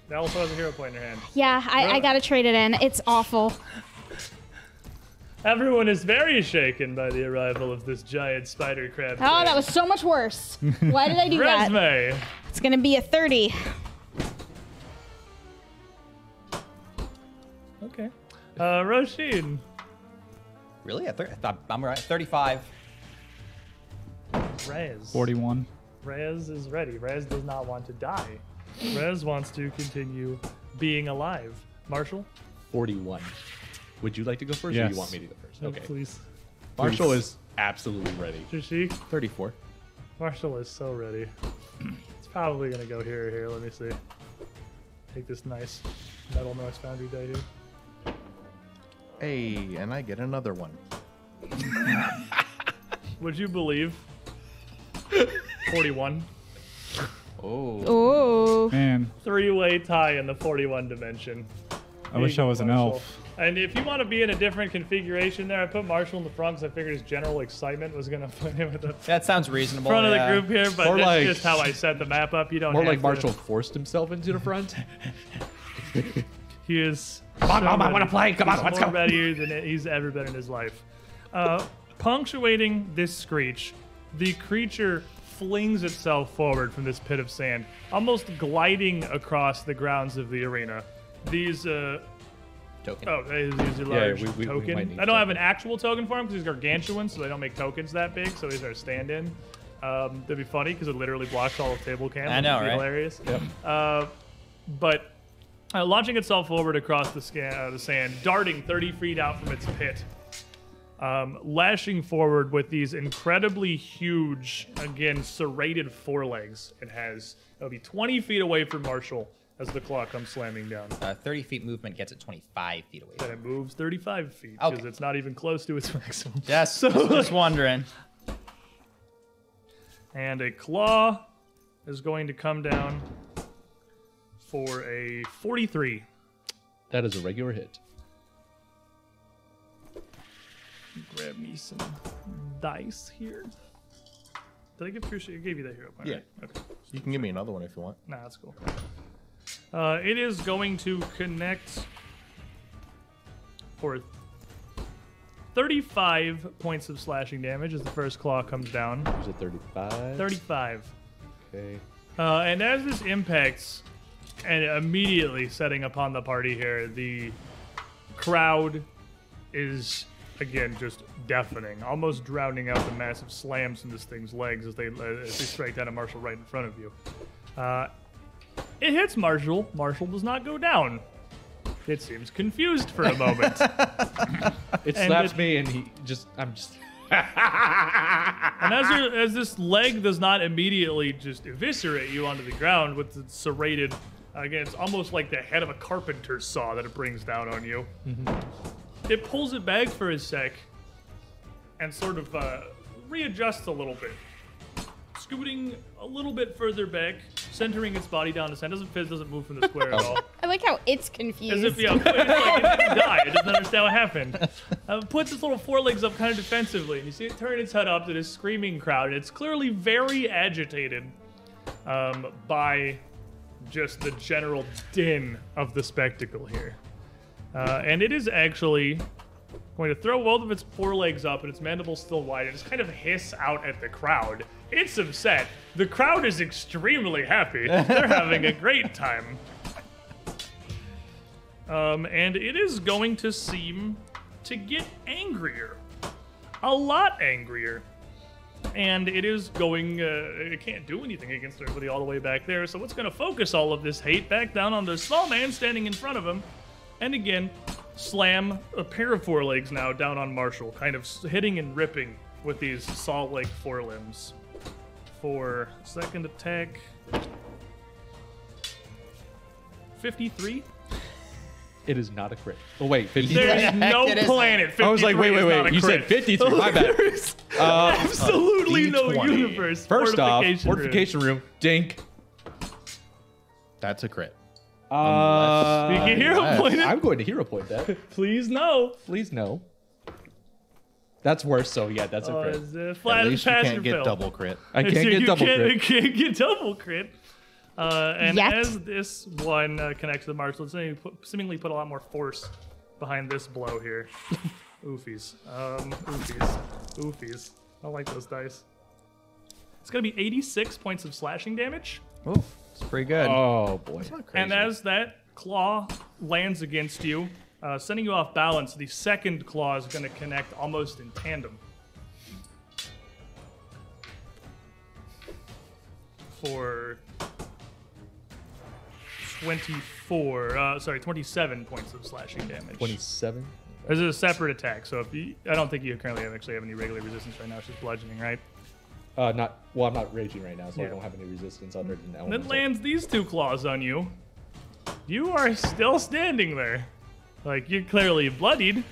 That also has a hero point in your hand.
Yeah, I, I gotta trade it in. It's awful.
Everyone is very shaken by the arrival of this giant spider crab.
Oh, that was so much worse. Why did I do that?
Resme.
It's gonna be a 30.
Okay. Uh, Roshin.
Really? I thir- I thought- I'm right. 35.
Rez.
41.
Rez is ready. Rez does not want to die. Rez wants to continue being alive. Marshall,
41. Would you like to go first or
Yes.
you want me to go first? Okay.
Oh, please.
Marshall is absolutely ready.
Shishi.
34.
Marshall is so ready. It's probably gonna go here or here. Let me see. Take this nice metal noise foundry die here.
Hey, and I get another one.
Would you believe? 41.
Oh.
Ooh.
Man,
Three-way tie in the 41 dimension.
I wish I was an
Marshall.
elf.
And if you want to be in a different configuration there, I put Marshall in the front because I figured his general excitement was going to put him at the
That sounds reasonable.
front
yeah.
of the group here, but
Oh, More
that's
like-
just how I set the map up. You don't
More
have
like
to-
Marshall forced himself into the front.
He is.
on,
so
Mom, I
ready.
wanna play. Come on,
He's
let's
more
go.
readier than he's ever been in his life. Uh, punctuating this screech, the creature flings itself forward from this pit of sand, almost gliding across the grounds of the arena. These uh,
Token.
Oh, he's usually large
we- we- we
token.
might need
I don't have an
token.
actual token for him because he's gargantuan, so they don't make tokens that big. So he's our stand-in. Um, that'd be funny because it literally blocks all of table cam.
I know,
It'd be
right?
Hilarious. Yep. Uh, but uh, launching itself forward across the, scan, uh, the sand, darting 30 feet out from its pit, um, lashing forward with these incredibly huge, again, serrated forelegs. It has. It'll be 20 feet away from Marshall as the claw comes slamming down
Uh, 30 feet movement gets it 25 feet away.
and it moves 35 feet because
Okay.
it's not even close to its maximum.
Yes, just wondering.
And a claw is going to come down for a 43.
that is a regular hit.
Grab me some dice here. Did I give Trisha? I gave you that hero point.
Yeah.
right? Okay.
You can give me another one if you want.
Nah, that's cool. Uh, it is going to connect for 35 points of slashing damage as the first claw comes down.
Is it 35?
35.
Okay.
Uh, and as this impacts, and immediately setting upon the party here, the crowd is again just deafening, almost drowning out the massive slams in this thing's legs as they as they strike down at Marshall right in front of you. Uh, it hits Marshall. Marshall does not go down. It seems confused for a moment.
It
And
slaps
it-
me, and he just. I'm just.
And as, your- as this leg does not immediately just eviscerate you onto the ground with the serrated, again, it's almost like the head of a carpenter's saw that it brings down on you. It pulls it back for a sec and sort of uh, readjusts a little bit, scooting a little bit further back, centering its body down to center. Doesn't fizz, doesn't move from the square at all.
I like how it's
As
confused.
if, yeah, it's like it didn't die. It doesn't understand what happened. Uh, puts its little forelegs up kind of defensively, and you see it turn its head up to this screaming crowd. It's clearly very agitated um, by just the general din of the spectacle here. Uh, and it is actually going to throw both of its forelegs up and its mandibles still wide and just kind of hiss out at the crowd. It's upset. The crowd is extremely happy. They're having a great time. Um, and it is going to seem to get angrier, a lot angrier. And it is going, uh, it can't do anything against everybody all the way back there. So it's going to focus all of this hate back down on the small man standing in front of him. And again, slam a pair of forelegs now down on Marshall, kind of s- hitting and ripping with these saw like forelimbs. For second attack, 53.
It is not a crit. Oh wait, 50.
There's no
it isn't.
planet.
I was like, wait,
53
wait,
is not
wait.
a
You said
crit.
53. My bad.
There's absolutely no
D20.
universe.
First off,
fortification room.
fortification room. Dink.
That's a crit.
You
Uh,
can hear him point it.
I'm going to hero point that.
Please no.
Please no. That's worse. So yeah, that's a
Oh,
crit.
it's a flat
At
as
least you
pass
can't
or
get
fail.
double crit.
I can't
you
get double
can't,
crit.
You can't get double crit. Uh, and
Yet.
as this one uh, connects to the marshal, it's gonna put- seemingly put a lot more force behind this blow here. oofies. Um, oofies. Oofies. I don't like those dice. It's going to be 86 points of slashing damage.
Ooh, it's pretty good.
Oh boy.
And as that claw lands against you, uh, sending you off balance, the second claw is going to connect almost in tandem. For 24, uh, sorry, 27 points of slashing damage.
Twenty-seven.
This is a separate attack, so if you, I don't think you currently have actually have any regular resistance right now. It's just bludgeoning, right?
Uh, not well. I'm not raging right now, so
Yeah.
I don't have any resistance other than that.
And it lands these two claws on you. You are still standing there. Like, you're clearly bloodied.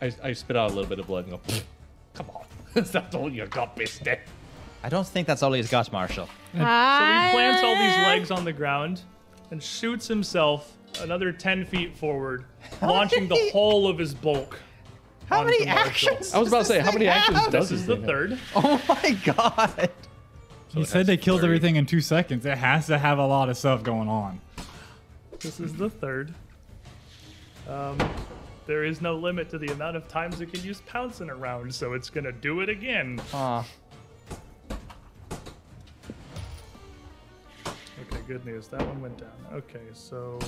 I, I spit out a little bit of blood and go. Come on, that's not all you got, Mister.
I don't think that's all he's got, Marshall.
So he plants all these legs on the ground and shoots himself another 10 feet forward, launching the whole of his bulk. How many actions?
I was about to say, how many actions does
This is the
thing have?
third.
Oh my god.
he said they killed everything in two seconds. It has to have a lot of stuff going on.
This is the third. Um, there is no limit to the amount of times it can use pounce in a round, so it's going to do it again.
Aw.
Okay, good news. That one went down. Okay, so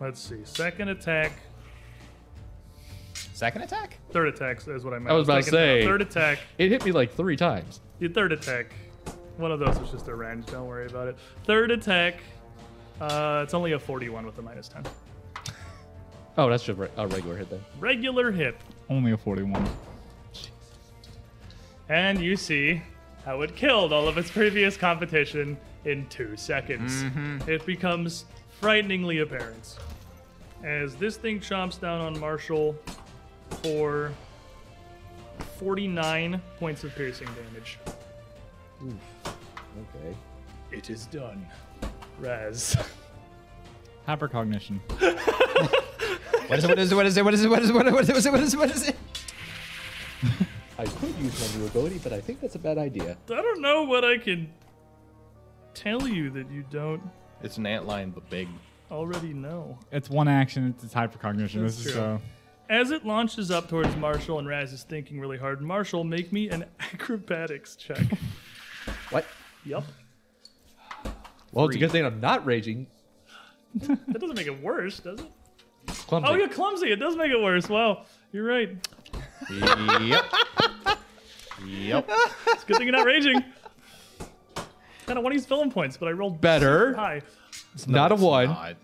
let's see. Second attack,
Second attack?
third attack is what I meant.
I was about to
Second- no,
say.
Third attack.
It hit me like three times.
The third attack. One of those was just a range. Don't worry about it. Third attack. Uh, it's only a 41 with a minus 10.
Oh, that's just re- a regular hit then.
Regular hit.
Only a 41.
And you see how it killed all of its previous competition in two seconds. It becomes frighteningly apparent. As this thing chomps down on Marshall for 49 points of piercing damage.
Okay.
It is done. Raz.
Hypercognition.
What is it? What is it? What is it? What is it? What is it? What is it? What is it? What is it?
I could use my new ability, but I think that's a bad idea.
I don't know what I can tell you that you don't
It's an antlion, but big.
already know.
It's one action. It's, it's hypercognition.
That's
this is
true.
uh,
As it launches up towards Marshall and Raz is thinking really hard, Marshall, make me an acrobatics check.
What?
Yep.
Well, it's a good thing I'm not raging.
That doesn't make it worse, does it?
Clumsy.
Oh, you're clumsy. It does make it worse. Wow, you're right.
yep.
Yep.
It's a good thing you're not raging. Kind of one of these villain points, but I rolled
Better.
high.
It's not a one.
God.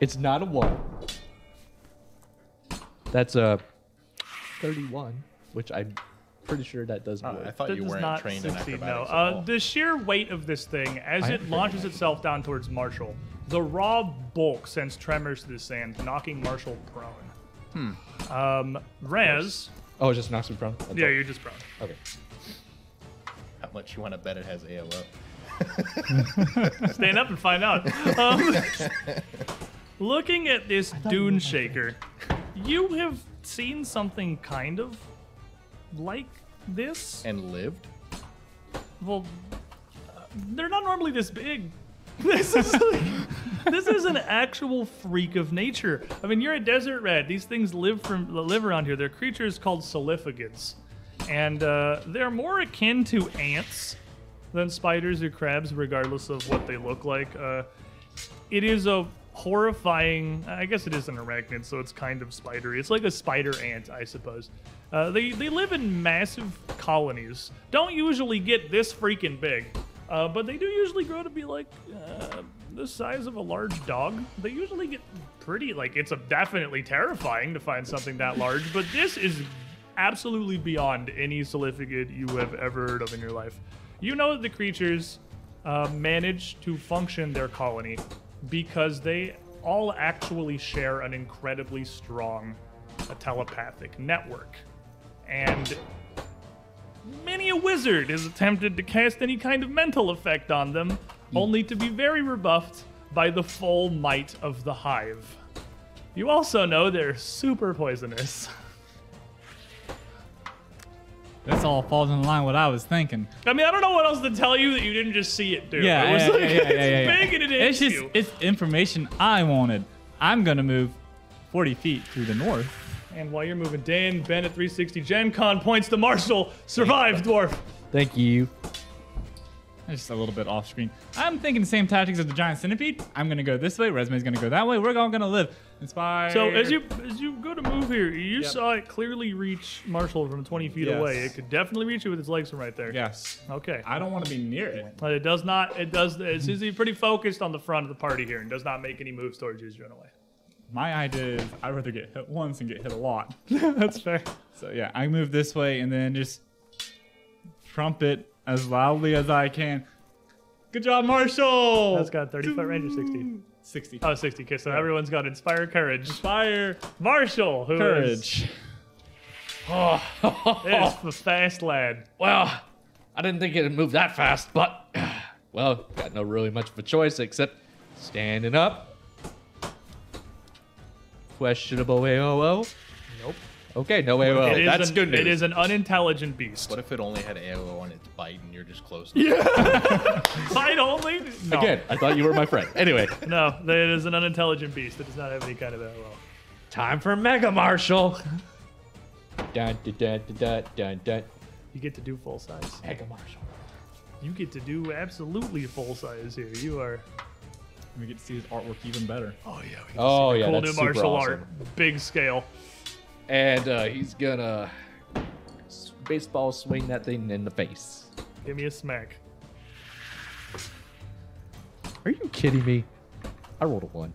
It's not a one. That's a 31, which I'm pretty sure that does
Oh, I
work.
thought
That
you
does
weren't
not
trained in
succeed.
acrobatics.
No.
at
Uh,
all.
the sheer weight of this thing, as
I
it launches itself down towards Marshall, the raw bulk sends tremors to the sand, knocking Marshall prone. Hmm. Um, Rez.
Oh, it just knocks me prone. That's
Yeah,
all.
you're just prone.
Okay.
How much you want to bet it has AOO?
Stand up and find out. Um, looking at this dune shaker, you have seen something kind of like this.
And lived?
Well, uh, they're not normally this big. This is like, this is an actual freak of nature. I mean, you're a desert rat. These things live from live around here. They're creatures called solifigids, and uh, they're more akin to ants than spiders or crabs, regardless of what they look like. Uh, it is a horrifying. I guess it is an arachnid, so it's kind of spidery. It's like a spider ant, I suppose. Uh, they they live in massive colonies. Don't usually get this freaking big, uh, but they do usually grow to be like uh, the size of a large dog. They usually get pretty like it's a definitely terrifying to find something that large, but this is absolutely beyond any solificate you have ever heard of in your life. You know that the creatures uh, manage to function their colony because they all actually share an incredibly strong uh, telepathic network. And many a wizard has attempted to cast any kind of mental effect on them,
Hmm.
only to be very rebuffed by the full might of the hive. You also know they're super poisonous.
This all falls in line with what I was thinking.
I mean, I don't know what else to tell you that you didn't just see it do.
Yeah,
it was
yeah,
like,
yeah, yeah,
it's
yeah, yeah.
big and it
It's
hits
just
you.
it's information I wanted. I'm gonna move 40 feet to the north.
And while you're moving, Dan Bennett 360 Gen Con points to Marshall. Survive, dwarf.
Thank you.
Just a little bit off screen. I'm thinking the same tactics as the giant centipede. I'm gonna go this way. Resume's gonna go that way. We're all gonna live. Inspire.
So as you as you go to move here, you saw it clearly reach Marshall from 20 feet
Yes.
away. It could definitely reach you with its legs from right there.
yes,
Okay.
I don't want to be near it.
But it does not. It does. It seems to be pretty focused on the front of the party here, and does not make any moves towards you as you run away.
My idea is I'd rather get hit once and get hit a lot.
That's fair.
So yeah, I move this way and then just trumpet as loudly as I can. Good job, Marshall.
That's got 30 foot range or 60.
60.
Oh, 60. Okay, so everyone's got inspire courage.
Fire
Marshall, who is
courage.
is the fast lad.
Well, I didn't think it'd move that fast, but uh,
Well, got no really much of a choice except standing up. Questionable AOO.
Nope.
Okay, no AOO.
It is
Oh, That's
an,
good news.
It is an unintelligent beast.
What if it only had AOO on its bite and you're just close?
Bite only? No.
Again, I thought you were my friend. Anyway,
No, it is an unintelligent beast. It does not have any kind of LOL.
time for Mega Marshal.
dun, dun, dun, dun, dun, dun, dun.
You get to do full size.
Mega Marshal.
You get to do absolutely full size here. You are
We get to see his artwork even better.
Oh yeah,
cool
that's
new
super
martial
awesome.
art. Big scale.
And uh, he's gonna s- baseball swing that thing in the face.
Give me a smack.
Are you kidding me? I rolled a one,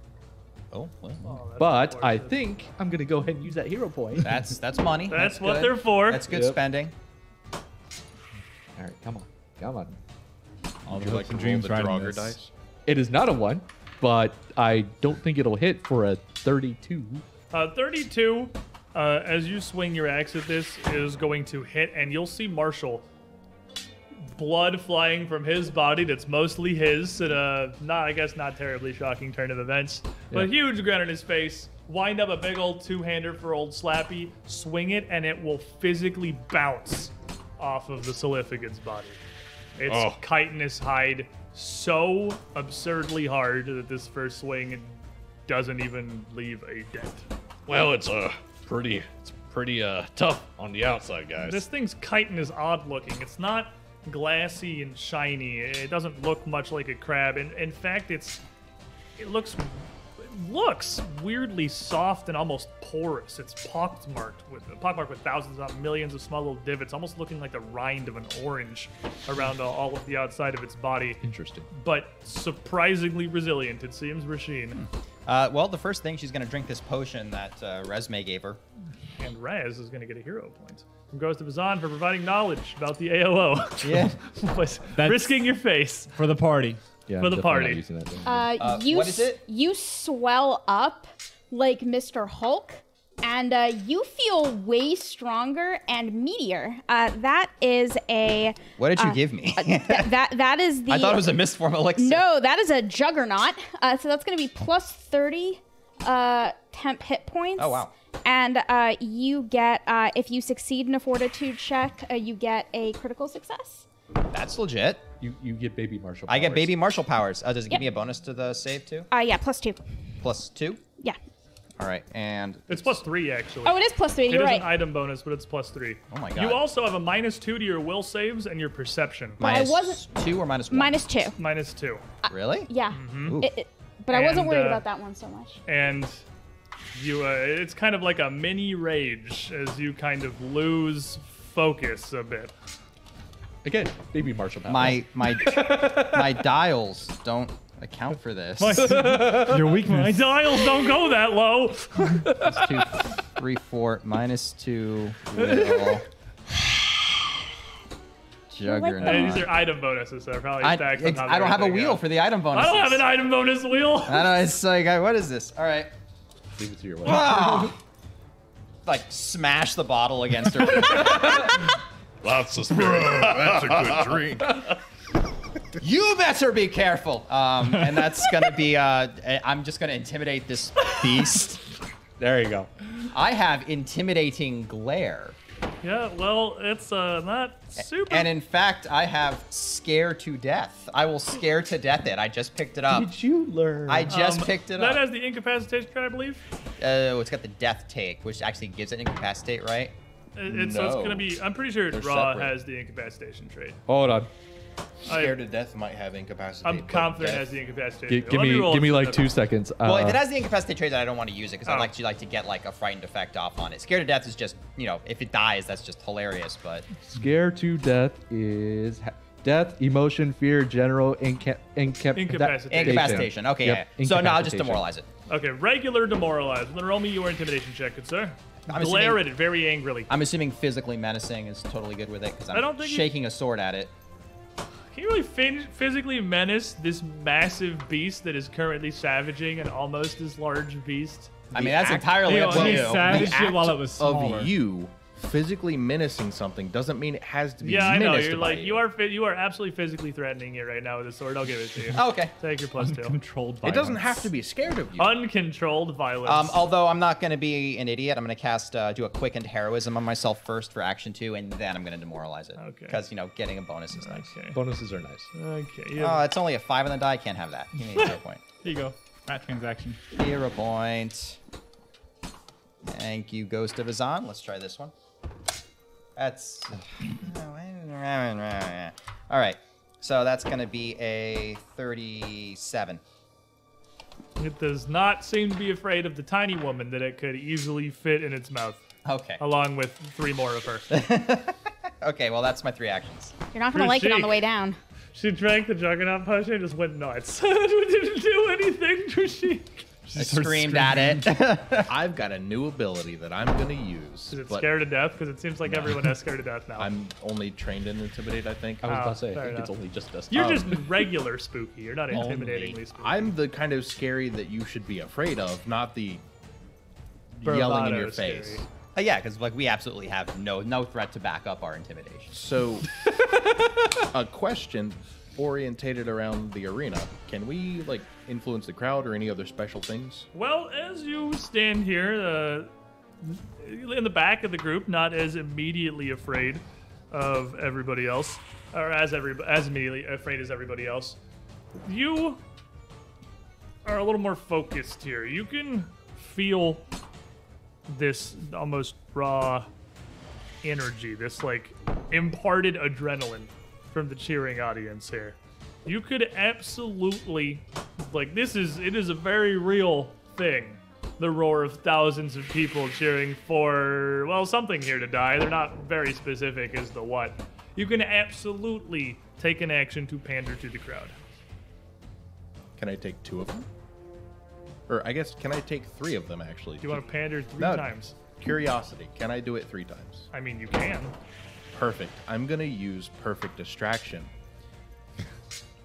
Oh, well.
Oh, that's
but I
unfortunate.
think I'm gonna go ahead and use that hero point.
That's that's money.
That's what
good.
they're for.
That's good
Yep.
spending.
All right, come on, come on.
All
Would you like to roll the
in
Draugr
this.
dice?
It is not a one, but I don't think it'll hit for a 32.
Uh, 32, uh, as you swing your axe at this, is going to hit, and you'll see Marshall. Blood flying from his body that's mostly his in a not, I guess, not terribly shocking turn of events. But huge grin on his face. Wind up a big old two hander for old Slappy, swing it, and it will physically bounce off of the Solificant's body. Its chitinous hide so absurdly hard that this first swing doesn't even leave a dent.
Well, it's uh, pretty, it's pretty uh, tough on the outside, guys.
This thing's chitin is odd looking. It's not glassy and shiny. It doesn't look much like a crab. In, in fact, it's it looks it looks weirdly soft and almost porous. It's pockmarked with pockmarked with thousands, not millions of small little divots, almost looking like the rind of an orange around all- all of the outside of its body.
Interesting.
But surprisingly resilient, it seems, Rasheen.
Uh, well, the first thing she's going to drink this potion that uh, Resme gave her.
And Rez is going to get a hero point from Ghost of Azan for providing knowledge about the AOO.
Yeah.
Was
That's-
risking your face.
for the party.
Yeah,
For the
definitely not
party.
using that thing.
Uh,
Uh,
you
what is
s-
it?
you swell up like Mr. Hulk, and uh, you feel way stronger and meatier. Uh, that is a
What did you give me?
th- Uh, that that is the.
I thought it was a misform elixir.
no, that is a juggernaut. Uh, so that's going to be plus thirty uh, temp hit points.
Oh, wow.
And uh, you get uh, if you succeed in a fortitude check, uh, you get a critical success.
That's legit.
You you get baby Marshall.
I get
powers.
baby martial powers. Uh, does it give
Yep.
me a bonus to the save too?
Uh, yeah, plus two.
Plus two.
Yeah.
All right, and
It's plus three, actually.
Oh, it is plus three.
It
You're
is
right.
an item bonus, but it's plus three.
Oh my
You
God.
also have a minus two to your will saves and your perception.
I
minus
wasn't-
two or minus one.
Minus two.
Minus two.
really?
Yeah.
Ooh.
It, it- but I
Mm-hmm.
wasn't
And,
worried
uh,
about that one so much.
And you, uh, it's kind of like a mini rage as you kind of lose focus a bit.
again. Baby Marshall. Powers.
My my my dials don't account for this.
Your
My
weakness.
dials don't go that low.
Plus two, three, four, minus two. Will.
And
Juggernaut.
these are item bonuses, so they're probably
I,
stacked on
ex-
top of
I don't have a
everything,
wheel
yeah.
for Uh, the item bonus.
I don't have an item bonus wheel.
I don't. It's like, I- what is this? All right.
leave it to your wife.
Ah! like smash the bottle against her.
Lots of spirit. That's a good drink.
you better be careful. Um, and that's gonna be. Uh, I- I'm just gonna intimidate this beast.
There you go.
I have intimidating glare,
Yeah, well, it's uh, not super.
and in fact, I have scare to death. I will scare to death it. I just picked it up.
you learn?
I just
Um,
picked it
That
up.
has the incapacitation, I believe.
Oh, it's got the death take, which actually gives it incapacitate, right?
It, it's, so it's
No.
gonna be. I'm pretty sure
They're
Raw
separate.
has the incapacitation trait.
Hold on.
Scared to death might have incapacity.
I'm
but
confident it
death-
has the incapacitation.
G-
trait.
give
Let
me
roll
give me
for
like
that.
two seconds. Uh,
Well, if it has the incapacitate trait, then I don't want to use it because
Oh.
I'd like to like to get like a frightened effect off on it. Scared to death is just you know if it dies, that's just hilarious. But
scare to death is ha- death, emotion, fear, general inca- inca-
Incapacitation.
incapacitation, okay,
Yep,
yeah. So no, I'll just
incapacitation.
demoralize it.
Okay, regular demoralize. Then roll me your intimidation check, good sir.
I'm
Glare
assuming-
at it very angrily.
I'm assuming physically menacing is totally good with it because I'm
I don't think you-
shaking a sword at it.
Can you really fin- physically menace this massive beast that is currently savaging an almost as large beast?
I mean that's entirely
He,
up to
he
you.
savaged it while it was smaller.
of you physically menacing something doesn't mean it has to be
Yeah, I know.
menaced
You're
by
like you are. Fi- you are absolutely physically threatening it right now with a sword. I'll give it to you.
Oh, okay.
Take your plus two.
Uncontrolled
It
violence.
doesn't have to be scared of you.
Uh, Uncontrolled violence.
Um, although I'm not going to be an idiot, I'm going to cast uh, do a quickened heroism on myself first for action two, and then I'm going to demoralize it.
Okay.
Because you know getting a bonus is nice.
okay.
Bonuses are nice.
Okay.
Oh,
Yeah.
it's only a five on the die. I can't have that. Give me a zero point.
There you go. That transaction.
Hero point. Thank you, Ghost of Azan. Let's try this one. That's. All right. So that's going to be a 37.
it does not seem to be afraid of the tiny woman that it could easily fit in its mouth,
Okay.
along with three more of her.
Okay, well, that's my three actions.
You're not gonna
Pretty
like it on
chic.
the way down.
she drank the juggernaut potion and just went nuts. we didn't do anything to she.
I screamed at it.
I've got a new ability that I'm gonna use.
Is it
but
scared to death? Because it seems like everyone is scared to death now.
I'm only trained in intimidate. I think.
I was
Oh,
about to say, I
fair
think it's
enough.
only just us.
You're
Um,
just regular spooky. You're not
Only-
intimidatingly spooky.
I'm the kind of scary that you should be afraid of, not the yelling in
Bravado
your
scary.
face.
Uh, yeah, because like we absolutely have no no threat to back up our intimidation.
So, a question orientated around the arena. Can we like influence the crowd or any other special things?
Well, as you stand here, uh, in the back of the group, not as immediately afraid of everybody else, or as every as immediately afraid as everybody else, you are a little more focused here. You can feel this almost raw energy, this like imparted adrenaline from the cheering audience here. You could absolutely, like, this is, it is a very real thing. The roar of thousands of people cheering for, well, something here to die. They're not very specific as to what. You can absolutely take an action to pander to the crowd.
Can I take two of them? Or I guess can I take three of them actually?
Do you want to pander three
No.
times?
Curiosity. Can I do it three times?
I mean, you can.
Perfect. I'm gonna use perfect distraction,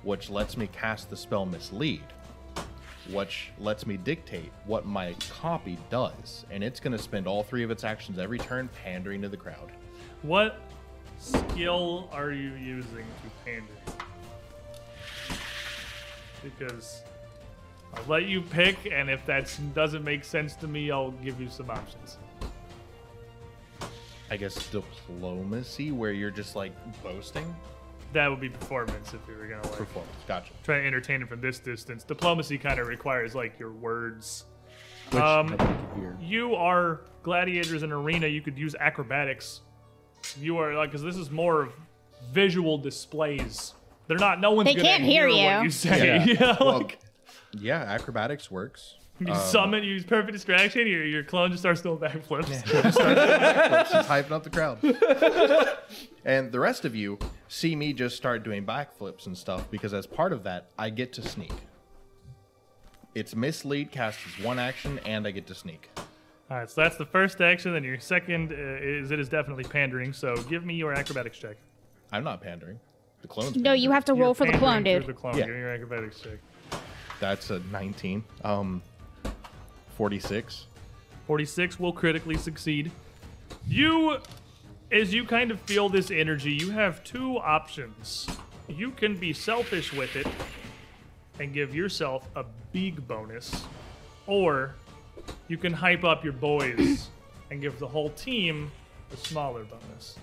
which lets me cast the spell mislead, which lets me dictate what my copy does, and it's gonna spend all three of its actions every turn pandering to the crowd.
What skill are you using to pander? Because I'll let you pick, and if that doesn't make sense to me, I'll give you some options.
I guess diplomacy, where you're just like boasting.
That would be performance if we were gonna like
Performance. Gotcha.
try to entertain it from this distance. Diplomacy kind of requires like your words.
Which
Um,
I think if you're-
You are gladiators in arena. You could use acrobatics. You are like because this is more of visual displays. They're not. No one's.
They
gonna
can't hear
What
you.
you say.
Yeah.
You know,
Well,
like-
yeah, acrobatics works.
You summon, you use perfect distraction, your, your clone just starts doing backflips.
Let's just hyping up the crowd. and the rest of you see me just start doing backflips and stuff because as part of that, I get to sneak. It's mislead cast as one action, and I get to sneak.
Alright, so that's the first action, then your second uh, is it is definitely pandering, so give me your acrobatics check.
I'm not pandering. The clones.
No, you have to
You're
roll for the clone,
pandering
dude.
through The clone.
Yeah.
Give me your acrobatics check.
That's a 19. Um, 46.
46 will critically succeed. You, as you kind of feel this energy, you have two options. You can be selfish with it and give yourself a big bonus, or you can hype up your boys and give the whole team a smaller bonus.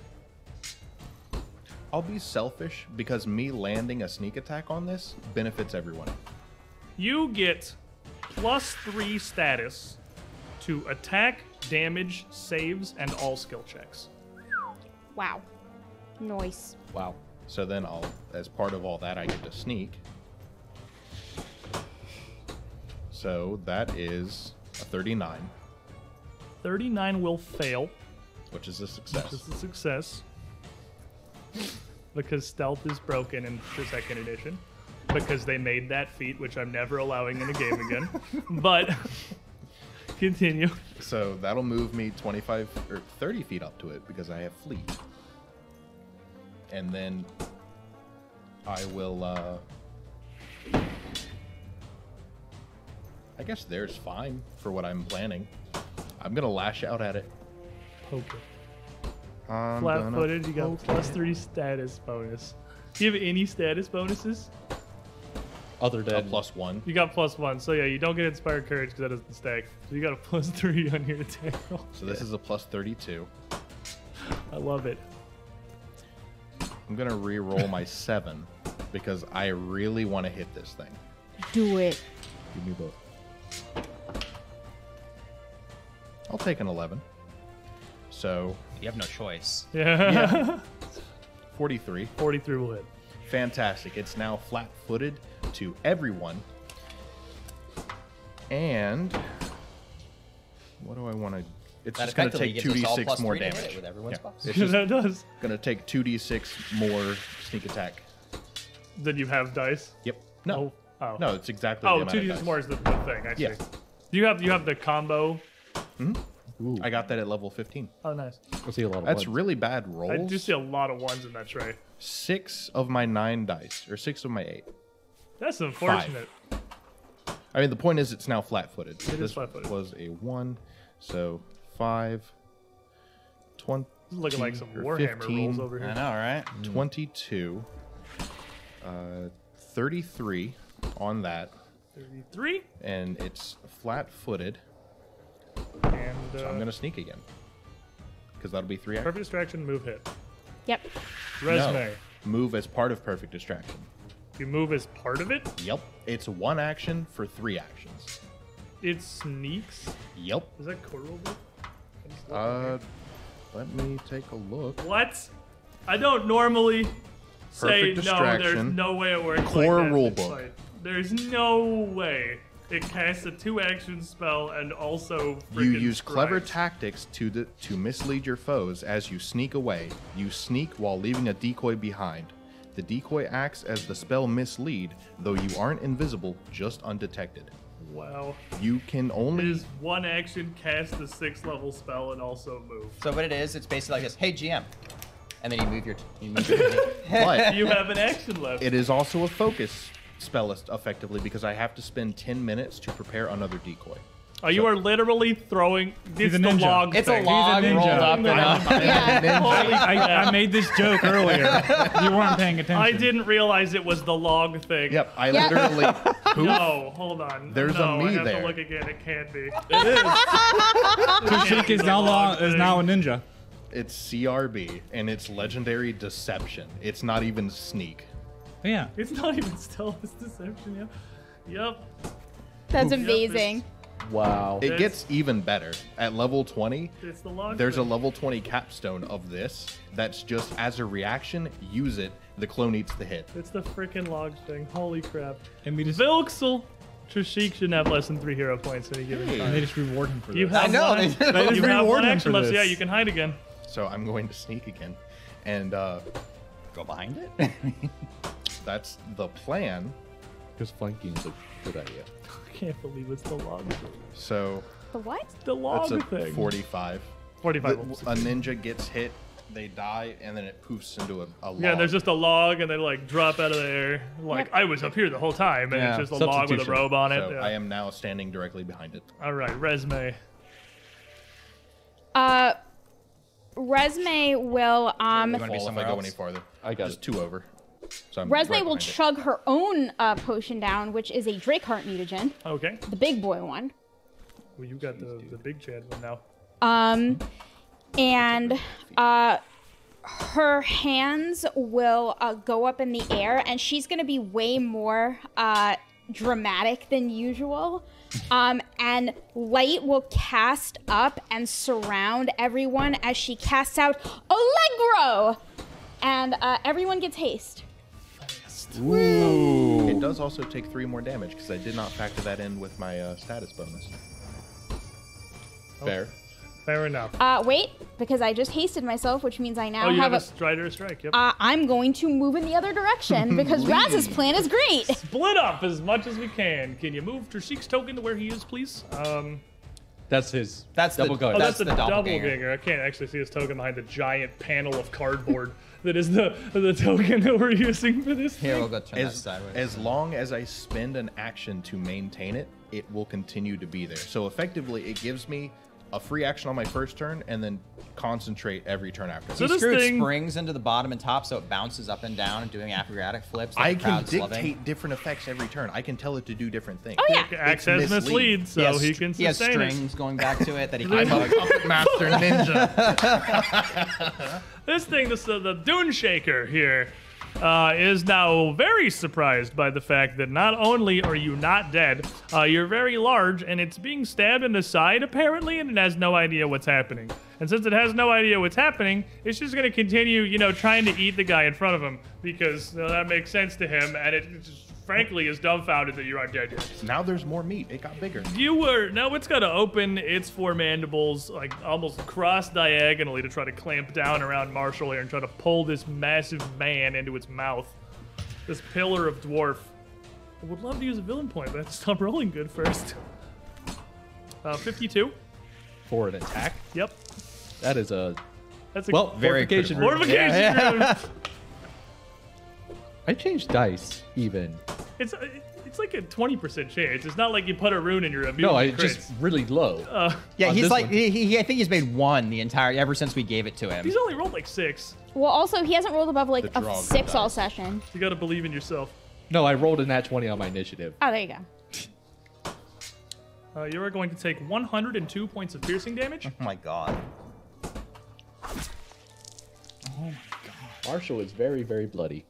I'll be selfish because me landing a sneak attack on this benefits everyone.
You get plus three status to attack, damage, saves, and all skill checks.
Wow. Noise.
wow.
So then I'll, as part of all that, I get to sneak. So that is a 39,
39 will fail.
which is a
This
success.
is a success. Because stealth is broken in the second edition. Because they made that feat, which I'm never allowing in a game again. But continue.
So that'll move me 25 or 30 feet up to it because I have fleet. And then I will, uh. I guess there's fine for what I'm planning. I'm gonna lash out at it.
Okay.
I'm
Flat
gonna-
footed, you got plus three status bonus. Do you have any status bonuses?
Other
A
than
plus one.
You got plus one, so yeah, you don't get inspired courage because that doesn't stack. So you got a plus three on your attack. roll.
So this is a plus 32.
I love it.
I'm gonna re-roll my seven because I really want to hit this thing.
Do it.
give me both.
I'll take an eleven. So
You have no choice.
Yeah.
forty-three,
43 will hit.
fantastic. It's now flat-footed to everyone. And what do I want to? It's
That
just gonna
effectively
take two
gives
d
us all plus
six more
three to hit
damage.
with everyone's
yeah.
buffs.
It's just
that does.
gonna take two d six more sneak attack.
Then you have dice.
Yep. No.
Oh, oh.
No, it's exactly.
Oh,
the amount
two
of
d
dice.
more is the, the thing. I see.
Yeah.
You have you have the combo.
I got that at level fifteen.
Oh, nice.
I see a lot of
That's
ones.
really bad rolls.
I do see a lot of ones in that tray.
six of my nine dice, or six of my eight.
That's unfortunate.
I mean, the point is, it's now flat-footed.
is
this
flat-footed.
was a one, so five, twenty,
This is looking like some
or
Warhammer
15,
rolls over
I
here.
know, right?
22, uh, 33 on that,
Three.
and it's flat-footed.
And uh,
I'm gonna sneak again, because that'll be three.
perfect distraction move hit.
Yep.
No.
Resume.
Move as part of perfect distraction.
You move as part of it.
Yep, it's one action for three actions.
It sneaks.
Yep.
Is that correlated? I just looked
Uh, let me take a look.
What? I don't normally say
Perfect
no. There's
distraction.
no way it works.
Core
like that."
rule
It's
book.
like, there's no way it casts a two-action spell and also
You
freaking
use clever
strikes.
tactics to d- to mislead your foes as you sneak away. You sneak while leaving a decoy behind. The decoy acts as the spell mislead, though you aren't invisible, just undetected.
Wow.
You can
It
only
is one action cast a six-level spell and also move.
So what it is, it's basically like this. Hey GM, and then you move your. You move your
but
You have an action left.
it is also a focus spell est- effectively because I have to spend 10 minutes to prepare another decoy.
oh, you are literally throwing. It's
a
the
ninja.
log.
it's a
thing.
log
ninja.
rolled up and up.
I, I made this joke earlier. You weren't paying attention.
I didn't realize it was the log thing.
Yep, I
Yeah.
literally poof.
No, hold on.
There's a
no, I
me
have
there.
to look again. It can be.
Sheik is
the
now law,
log
is
thing.
now a ninja.
It's CRB and it's legendary deception. It's not even sneak.
Yeah.
It's not even stealth. It's deception. Yeah. Yep.
That's
Yep, it's-
amazing.
Wow.
It
That's-
gets even better. At level 20,
It's the log.
there's a
thing.
level 20 capstone of this that's just as a reaction, use it, the clone eats the hit.
It's the freaking log thing. Holy crap.
And we just
Vilxel. Trishik should have less than three hero points any given time.
and they just reward him for
You have
that.
I know,
One,
they-
action-
they just
you have
reward
one
him
action
for
left. Yeah,
this.
you can hide again.
So I'm going to sneak again. And uh,
Go behind it.
that's the plan.
Because flanking is a good idea.
I can't believe it's the log. thing.
So
The what?
The log
that's a
thing.
45. The-
45.
a ninja gets hit, they die, and then it poofs into a, a
yeah,
log.
there's just a log, and they like drop out of there. Like I was up here the whole time, and
Yeah,
it's just a log with a
substitution.
robe on it.
So
yeah.
I am now standing directly behind it.
All right, resume.
Uh, Resme will um.
I'm gonna
Fall
be
if
somewhere
I
go
go
any
any
farther.
I got
just
it.
two over. So I'm
Resme
right
will
behind it.
chug her own uh, potion down, which is a Drakeheart mutagen,
Okay.
the big boy one.
Well, you got the, the big Chad one now.
Um, and uh, her hands will uh, go up in the air, and she's going to be way more uh, dramatic than usual. Um, and light will cast up and surround everyone as she casts out Allegro, and uh, everyone gets haste.
It does also take three more damage because I did not factor that in with my uh, status bonus.
Fair.
Fair enough.
Uh, wait, because I just hasted myself, which means I now
oh, you
have,
have, a
a.
strider strike. Yep.
uh, I'm going to move in the other direction because Raz's plan is great.
Split up as much as we can. Can you move Trishik's token to where he is, please? Um,
That's his.
That's the-
double go.
oh,
That's
that's, the,
the doppelganger.
doppelganger. I can't actually see his token behind the giant panel of cardboard that is the the token that we're using for this.
Here,
thing.
we'll go turn that
As,
sideways.
as long as I spend an action to maintain it, it will continue to be there. So effectively, it gives me a free action on my first turn and then concentrate every turn after.
So
He
this
screwed
thing-
springs into the bottom and top, so it bounces up and down, doing acrobatic flips. Like
I
the
can
crowd's
dictate
loving.
different effects every turn. I can tell it to do different things.
Oh, yeah.
Acts
It's
as
mislead.
mislead, so
has
he
str-
can
He has
sustain it.
strings going back to it that he
I'm
can
a puppet master ninja.
This thing, this uh, the Dune Shaker here, uh, is now very surprised by the fact that not only are you not dead, uh, you're very large, and it's being stabbed in the side apparently, and it has no idea what's happening. And since it has no idea what's happening, it's just going to continue, you know, trying to eat the guy in front of him because uh, that makes sense to him, and it just, frankly is dumbfounded that you aren't dead yet.
now there's more meat. It got bigger.
You were now it's got to open its four mandibles like almost cross diagonally to try to clamp down around Marshall here and try to pull this massive man into its mouth. This pillar of dwarf. I would love to use a villain point, but I have to stop rolling good first. Uh, 52.
For an attack.
Yep.
That is a.
That's a
Well,
Very
fortification.
critical.
room.
Mortification room.
I changed dice even.
It's it's like a 20% chance. It's not like you put a rune in your immune.
No, I
crits.
just really low.
Yeah,
on
he's
this
like
one.
he, he, I think he's made one the entire ever since we gave it to him.
He's only rolled like six.
Well, also he hasn't rolled above like
The
a
draw
six all
dice.
session.
You got to believe in yourself.
no, I rolled a nat 20 on my initiative.
Oh, there you go.
Uh, you are going to take 102 points of piercing damage.
Uh-huh.
Oh my god.
Marshall is very, very bloody.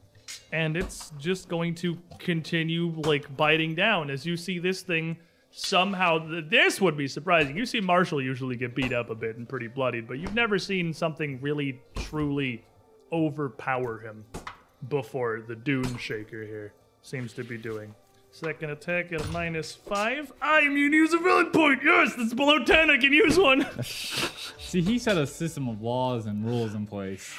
and it's just going to continue like biting down as you see this thing somehow th- this would be surprising you see marshall usually get beat up a bit and pretty bloodied but you've never seen something really truly overpower him before the Dune Shaker here seems to be doing. Second attack at a minus five. I immune use a villain point. Yes, that's below ten. I can use one.
See, he set a system of laws and rules in place.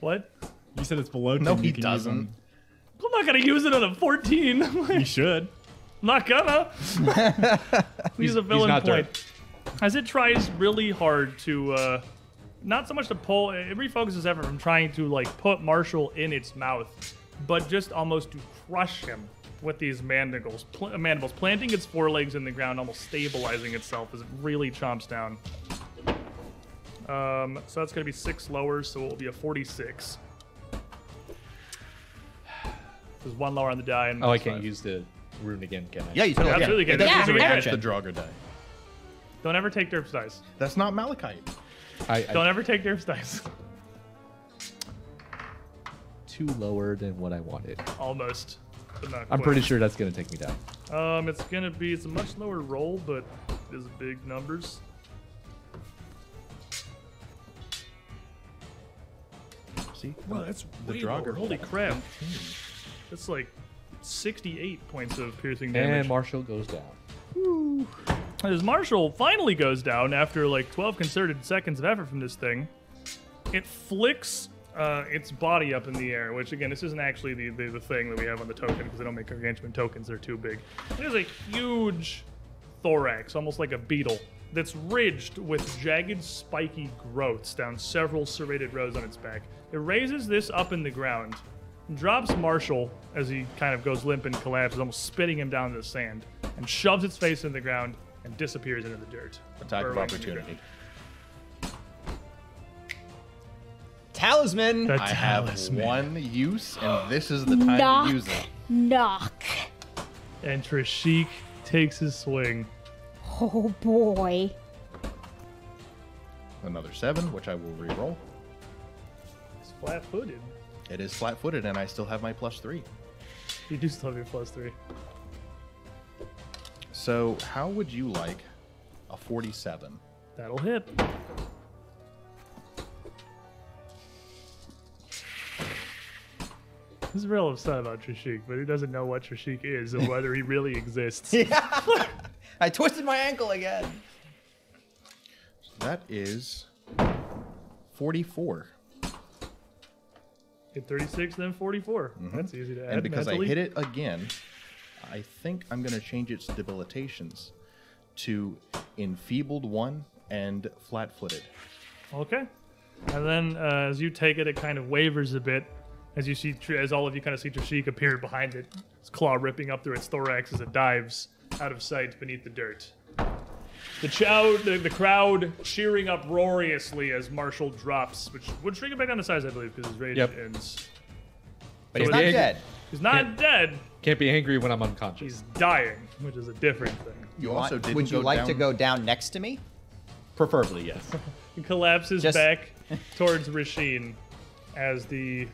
what?
You said it's below.
No,
10,
he
you can use
doesn't.
them.
I'm not gonna use it on a fourteen.
You should.
not gonna. he's a villain
not
point. As it tries really hard to, uh, not so much to pull, it refocuses effort from trying to like put Marshall in its mouth, but just almost to crush him with these mandibles. Pl- uh, mandibles planting its forelegs in the ground, almost stabilizing itself as it really chomps down. Um, so that's gonna be six lower, so it will be a forty-six. There's one lower on the die. And
Oh, I
minus
can't
five.
use the rune again, can I?
Yeah, you totally can.
Absolutely can.
It doesn't
Yeah.
use a
Yeah.
reaction.
The Draugr die.
Don't ever take Derp's dice.
That's not Malachite.
I, I
Don't ever take Derp's dice.
two lower than what I wanted.
Almost. But not
I'm
quite.
pretty sure that's gonna take me down.
Um, it's gonna be it's a much lower roll, but it's big numbers.
See?
Wow, that's
the
way
Draugr
lower. Holy
die.
crap! That's like 68 points of piercing
And
damage.
Marshall goes down.
As Marshall finally goes down after like 12 concerted seconds of effort from this thing, it flicks uh, its body up in the air, which again, this isn't actually the, the, the thing that we have on the token because they don't make gargantuan tokens, they're too big. It is a huge thorax, almost like a beetle, that's ridged with jagged, spiky growths down several serrated rows on its back. It raises this up in the ground, drops Marshall as he kind of goes limp and collapses, almost spitting him down to the sand, and shoves its face in the ground and disappears into the dirt.
Attack
burrowing
of
in the
opportunity.
ground.
Talisman.
The
I have
talisman.
one use, and this is the time
Knock.
to use it.
Knock.
And Trishik takes his swing.
Oh boy.
Another seven, which I will re-roll.
He's flat footed.
It is flat-footed, and I still have my plus three.
You do still have your plus three.
So, how would you like a 47?
That'll hit. He's real upset about Trishik, but he doesn't know what Trishik is and whether he really exists.
I twisted my ankle again.
That is 44.
Hit 36, then 44. That's easy to add.
Mm-hmm. and because
mentally.
I hit it again, I think I'm going to change its debilitations to enfeebled one and flat-footed.
Okay. And then uh, as you take it, it kind of wavers a bit. As you see, Tr- as all of you kind of see Trishik appear behind it, its claw ripping up through its thorax as it dives out of sight beneath the dirt. The, chow, the, the crowd cheering uproariously as Marshall drops, which would shrink it back down to size, I believe, because his rage
Yep.
ends.
But
He's
he's
not
ang-
dead.
He's not
Yeah.
dead,
Can't be angry when I'm unconscious.
he's dying, which is a different thing.
You also
Want-
didn't
Would you
go
like to
down-
go down next to me?
Preferably, yes.
He collapses
Just-
back towards Rasheen as the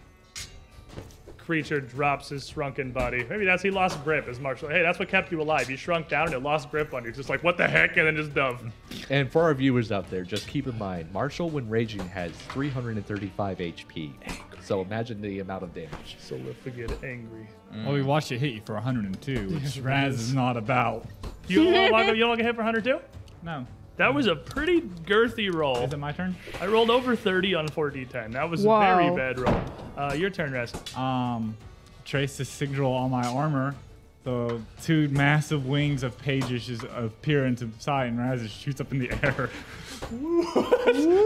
creature drops his shrunken body. Maybe that's he lost grip as Marshall. Hey, that's what kept you alive. You shrunk down and it lost grip on you. Just like what the heck, and then just dove.
And for our viewers out there, just keep in mind, Marshall, when raging, has 335 HP. So imagine the amount of damage.
So if we get angry,
Well, we watched it hit you for 102, which Raz is not about.
you don't want to get hit for 102.
No.
That was a pretty girthy roll.
Is it my turn?
I rolled over 30 on 4d10. That was
Whoa.
a very bad roll. Uh, your turn, Rest.
Um, trace the sigil on my armor. So two massive wings of pages just appear into sight, and Raz just shoots up in the air.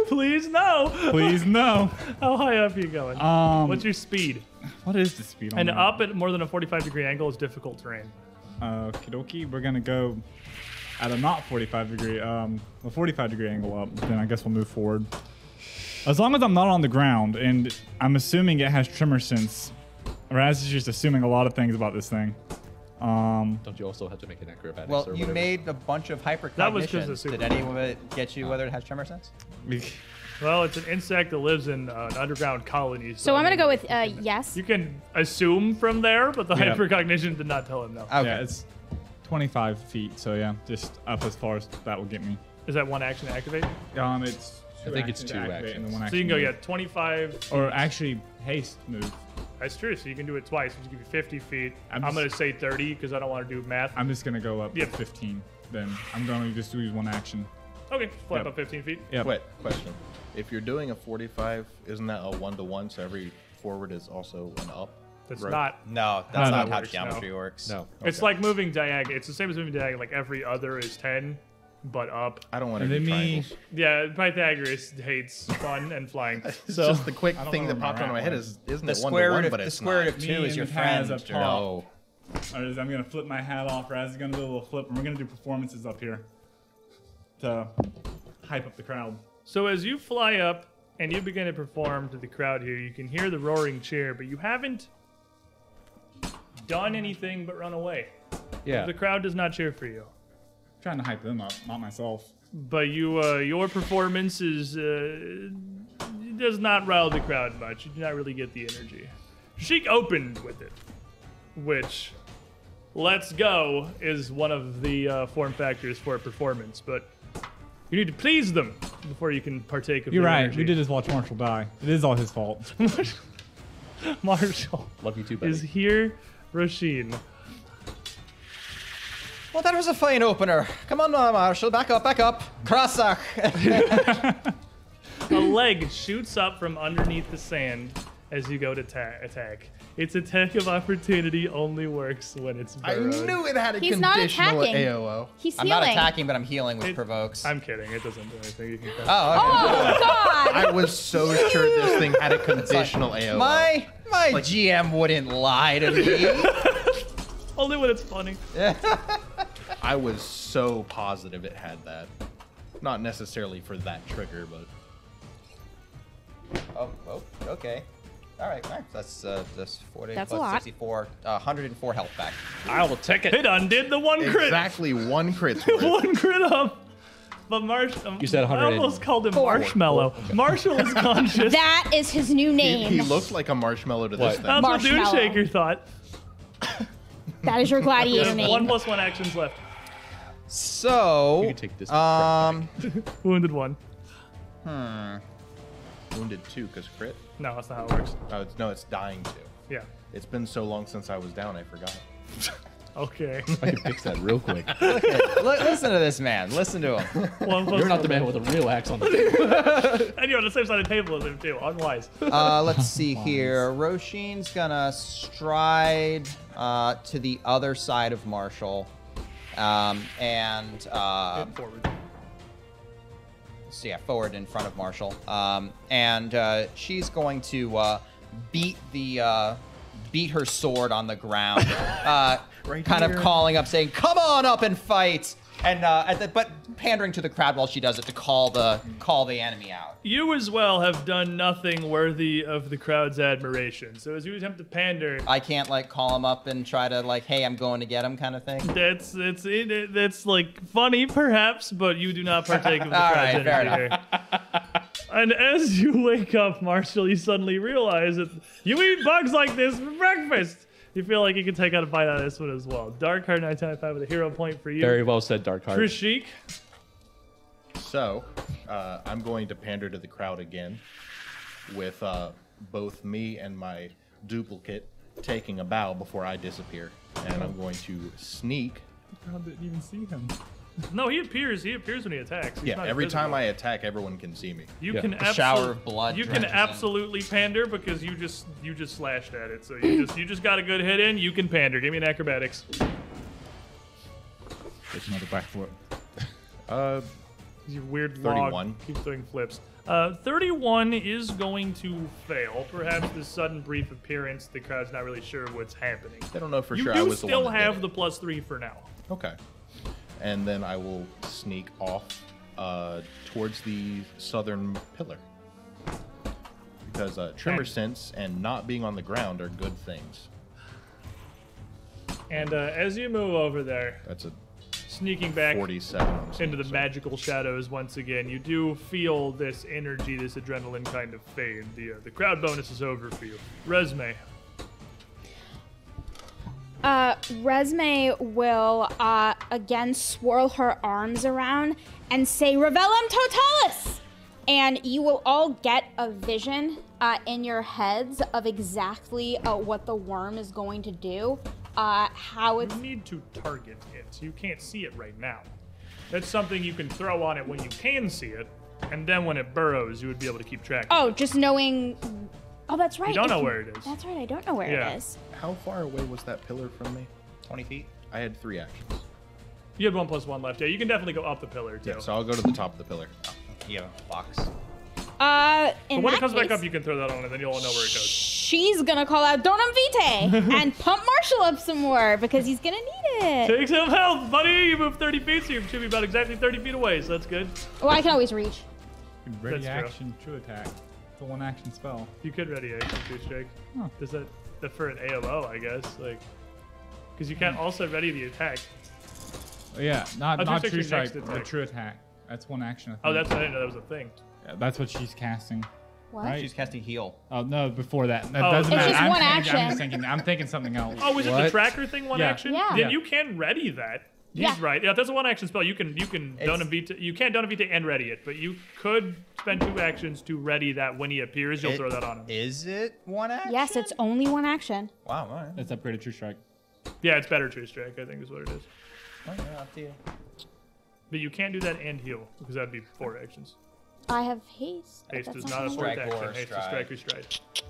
Please no.
Please no.
How high up are you going?
Um,
What's your speed?
what is the speed on
And
that?
up at more than a 45 degree angle is difficult terrain.
Uh, Kidoki, we're gonna go at a not 45 degree, um, a 45 degree angle up. Then I guess we'll move forward. As long as I'm not on the ground, and I'm assuming it has tremor sense. Raz is just assuming a lot of things about this thing. Um,
Don't you also have to make an acrobatics
Well,
or
you
whatever?
made a bunch of hypercognition.
That was just a super-
Did any of it get you whether it has tremor sense?
Well, it's an insect that lives in uh, an underground colony.
So I'm
I
gonna
mean,
go with uh, yes.
You can assume from there, but the
Yeah.
hypercognition did not tell him no.
Okay.
Yeah, it's 25 feet, so yeah, just up as far as that will get me.
Is that one action to activate?
Um, it's.
I think it's
actions
two
to activate and
actions.
then one
So you can
action
go
move.
yeah, 25.
Or actually, haste move.
That's true. So you can do it twice, which give you 50 feet. I'm,
I'm
going to
just-
say 30 because I don't want to do math.
I'm just gonna go up
Yep.
15. Then I'm going to just use one action.
okay, just flap
Yep.
up 15 feet.
Yep.
Wait, question. If you're doing a 45, isn't that a one to one? So every forward is also an up.
That's
Right.
not.
Mm,
No, that's
no,
not how
works,
geometry
no.
works.
No.
It's like moving diagonal. It's the same as moving diagonal. Like every other is 10, but up.
I don't want to
And
do
then me,
triangles.
Yeah, Pythagoras hates fun and flying.
It's
So
just the quick
I don't
thing
know
that
where
popped
my
into my
rat
head
went.
is isn't
The
it
square
one
root
to
of
one, but
the
it's
square root
not.
of
Me
two is
and
your
Taz
friend.
up
Gerald.
top.
Oh,
All right, I'm gonna flip my hat off. Raz is gonna do a little flip, and we're gonna do performances up here to hype up the crowd.
So as you fly up and you begin to perform to the crowd here, you can hear the roaring cheer, but you haven't done anything but run away.
Yeah.
The crowd does not cheer for you.
trying to hype them up, not myself.
But you, uh, your performance is uh, does not rile the crowd much. You do not really get the energy. Sheik opened with it, which "Let's Go" is one of the uh, form factors for a performance. But you need to please them before you can partake of.
You're
their
right.
Energy.
We did just watch Marshall die. It is all his fault.
Marshall
Love you too, buddy.
is here. Rasheen.
Well, that was a fine opener. Come on, now, Marshall, back up, back up. Krasach.
A leg shoots up from underneath the sand as you go to ta- attack. Its attack of opportunity only works when it's
I
burrowed.
knew it had a
He's not
conditional
attacking.
AOO.
He's
I'm
healing.
not attacking, but I'm healing, which
It-
provokes.
I'm kidding. It doesn't do anything. You can cast-
oh, okay.
Oh God!
I was so sure this thing had a conditional AOO.
My my GM wouldn't lie to me.
Only when it's funny.
I was so positive it had that. Not necessarily for that trigger, but
oh, oh, okay. All right, all right. That's uh, that's 40
That's a
plus
lot.
64, uh, 104 health back.
I will take it.
It undid the one crit.
exactly one crit.
one crit up. But Marsh. um,
You said
I
100.
almost called him Marshmallow. Marshall is conscious.
That is his new
He,
name.
he looked like a marshmallow to this
What?
thing.
That's what Um,
Marshmallow.
Dooneshaker thought.
that is your gladiator name.
One plus one actions left.
So,
You can take this
um,
Wounded one.
Wounded two because crit.
No, that's not how it works.
Oh, it's, no, it's dying two.
Yeah.
It's been so long since I was down, I forgot.
Okay.
I can fix that real quick.
li- listen to this man. Listen to him.
One plus
You're not the man with a real axe on the table.
And you're on the same side of the table as him too. Unwise.
Uh, let's see here. Roshin's gonna stride uh, to the other side of Marshall, um, and uh,
Forward.
so yeah, forward in front of Marshall, um, and uh, she's going to uh, beat the uh, beat her sword on the ground, uh,
Right
kind
here.
of calling up, saying, "Come on up and fight!" And uh, at the, but pandering to the crowd while she does it to call the call the enemy out.
You as well have done nothing worthy of the crowd's admiration. So as you attempt to pander,
I can't like call him up and try to like, "Hey, I'm going to get him," kind of thing.
that's it's it, that's like funny perhaps, but you do not partake of the
All
crowd's
right, fair
energy here. And as you wake up, Marshall, you suddenly realize that you eat bugs like this for breakfast. You feel like you can take out a bite out of this one as well. Dark Heart 995 with a hero point for you.
Very well said, Dark Heart.
Trishik,
So, uh, I'm going to pander to the crowd again with uh, both me and my duplicate taking a bow before I disappear. And I'm going to sneak.
I didn't even see him.
No, he appears. He appears when he attacks. He's
Yeah,
not
every time
invisible.
I attack, everyone can see me.
You
Yeah.
can
A
absolutely
shower of blood
You can
drenches him.
absolutely pander because you just you just slashed at it. So you just you just got a good hit in. You can pander. Give me an acrobatics.
It's another back flip.
Uh,
Your weird log
31.
keeps doing flips. Uh, 31 is going to fail. Perhaps this sudden brief appearance, the crowd's not really sure what's happening.
I don't know for
you
sure.
do
I was
still
the one that did
have
it.
the plus three for now.
Okay. And then I will sneak off uh, towards the southern pillar. Because uh, tremor
Okay.
sense and not being on the ground are good things.
And uh, as you move over there,
That's a
sneaking back
47. on
into the
sneak, so-
magical shadows once again. You do feel this energy, this adrenaline kind of fade. The uh, the crowd bonus is over for you. Resume.
Uh, Resme will uh, again swirl her arms around and say "Revelum Totalis" and you will all get a vision uh, in your heads of exactly uh, what the worm is going to do, uh, how it's
You need to target it. You can't see it right now. That's something you can throw on it when you can see it, and then when it burrows, you would be able to keep track.
Oh, just knowing. Oh, that's right.
don't
if
know where it is.
That's right. I don't know where
Yeah.
it is.
How far away was that pillar from me?
20 feet?
I had three actions.
You had one plus one left. Yeah, you can definitely go up the pillar too.
Yeah, so I'll go to the top of the pillar.
You have a box.
Uh, in
but when
that
it comes
case,
back up, you can throw that on, and then you'll all know where it goes.
she's gonna call out Donum Vitae and pump Marshall up some more because he's gonna need it.
Take some health, buddy. You move 30 feet, so you should be about exactly 30 feet away. So that's good.
Well, I can always reach.
Ready
That's true.
action, true attack. The one action spell.
You could ready action too, Jake.
Huh.
Does that the for an AOO? I guess like because you can't also ready the attack.
Oh, yeah, not
Oh,
not
just
true
your next
strike, but
attack.
true attack. That's one action. I think.
Oh, that's I didn't know that was a thing.
Yeah, that's what she's casting.
What?
Right?
She's casting heal.
Oh no, before that, that
Oh,
doesn't
It's
matter.
just
I'm,
one
thinking- I'm
action.
just thinking. I'm thinking something else.
Oh, is it the
What?
tracker thing? One
Yeah.
action?
Yeah.
Then
Yeah.
you can ready that.
Yeah.
He's right. Yeah, that's a one action spell. You can you can
It's-
Dona Vita you can Dona Vita and ready it, but you could spend two actions to ready that when he appears. You'll
It-
throw that on him.
Is it one action?
Yes, it's only one action.
Wow, all right.
That's upgraded true strike.
Yeah, it's better true strike. I think is what it is.
All right, up to you.
But you can't do that and heal because that'd be four actions.
I have haste. but
Haste
that's
is
not
not a
gonna
fourth
Strike
action.
or
Haste is
stride.
strike or stride.
work.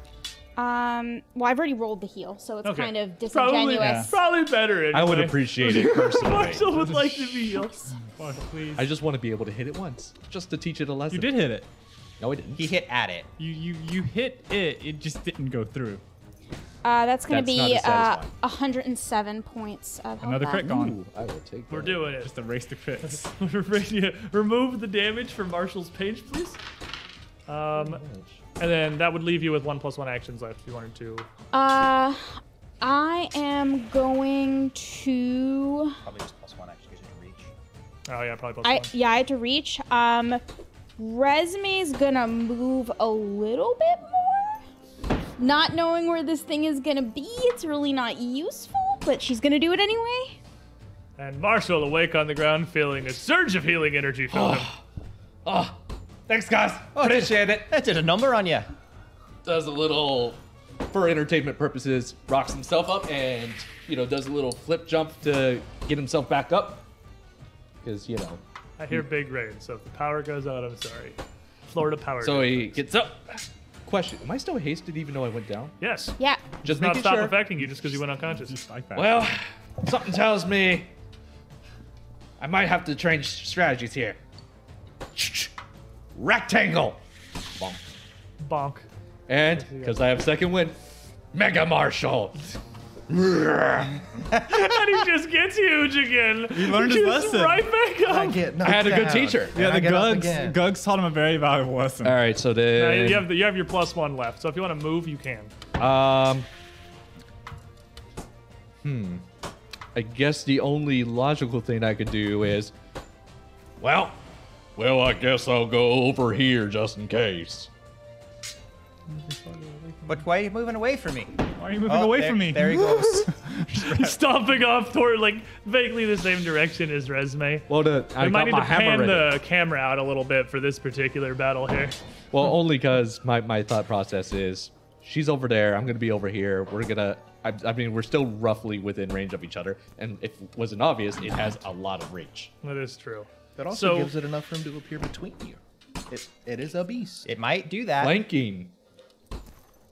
Um. Well, I've already rolled the heal, so it's
Okay.
kind of
Probably,
disingenuous.
probably better. Anyway.
I would appreciate it personally.
Marshall would like to be healed.
please.
I just want to be able to hit it once, just to teach it a lesson.
you did hit it.
No, I didn't.
He hit at it.
You you you hit it. It just didn't go through.
Uh, that's gonna
That's not
be
as
uh,
satisfying.
107 points of health
Another
back.
crit gone.
Ooh, I will take.
We're
that.
doing it.
Just erase the crits.
Yeah, Remove the damage from Marshall's page, please. Um, and then that would leave you with one plus one actions left if you wanted to.
Uh, I am going to.
Probably just plus one action because you can reach.
Oh yeah, probably plus
I
one.
yeah, I had to reach. Um, Resume's gonna move a little bit more. Not knowing where this thing is gonna be, it's really not useful, but she's gonna do it anyway.
And Marshall, awake on the ground, feeling a surge of healing energy from him.
Oh, thanks, guys. Appreciate it.
That did a number on you.
Does a little, for entertainment purposes, rocks himself up and, you know, does a little flip jump to get himself back up. Because, you know.
I hear big rain, so if the power goes out, I'm sorry. Florida power.
So
goes
he
out.
gets up.
Question: Am I still hasted even though I went down?
yes,
Yeah.
Just
not
making
stop
sure.
affecting you just because you went unconscious.
Just like that.
Well, something tells me I might have to change strategies here. Rectangle!
Bonk.
And because I have second wind,
Mega Marshall!
and he just gets huge again. He
learned his
gets
lesson.
Right back up.
I get knocked
I had a good
down,
teacher.
and
yeah,
I
the
get up
Gugs
again.
Gugs taught him a very valuable lesson.
All right, so
Uh,
then
you have the, you have your plus one left, so if you want to move, you can.
um, hmm. I guess the only logical thing I could do is, well, well, I guess I'll go over here just in case.
But why are you moving away from me?
Why are you moving away
Oh, there,
from me?
There he goes.
Stomping off toward like vaguely the same direction as Resume.
Well, the, I
we might
got
need
my
to pan
hammer
the
ready.
camera out a little bit for this particular battle here.
Well, only because my, my thought process is she's over there. I'm gonna be over here. We're gonna. I, I mean, we're still roughly within range of each other, and if it wasn't obvious, it has a lot of reach.
That is true.
That also
So-
gives it enough room to appear between you. It, it is obese.
it might do that.
Flanking.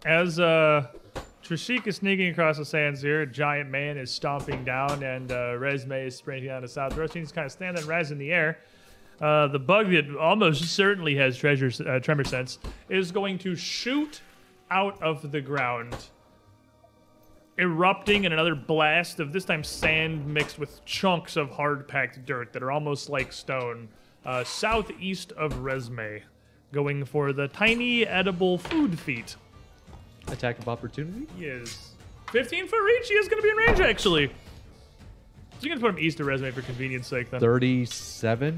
As uh, Trishik is sneaking across the sands here, a giant man is stomping down, and uh, Resume is sprinting down to southwest. He's kind of standing raz in the air. Uh, the bug that almost certainly has treasure, uh, tremor sense is going to shoot out of the ground, erupting in another blast of this time sand mixed with chunks of hard packed dirt that are almost like stone, uh, southeast of Resume, going for the tiny edible food feet.
Attack of opportunity.
He is 15 foot reach. He is going to be in range, actually. So you can put him east of resume for convenience sake, then.
Thirty-seven.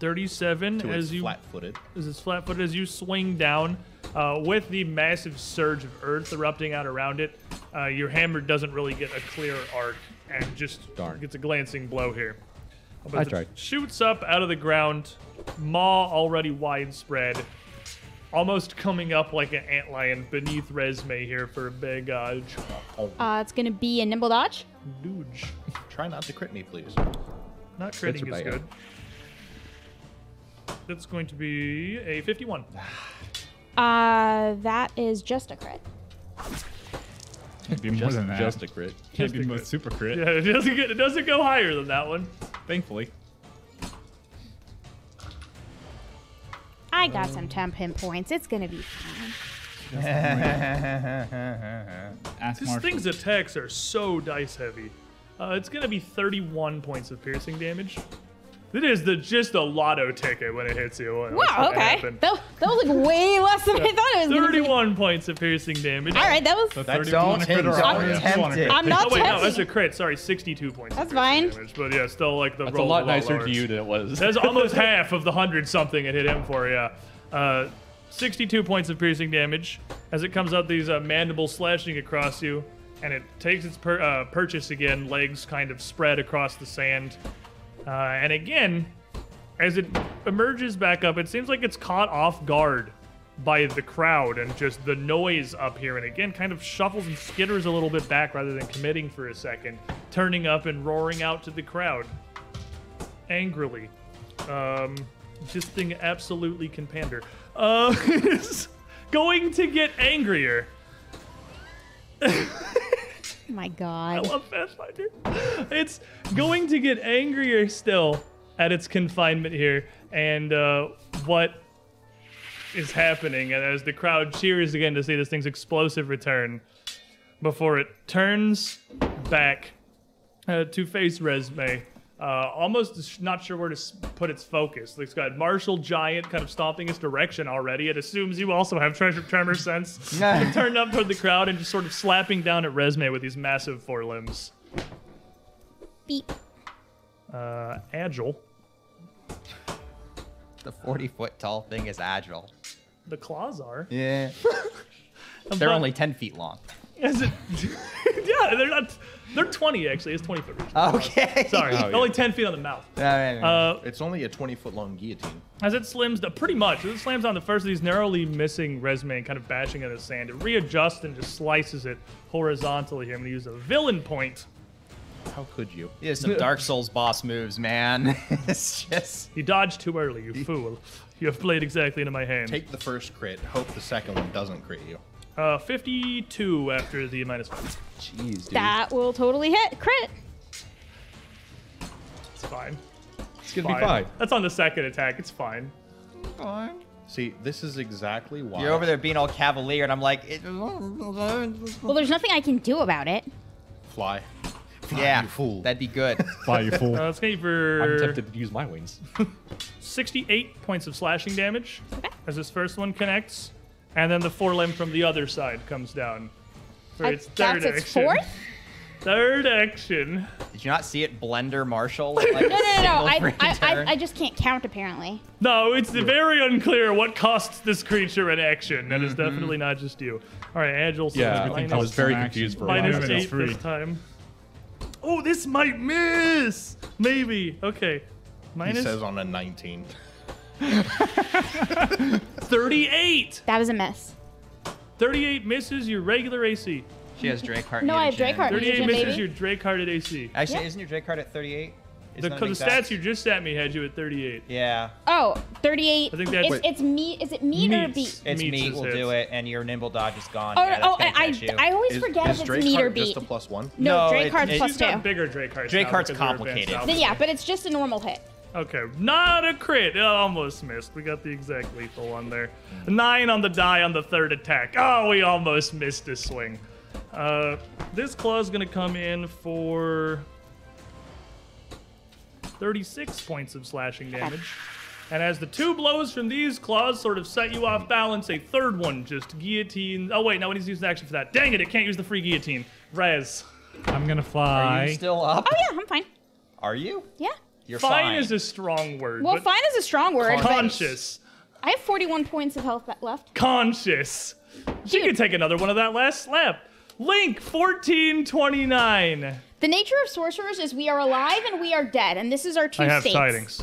37
To
as
its
you
flat footed.
as it's flat footed as you swing down uh, with the massive surge of earth erupting out around it. Uh, your hammer doesn't really get a clear arc and just
Darn.
gets a glancing blow here. But
I
it
tried.
Shoots up out of the ground, maw already widespread, almost coming up like an antlion beneath Resme here for a big uh,
Uh, it's gonna be a nimble dodge.
duge.
Try not to crit me, please.
Not critting is
bite, yeah.
good. That's going to be a 51.
Uh, that is just a crit.
Can't be more
Just,
than that.
just a crit.
Can't be more than super crit.
Yeah, it doesn't get, it doesn't go higher than that one.
Thankfully.
I got some temp hit points. It's gonna be fine.
Ask
This
Marshall.
thing's attacks are so dice heavy. Uh, it's gonna be 31 points of piercing damage. It is the just a lotto ticket when it hits you. What else
Wow.
could
Okay.
happen?
That, that was like way less than I thought it was. gonna be.
31 points of piercing damage.
All right. That was.
That's
don't tempt- don't tempt it.
I'm
Oh
not
wait, no,
tempting.
that's a crit. Sorry, 62 points. of
That's
piercing
fine.
Damage, but yeah, still like the
That's a
roll
lot
was
nicer
lower.
to you than it was.
That's almost half of the hundred something it hit him for. Yeah, uh, 62 points of piercing damage as it comes out these uh, mandibles slashing across you, and it takes its per- uh, purchase again. Legs kind of spread across the sand, uh, and again, as it emerges back up, it seems like it's caught off guard by the crowd and just the noise up here, and again kind of shuffles and skitters a little bit back rather than committing for a second, turning up and roaring out to the crowd angrily. Um, this thing absolutely can pander. Uh, it's going to get angrier.
my
I
God.
love Pathfinder. It's going to get angrier still at its confinement here and uh, what is happening. And as the crowd cheers again to see this thing's explosive return before it turns back uh, to face Resme. Uh, almost s- not sure where to s- put its focus. It's got Marshall Giant kind of stomping its direction already. It assumes you also have treasure tremor sense. It turned up toward the crowd and just sort of slapping down at Resme with these massive forelimbs.
Beep.
Uh, agile.
The 40 foot tall thing is agile.
The claws are.
Yeah.
But-
They're only 10 feet long.
Is it? yeah, they're not. They're 20 actually. It's 20 foot reach.
Okay.
Sorry,
Oh, yeah.
only 10 feet on the mouth.
All right.
Uh,
It's only a 20 foot long guillotine.
As it slims, down, pretty much, as it slams on the first of these narrowly missing resume and kind of bashing into the sand, it readjusts and just slices it horizontally here. I'm going to use a villain point.
How could you?
These are some Dark Souls boss moves, man. it's just.
You dodged too early, you fool. You have played exactly into my hand.
Take the first crit, hope the second one doesn't crit you.
Uh, 52 after the minus five.
Jeez, dude.
That will totally hit. Crit.
It's fine.
it's gonna be fine.
That's on the second attack. It's fine.
See, this is exactly why.
You're over there being all cavalier, and I'm like, it,
Well, there's nothing I can do about it.
Fly. Fly,
yeah,
you fool.
that'd be good.
Fly, you fool.
Uh, it's going to be
I'm
for
tempted to use my wings.
68 points of slashing damage as this first one connects, and then the forelimb from the other side comes down. For
I-
its third
that's its
action.
fourth?
Third action.
Did you not see it blender Marshall? Like,
No, no, no. no. I, I, I,
turn?
I just can't count apparently.
No, it's very unclear what costs this creature an action. That is definitely not just you. All right, Agile. so
Yeah,
minus-
I was very
Action.
confused for a
Minus
while.
minus
It's
eight
free.
this time. Oh, this might miss. Maybe. Okay.
He
Minus
says on a 19.
38.
That was a miss.
38 misses your regular AC.
She has Drake Hart.
No, I have Drake Hart.
38
Fusion,
misses
baby.
your Drake hearted AC.
Actually,
Yeah.
isn't your Drake Hart at
The,
38? Isn't
the
that an exact-
stats you just sent me had you at 38.
Yeah,
Oh, 38.
I think that's-
it's, it's meat. Is it meat or
Meets.
beat?
it's
Meets
meat
his
will
hits.
do it, and your nimble dodge is gone.
Oh,
yeah,
oh
that's gonna
I,
catch you.
I, I always
Is,
forget
is
if
Drake
it's meat or
Hart
beat.
just a plus one?
No,
No,
Drake
it-
Hard's
it-
plus
She's
two.
got bigger Drake Hearts.
Drake
now
Hart's
because they're advanced
complicated.
Then yeah, but it's just a normal hit.
Okay, not a crit. It almost missed. We got the exact lethal one there. Nine on the die on the third attack. Oh, we almost missed this swing. Uh, this claw's gonna come in for 36 points of slashing damage. And as the two blows from these claws sort of set you off balance, a third one just guillotine. Oh wait, no, it needs to use an action for that. Dang it! It can't use the free guillotine. Rez.
I'm gonna
Are you
fly.
still up?
Oh yeah, I'm fine.
Are you?
Yeah.
You're
Fine,
fine.
is a strong word.
Well,
but
fine is a strong word. but
Conscious.
I have 41 points of health that left.
Conscious. She
Dude.
could take another one of that last slap. Link 1429.
The nature of sorcerers is we are alive and we are dead, and this is our two
I have
states.
tidings.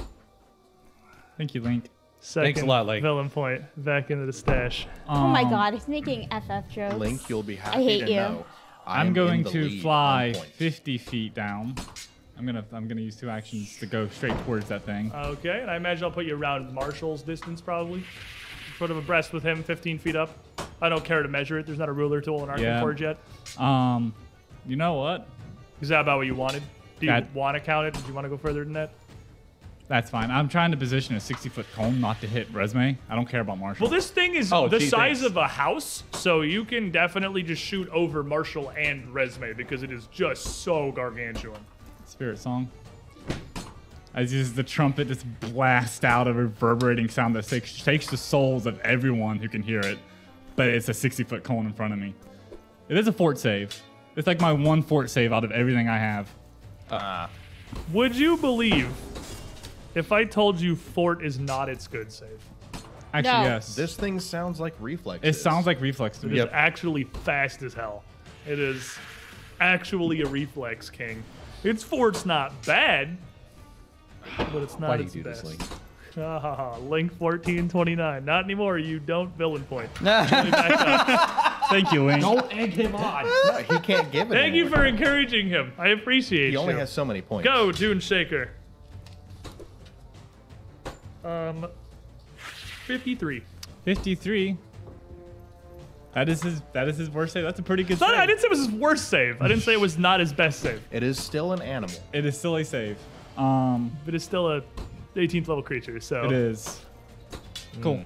Thank you, Link.
Second
a lot, Link.
Villain point back into the stash.
Oh
Um,
my god, he's making FF jokes.
Link, you'll be happy
hate
to
you.
know.
I'm
in
going
the lead
to
on
fly
points.
50 feet down. I'm gonna I'm gonna use two actions to go straight towards that thing.
Okay, and I imagine I'll put you around Marshall's distance probably. Sort of abreast with him, 15 feet up. I don't care to measure it. There's not a ruler tool in Arkham
Yeah.
Forge yet.
Um, you know what?
Is that about what you wanted? Do you
That-
want to count it? Did you want to go further than that?
That's fine. I'm trying to position a 60 foot cone not to hit Resume. I don't care about Marshall.
Well, this thing is
Oh,
the
gee,
size
thanks.
of a house, so you can definitely just shoot over Marshall and Resume because it is just so gargantuan.
Spirit song. As is the trumpet just blasts out a reverberating sound that takes, takes the souls of everyone who can hear it. But it's a 60 foot cone in front of me. It is a fort save. It's like my one fort save out of everything I have.
Would you believe if I told you Fort is not its good save?
Actually,
No.
yes.
This thing sounds like reflex.
it sounds like reflex to
It
me.
is
Yep.
actually fast as hell. It is actually a reflex king. Its fort's not bad, but it's not
Why do you
its
do this,
best.
Link?
Ah, Link 1429. Not anymore. You don't villain point. Really back up.
Thank you, Link.
Don't egg him on.
No, he can't give it.
Thank you
anymore.
for encouraging him. I appreciate
He
you.
only has so many points.
Go, Dune Shaker. Um, 53.
53. That is his. That is his worst save. That's a pretty good
No, no, I
save.
didn't say it was his worst save. I didn't say it was not his best save.
It is still an animal.
It is still a save. Um,
But it's still a 18th level creature, so.
Oh.
it is. Cool.
Hmm.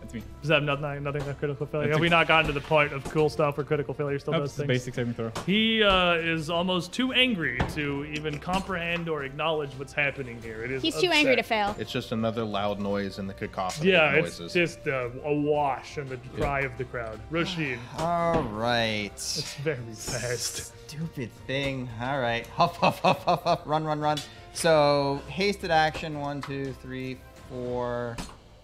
That's me.
Does that have nothing, nothing about critical failure?
That's
Have
a-
we not gotten to the point of cool stuff where critical failure still
Nope,
does
it's a
things?
basic saving throw.
He uh, is almost too angry to even comprehend or acknowledge what's happening here. It is
He's too angry to
upset.
fail.
It's just another loud noise in the cacophony
Yeah,
of
it's
noises.
just uh, a wash in the cry of the crowd. Roshin,
All right.
very fast.
Stupid thing. All right. Huff, huff, huff, huff, huff. Run, run, run. So, hasted action. One, two, three, four.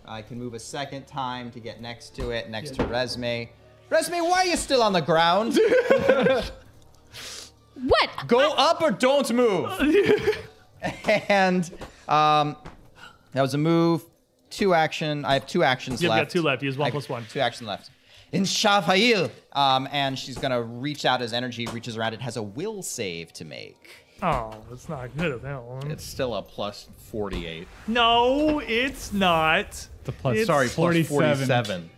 I can move a second time to get next to it, next to Resme. Resme, why are you still on the ground?
What?
Go up or don't move. and um, that was a move. Two action. I have two actions
You've got
left.
two left. You use one
I-
plus one.
Two action left. In Shafail. Um, and she's gonna reach out as energy reaches around. It has a will save to make.
Oh, it's not good at that one.
It's still a plus 48.
no, it's not.
The plus.
It's-
Sorry, plus 47.
47.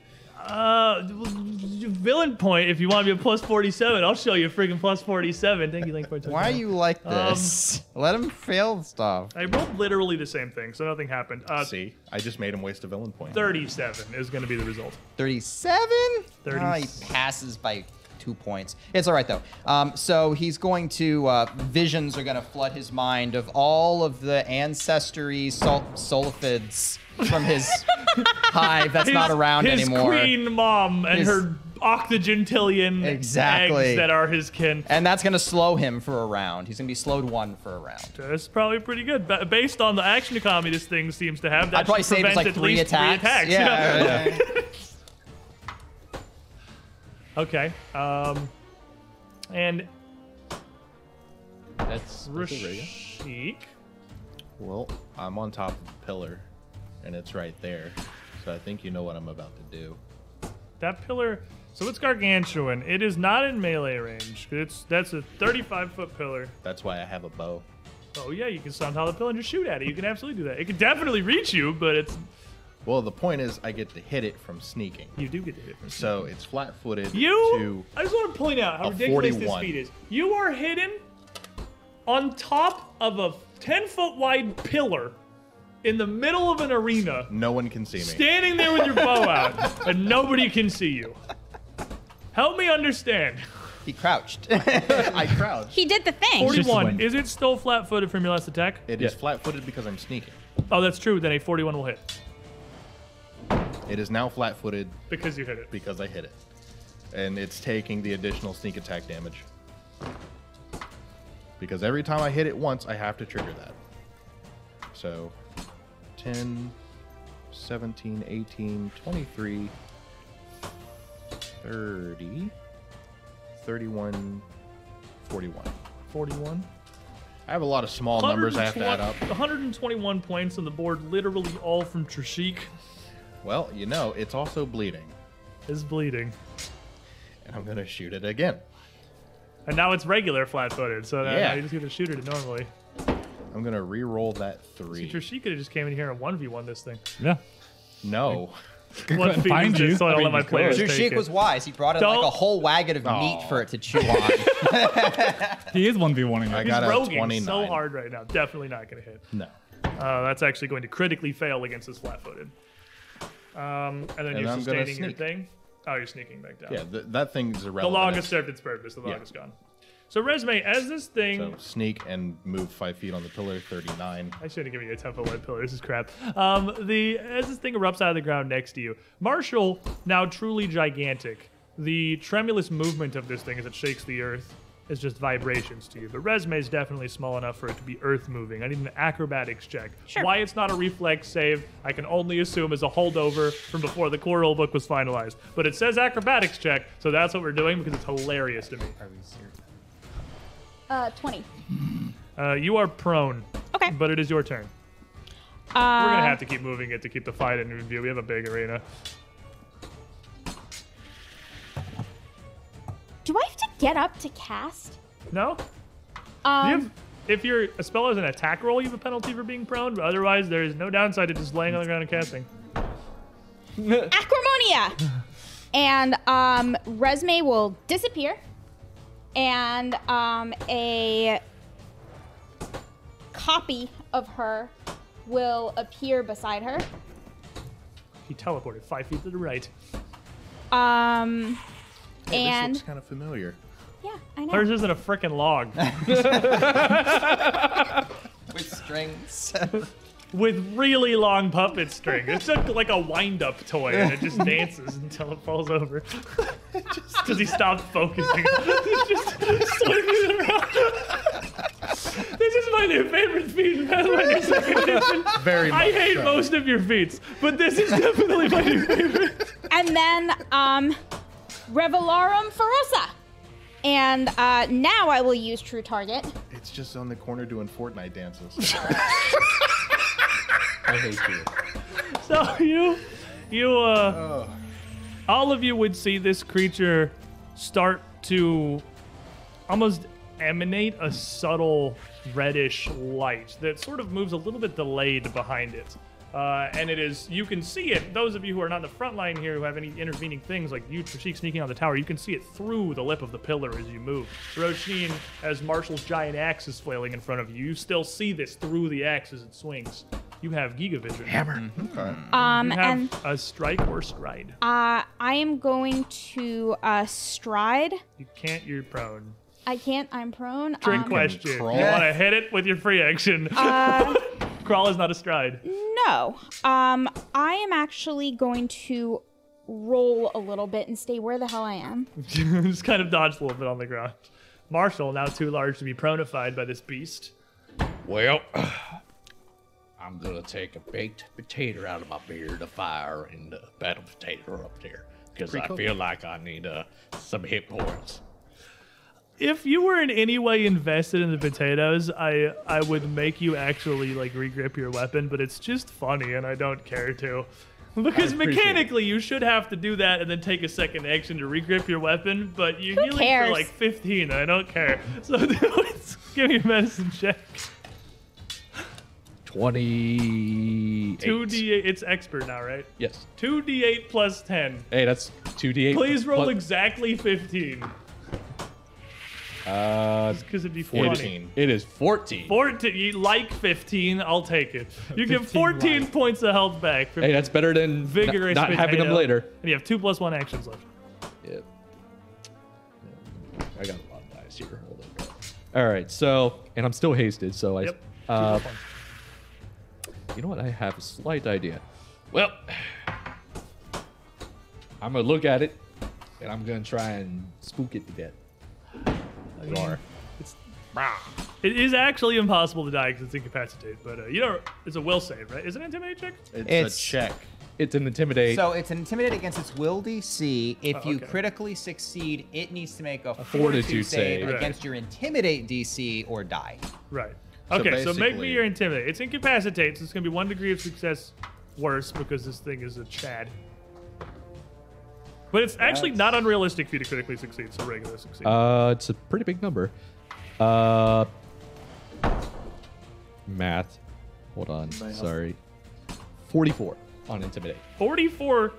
Uh, villain point. If you want to be a plus forty-seven, I'll show you a freaking plus forty-seven. Thank you, Link. for
Why are you like
Um,
this? Let him fail stuff.
I rolled literally the same thing, so nothing happened. Uh,
See, I just made him waste a villain point.
37 is going to be the result.
37?
Thirty-
Ah, he passes by two points. It's all right, though. Um, so he's going to, uh, visions are going to flood his mind of all of the ancestry sol- solifids from his hive that's not
His-
around
his
anymore.
queen mom and
His-
her octogentillion
Exactly.
eggs that are his kin.
And that's going to slow him for a round. He's going to be slowed one for a round.
That's probably pretty good. Ba- Based on the action economy this thing seems to have, that
I'd probably
should
say it's
prevent
like
at
three
least
attacks.
three attacks.
yeah.
you know?
yeah, yeah.
Okay. Um, and
That's
Rashik.
Well, I'm on top of the pillar, and it's right there. So I think you know what I'm about to do.
That pillar. So it's gargantuan. It is not in melee range. It's That's a 35 foot pillar.
That's why I have a bow.
Oh, yeah, you can somehow the pillar and just shoot at it. You can absolutely do that. It can definitely reach you, but it's
Well, the point is, I get to hit it from sneaking.
you do get to hit it.
So it's flat footed.
You.
To,
I just want to point out how
a
ridiculous
41.
this feat is. You are hidden on top of a 10 foot wide pillar in the middle of an arena,
no one can see me.
standing there with your bow out, and nobody can see you. Help me understand.
He crouched.
I crouch.
He did the thing.
just a
41.
win.
Is it still flat footed from your last attack?
It is flat footed because I'm sneaking.
Oh, that's true. Then a 41 will hit
It is now flat footed
because you hit it.
because I hit it. And it's taking the additional sneak attack damage. Because every time I hit it once, I have to trigger that. So 10, 17, 18, 23, 30, 31, 41. 41? I have a lot of small numbers I have to add up.
121 points on the board, literally all from Trishik
Well, you know, it's also bleeding.
is bleeding.
And I'm going to shoot it again.
And now it's regular flat footed, so uh, now
Yeah.
you just get to shoot it normally.
I'm going to re-roll that
See,
three.
Trishik could have just came in here and 1v1 this thing.
Yeah.
No.
One v
find you.
so I
I
don't
mean,
let my
you could.
players take
Jushik
it.
was wise. He brought in like a
Don't-
whole wagon of meat for it to chew on.
He is 1v1ing
I
it.
got
He's
a
roguing
29.
so hard right now. Definitely not going to hit.
No.
Uh, that's actually going to critically fail against his flat footed. Um, and then
And
you're
I'm gonna
sustaining your
sneak.
thing. Oh, you're sneaking back down.
Yeah, th- that thing's irrelevant.
the log has
It's-
served its purpose. The log is gone. So, resume, as this thing.
So sneak and move five feet on the pillar, 39.
I should have given you a 10 foot wide pillar. This is crap. Um, the as this thing erupts out of the ground next to you, Marshall, now truly gigantic. The tremulous movement of this thing as it shakes the earth is just vibrations to you. But resume is definitely small enough for it to be earth moving. I need an acrobatics check.
Sure.
Why it's not a reflex save, I can only assume is a holdover from before the core rule book was finalized. But it says acrobatics check, so that's what we're doing because it's hilarious to me.
Uh, 20.
Uh, you are prone,
Okay.
but it is your turn. We're gonna have to keep moving it to keep the fight in view. We have a big arena.
Do I have to get up to cast?
No,
Um,
you have, if your a spell is an attack roll, you have a penalty for being prone. But otherwise, there is no downside to just laying on the ground and casting.
Acrimonia! and um, Resme will disappear. And um, a copy of her will appear beside her.
He teleported five feet to the right.
Um, and
This looks kind of familiar.
yeah, I know.
Hers isn't a frickin' log
With strings.
with really long puppet string. It's just like a wind-up toy, and it just dances until it falls over. Because he stopped focusing. It's just swinging it around. This is my new favorite feat. by the way, it's like a different-
Very much
I hate
so.
most of your feats, but this is definitely my new favorite.
and then um, Revelorum Ferosa. And uh, now I will use True Target.
It's just on the corner doing Fortnite dances.
I hate you.
So you, you, uh, all of you would see this creature start to almost emanate a subtle reddish light that sort of moves a little bit delayed behind it. Uh, and it is, you can see it. Those of you who are not in the front line here who have any intervening things, like you, Trishik, sneaking on the tower, you can see it through the lip of the pillar as you move. Roshin, as Marshall's giant axe is flailing in front of you, you still see this through the axe as it swings. You have Gigavision.
Um,
You have
and
a strike or stride.
uh, I am going to uh, Stride.
You can't. You're prone.
I can't. I'm prone.
Trick
Um,
question.
crawl.
You want to hit it with your free action?
Uh,
crawl is not a stride.
No. Um, I am actually going to roll a little bit and stay where the hell I am.
Just kind of dodge a little bit on the ground. Marshall, now too large to be pronified by this beast.
Well, I'm gonna take a baked potato out of my beard to fire and uh, battle potato up there because I feel like I need uh, some hit points.
If you were in any way invested in the potatoes, I I would make you actually like regrip your weapon, but it's just funny and I don't care to. Because mechanically you should have to do that and then take a second action to regrip your weapon, but you're healing
cares?
for like 15 and I don't care. So give me a medicine check.
Twenty.
2d8 it's expert now, right?
Yes.
2d8 plus 10.
Hey, that's two d8.
Please roll
Plus-
exactly 15
Uh,
because it'd be
it-
14.
It is fourteen.
14, you like 15, I'll take it. You get 14 points of health back from
Hey, that's better than n-
vigorous
not having them
potato.
later.
And you have two plus one actions left.
Yeah. I got a lot of dice here. Hold on. All right, so and I'm still hasted, so I.
Yep. Two
Uh,
plus one.
you know what? I have a slight idea. Well, I'm gonna look at it, and I'm gonna try and spook it to death. Roar.
It is actually impossible to die because it's incapacitated, but uh, you don't. It's a will save, right? Is it intimidate check?
It's,
It's-
a check.
It's an intimidate.
So it's an intimidate against its will DC. If you
okay.
critically succeed, it needs to make Oh, a,
fortitude
fortitude, save,
save.
Right.
against your intimidate DC or die.
Right.
So
Okay, so, make me
basically-
your intimidate. It's incapacitate, so it's gonna be one degree of success worse because this thing is a Chad. But it's actually not unrealistic for you to critically succeed, so regular succeed.
uh, it's a pretty big number. Uh, math. Hold on. Sorry. 44 on intimidate.
44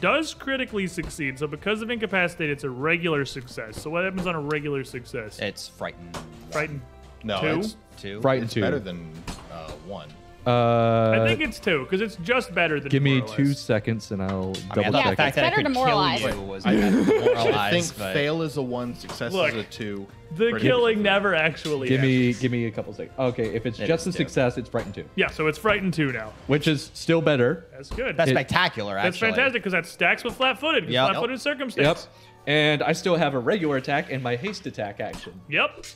does critically succeed, so because of incapacitate, it's a regular success. So what happens on a regular success?
Eh.
It's frightened.
Frightened.
No,
Two?
it's,
Two.
Frightened
it's
two.
better than uh, one.
uh,
I think it's two, because it's just better than
give me
more or
two
less.
seconds and I'll
I mean, I thought
Yeah,
double
the
check.
fact
it's
that I
better
could
to
kill
moralize.
you was demoralized,
I think
but
fail is a one, success
Look,
is a two.
The
critical is a
killing
three.
never actually
Give me,
happens.
give me a couple seconds. Okay, if it's
It
just a
is two.
success, it's frightened two,
Yeah, so it's frightened two now.
which is still better.
That's good.
that's
It-
spectacular.
That's
Actually,
fantastic because that stacks with flat footed.
Yep.
Flat footed
Yep.
circumstance.
And I still have a regular attack and my haste attack action,
Yep. Yep.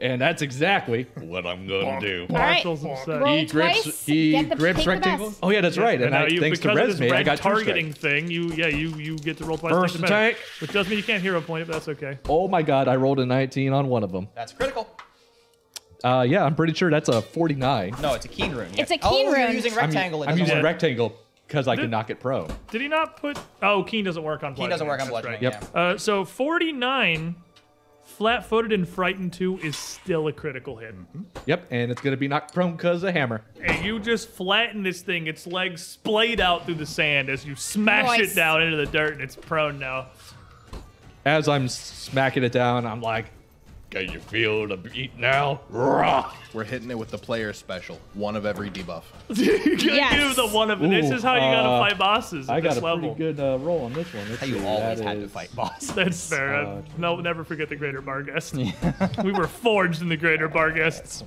and that's exactly what I'm gonna do.
All right.
Marshals himself.
Roll
He grips-
twice.
he
get the,
grips
pick
rectangle?
The best.
Oh yeah, that's right. And,
now
I,
you,
thanks to
because of this
Resme, I
red
got two
targeting
strikes.
thing. You yeah you you get to roll twice.
First
takes the better.
attack.
which does mean you can't hero point, but that's okay.
Oh my god, I rolled a 19 on one of them.
That's critical.
Uh, yeah, I'm pretty sure that's a 49.
No, it's a keen rune.
It's a
oh,
keen
You're
rune.
using
I'm,
rectangle. it
I'm
doesn't
using
work.
rectangle because I can knock it prone.
Did he not put? Oh, keen doesn't work on.
He doesn't work on
bludgeoning,
bludgeoning.
that's
Yep.
Yeah.
right. Uh, so forty nine, flat footed and frightened two is still a critical hit.
Mm-hmm. Yep, and it's gonna be knocked prone because of hammer.
And you just flatten this thing. Its legs splayed out through the sand as you smash
Nice.
it down into the dirt, and it's prone now.
As I'm smacking it down, I'm like, "Can you feel the beat now?" Rah!
We're hitting it with the player special. One of every debuff.
you gotta
Yes.
do the one of this
Ooh,
is how you gotta
uh,
fight bosses at
I got
this
a
level.
pretty good uh, roll on this one. Let's
How you
see,
always
that
had to
is-
fight boss.
That's fair.
Uh,
I've- no, never forget the Greater Barghest. we were forged in the Greater Barghest.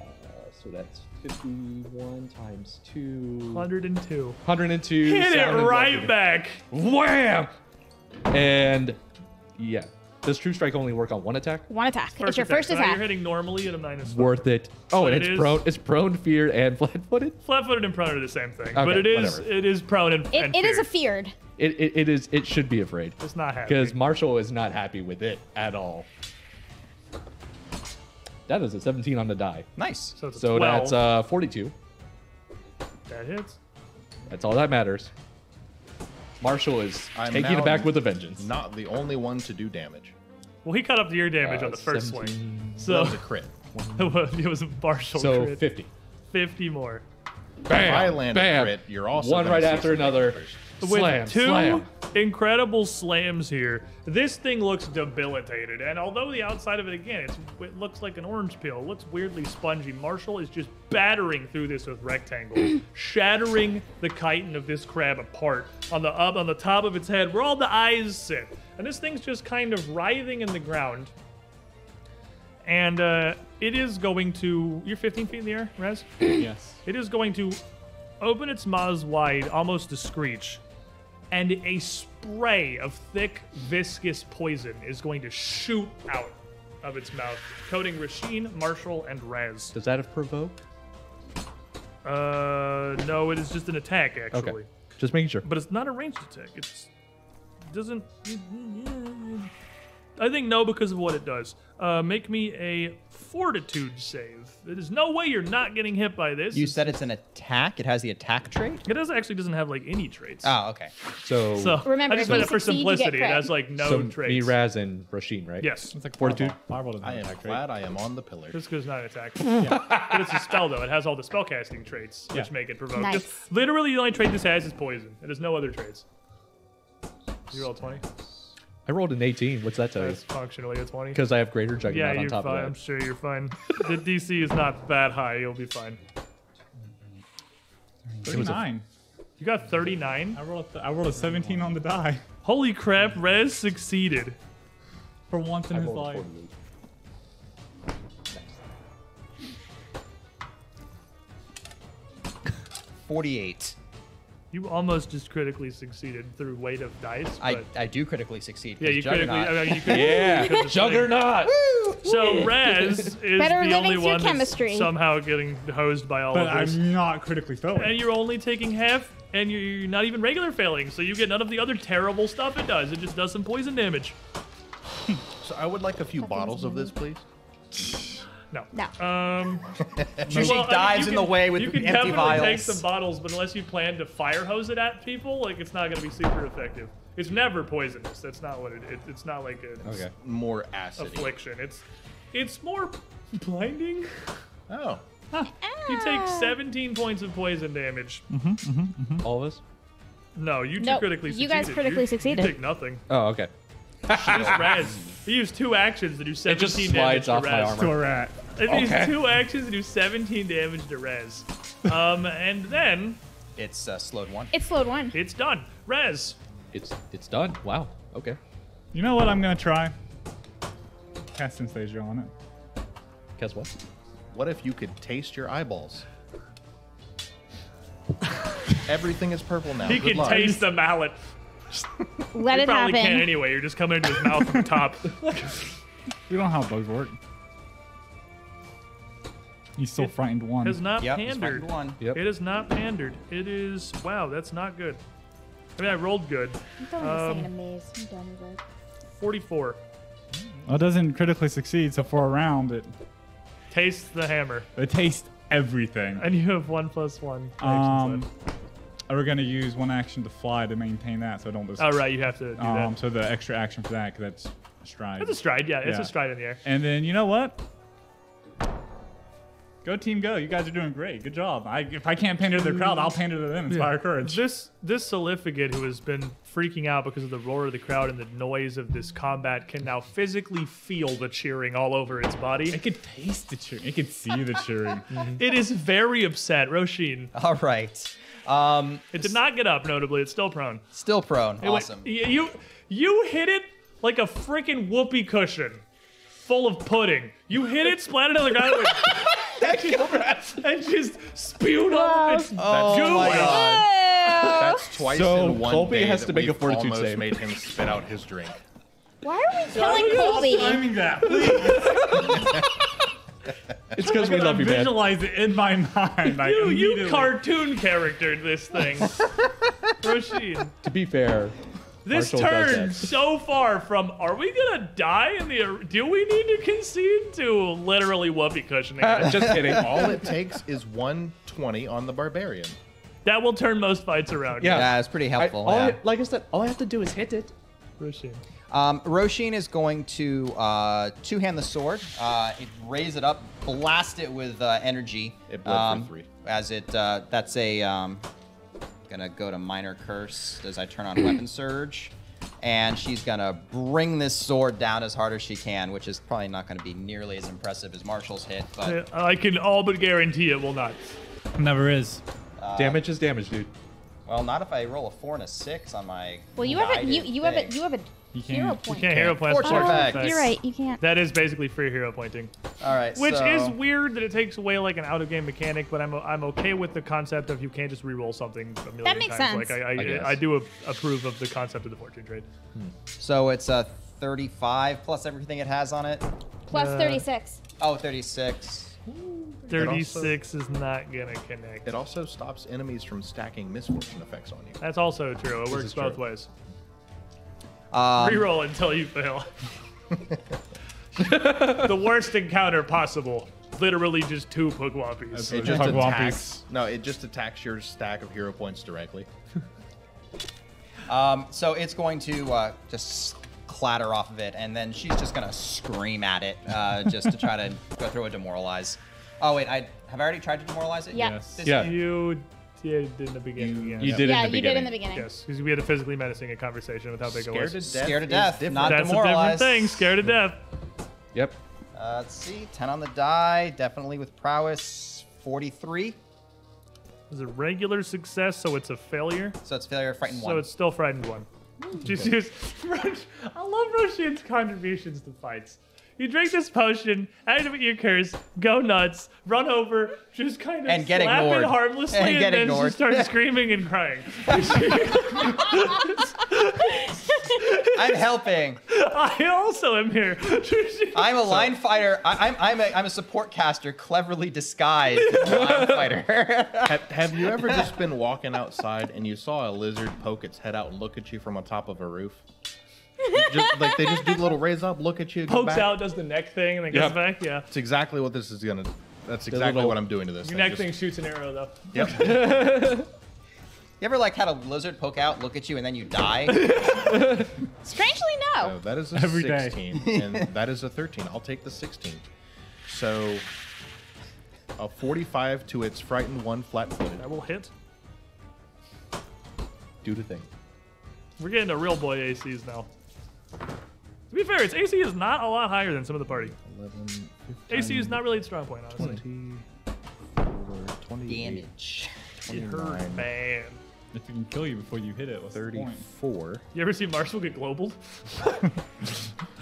Uh, so that's 51 times two.
102.
102.
Hit it
sound and
right
bludgeoning.
back.
Wham! And yeah, does True Strike only work on one attack?
One attack. it's your first
So now
attack.
You're hitting normally at a minus one.
Worth it. Oh, and
It
it's
is-
prone. It's prone, feared, and flat-footed.
Flat-footed and prone are the same thing, but
Okay,
it is
whatever.
it is prone and,
It,
and
it is a
feared.
feared.
It, it, it is. It should be afraid
It's not happening.
because Marshall is not happy with it at all. That is a 17 on the die.
Nice.
So, it's a
So
12.
that's uh 42.
that hits.
That's all that matters. Marshall is
I'm
taking it
now
back with a vengeance.
Not the only one to do damage.
Well, he cut up to your damage
Uh,
on the first
17.
swing,
That
so
was a crit.
it was a partial
So
crit.
50.
50 more.
Bam,
I land a
bam.
crit, you're also
one
gonna
right
see
after
some
another.
with
Slam,
two
slam.
incredible slams here. This thing looks debilitated, and although the outside of it again, it's, it looks like an orange peel, it looks weirdly spongy. Marshall is just battering through this with rectangle, shattering the chitin of this crab apart on the up on the top of its head, where all the eyes sit, and this thing's just kind of writhing in the ground. And uh, it is going to. You're 15 feet in the air, Rez.
Yes.
It is going to open its maws wide, almost to screech, and a spray of thick, viscous poison is going to shoot out of its mouth, coating Rasheen, Marshall, and Rez.
Does that have provoke?
Uh, no, it is just an attack,
Okay.
actually.
Just making sure.
But it's not a ranged attack. It's doesn't. I think no because of what it does. Uh, make me a fortitude save. There's no way you're not getting hit by this.
You said it's an attack. It has the attack trait.
It does actually doesn't have like any traits.
Oh, okay.
So,
So
Remember,
I just
if
made
you
it for
succeed, you get
simplicity. It
crit.
has like no
so me,
traits.
Raz, and Rasheen, right?
yes.
It's like
Fortitude.
I rolled an
I am
attack, right?
glad I am on the pillar.
This goes not an attack. But it's a spell though. It has all the spellcasting traits, which
Yeah.
make it provoke.
Nice.
Just- literally the only trait this has is poison. It has no other traits. You roll twenty?
I rolled an 18. What's that tell you?
That's functionally a twenty.
Because I have greater
Yeah,
juggernaut
you're
on top
fine.
of
I'm
that.
sure you're fine. the DC is not that high. You'll be fine.
39.
You got 39.
I rolled, a th- I rolled a 17 on the die.
Holy crap! Rez succeeded.
For once in his
rolled
life.
48.
Forty-eight.
You almost just critically succeeded through weight of dice. But
I, I do critically succeed.
yeah, you critically. I mean, you critically
Yeah, juggernaut.
Woo!
So Rez is
Better
the
living
only
through
one that's
chemistry.
somehow getting hosed by all
But
of us.
I'm not critically failing.
And you're only taking half, and you're- you're not even regular failing, so you get none of the other terrible stuff it does. It just does some poison damage.
So I would like a few bottles of this, please.
No.
No.
Um,
She
well, I mean, you
dives in
can-
the way with
you can
the empty
definitely
vials.
take some bottles, but unless you plan to fire hose it at people, like it's not going to be super effective. It's never poisonous. That's not what it. it it's not like an
Okay. More acid.
affliction. It's it's more blinding.
Oh.
You take
Ah.
17 points of poison damage.
All of us?
No, you two
Nope,
critically
you
succeeded.
guys critically
you,
succeeded.
You take nothing.
Oh, okay.
Just res. He used two actions to do 17
just
damage
slides
to
off my
res.
armor.
to a rat.
It
Okay.
used two actions to do 17 damage to res. Um, and then
It's uh, slowed one.
It's load one.
it's done. Res.
It's it's done. Wow. Okay.
You know what? I'm gonna try. Cast synesthesia on it.
Guess what?
What if you could taste your eyeballs? Everything is purple now.
He
Good
can
luck.
taste the mallet.
Let
He probably
it happen.
can anyway. You're just coming into his mouth from the top.
We don't know how bugs work. He's still frightened one.
Has not
Yep, it's
pandered.
fucking one.
Yep.
It is not pandered. It is wow. That's not good. I mean, I rolled good.
I'm throwing this thing in a maze. I'm done with it.
44.
Well, it doesn't critically succeed, so for a round, it,
Taste the hammer.
it tastes everything.
And you have one plus one.
Um, and we're gonna use one action to fly to maintain that, so I don't lose.
All Oh, right, you have to do
Um,
that.
so the extra action for that, 'cause that's a stride.
It's a stride, yeah. It's
yeah.
a stride in the air.
And then you know what? Go team, go! You guys are doing great. Good job. I, if I can't pander to the crowd, I'll pander to them. Inspire courage.
This this Solificate, who has been freaking out because of the roar of the crowd and the noise of this combat, can now physically feel the cheering all over its body.
It could taste the cheering. It could see the cheering.
It is very upset, Roshin.
All right. Um,
It did not get up, notably. It's still prone.
still prone.
It went-
awesome.
y- you you hit it like a freaking whoopee cushion full of pudding. You hit it, splatted on the ground, it went- and just spewed all of its
oh
goo
my
out.
god.
That's twice
So,
in one
Colby
day
has
that
to make a
we've
fortitude
almost
save.
made him spit out his drink.
Why are we killing Colby?
Timing that.
It's because we love you, man.
Visualize it in my mind. Like,
You you
immediately.
cartoon charactered this thing. Rashid.
To be fair,
This
Marshall does
turned
that.
so far from are we gonna die in the do we need to concede to literally whoopee cushioning. it.
Uh, just kidding.
All it takes is 120 on the barbarian.
that will turn most fights around.
Yeah.
Yeah, it's pretty
I,
helpful.
all
yeah.
I- like I said, all I have to do is hit it.
Rashid.
Um, Roshin is going to uh, two hand the sword, uh, it, raise it up, blast it with uh, energy.
It bled for
um,
three.
As it, uh, that's a, um, gonna go to minor curse as I turn on weapon surge. And she's gonna bring this sword down as hard as she can, which is probably not gonna be nearly as impressive as Marshall's hit, but
I can all but guarantee it will not.
Never is.
Uh,
damage is damage, dude.
well, not if I roll a four and a six on my.
Well, you haven't. You
guided
you haven't.
thing.
You haven't.
You
Hero
can't.
point.
Can't hero plan.
Fortune
fortune
effect.
effect.
You're right. You can't.
That is basically free hero pointing,
All right,
which
so-
is weird that it takes away like an out of game mechanic. But I'm I'm okay with the concept of you can't just reroll something a million
That makes
times. Like
sense.
I I,
guess.
I, do a- approve of the concept of the fortune trade.
So it's a 35 plus everything it has on it.
Plus
Uh,
36.
Oh, 36.
Thirty six is not gonna connect.
It also stops enemies from stacking misfortune effects on you.
That's also true. It works both ways.
Um,
Reroll until you fail. the worst encounter possible. Literally just two Pugwampies.
It
Those
just
are Hogwampies.
attacks. No, it just attacks your stack of hero points directly.
Um, so it's going to uh, just clatter off of it, and then she's just gonna scream at it, uh, just to try to go through a demoralize. Oh wait, I have I already tried to demoralize it.
Yeah.
Yes.
This-
Yeah.
You did in the beginning. yeah.
You did
yeah,
it in the
you
beginning.
did in the beginning.
Yes, because we had a physically menacing a conversation with how big it was.
Scared to death.
Scared to
is
death,
different.
not-
That's a different
demoralized.
thing. Scared to death.
Yep.
Uh, let's see, ten on the die, definitely with prowess, forty-three.
It's a regular success, so it's a failure.
So it's failure, frightened one. Hmm.
So it's still frightened one. Just use. Rosh- I love Roshin's contributions to fights. You drink this potion, activate your curse, go nuts, run over, just kind of
And get
slap
ignored.
it harmlessly,
And
and,
get
then
ignored.
she starts screaming and crying.
I'm helping.
I also am here.
I'm a line fighter. I, I'm I'm a, I'm a support caster, cleverly disguised as a line fighter.
Have, have you ever just been walking outside and you saw a lizard poke its head out and look at you from on top of a roof? Just, like they just do the little raise up, look at you, go
Pokes
back.
out, does the neck thing, and then goes
Yeah.
back. Yeah.
It's exactly what this is gonna. That's exactly
little-
what I'm doing to this. thing.
Your neck
Just-
thing shoots an arrow though.
You ever like had a lizard poke out, look at you, and then you die?
Strangely,
So
no.
that is a
Every day.
16, and that is a 13. I'll take the 16. So a 45 to its frightened one flat-footed.
That will hit.
Do the thing.
We're getting to real boy ACs now. To be fair, its AC is not a lot higher than some of the party.
11,
AC is not really its strong point, honestly.
20,
Damage.
It hurt bad.
If it can kill you before you hit it, what's the point?
34.
You ever see Marshall get globaled?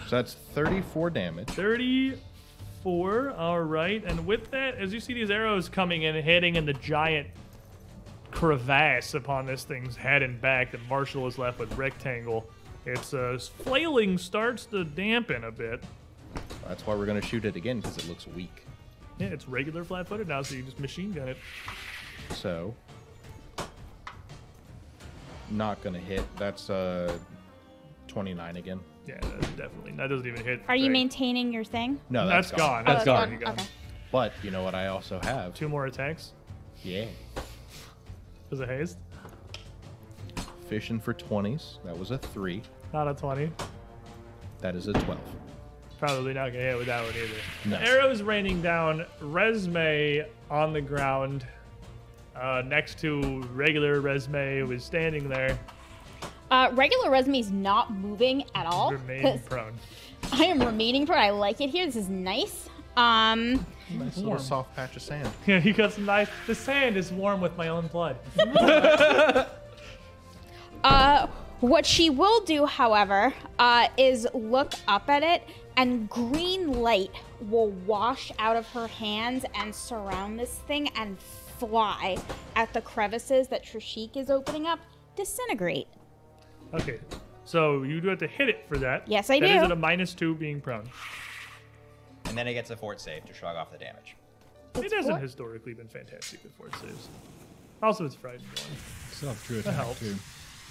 So that's 34 damage.
34. All right. And with that, as you see these arrows coming in, hitting in the giant crevasse upon this thing's head and back, that Marshall is left with rectangle. Its uh, flailing starts to dampen a bit.
That's why we're gonna shoot it again because it looks weak.
Yeah, it's regular flat footed now, so you just machine gun it.
So not gonna hit. That's uh 29 again.
Yeah, that's definitely. That doesn't even hit.
Are you
very-
maintaining your thing?
No,
That's
that's
gone.
Oh,
That's
it's
gone.
gone.
You got
Okay.
But you know what? I also have.
Two more attacks
Yeah.
because of haste.
Fishing for 20s. That was a three.
Not a 20.
That is a 12.
Probably not gonna hit with that one either.
No.
Arrows raining down. Resume on the ground, uh, next to regular resume who is standing there,
Uh, regular resume's not moving at all.
remain
'cause
prone.
I am remaining for it. I like it here. This is nice. Um,
Nice little soft patch of sand.
Yeah, he got some nice. The sand is warm with my own blood.
uh, what she will do, however, uh, is look up at it, and green light will wash out of her hands and surround this thing and fly at the crevices that Trishik is opening up, disintegrate.
Okay, so you do have to hit it for that.
Yes, I
That is
do.
at a minus two being prone.
And then it gets a fort save to shrug off the damage.
it hasn't
four.
historically been fantastic with fort saves. Also, it's Friday one.
Still have true attack
helps.
too.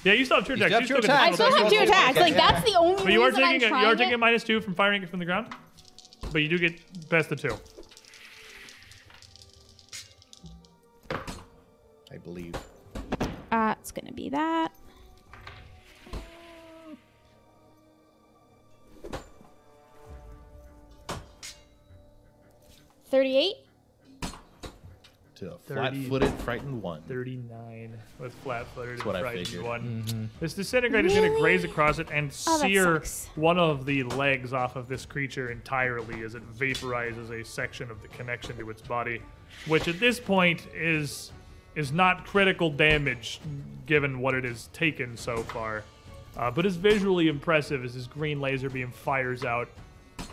Yeah, you still have true attacks.
still
You
have true
get
attacks.
I
full
still
attack.
have two
Okay.
attacks. Like
Yeah.
that's the only
But you are
reason I'm
taking a, you are
trying
taking
it.
minus two from firing it from the ground, but you do get best of two.
I believe.
Uh, it's gonna be that. Thirty-eight.
To a flat footed frightened one.
39 with flat footed and
what I
frightened
figured. Mm-hmm.
one. This disintegrate is going to graze across it and
Oh, that
sear
sucks.
one of the legs off of this creature entirely as it vaporizes a section of the connection to its body, which at this point is is not critical damage given what it has taken so far, uh, but is visually impressive as this green laser beam fires out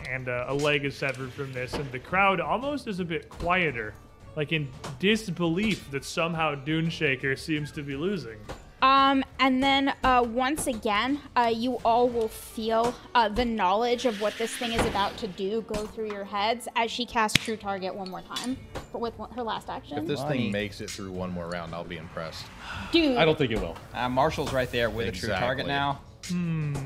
and uh, a leg is severed from this, and the crowd almost is a bit quieter, like in disbelief that somehow Dune Shaker seems to be losing.
Um, and then uh, once again, uh, you all will feel uh, the knowledge of what this thing is about to do go through your heads as she casts True Target one more time for, with one, her last
If
action.
this
Money.
thing makes it through one more round, I'll be impressed.
Dude,
I don't think it will.
Uh, Marshall's right there with a true
Exactly.
target now.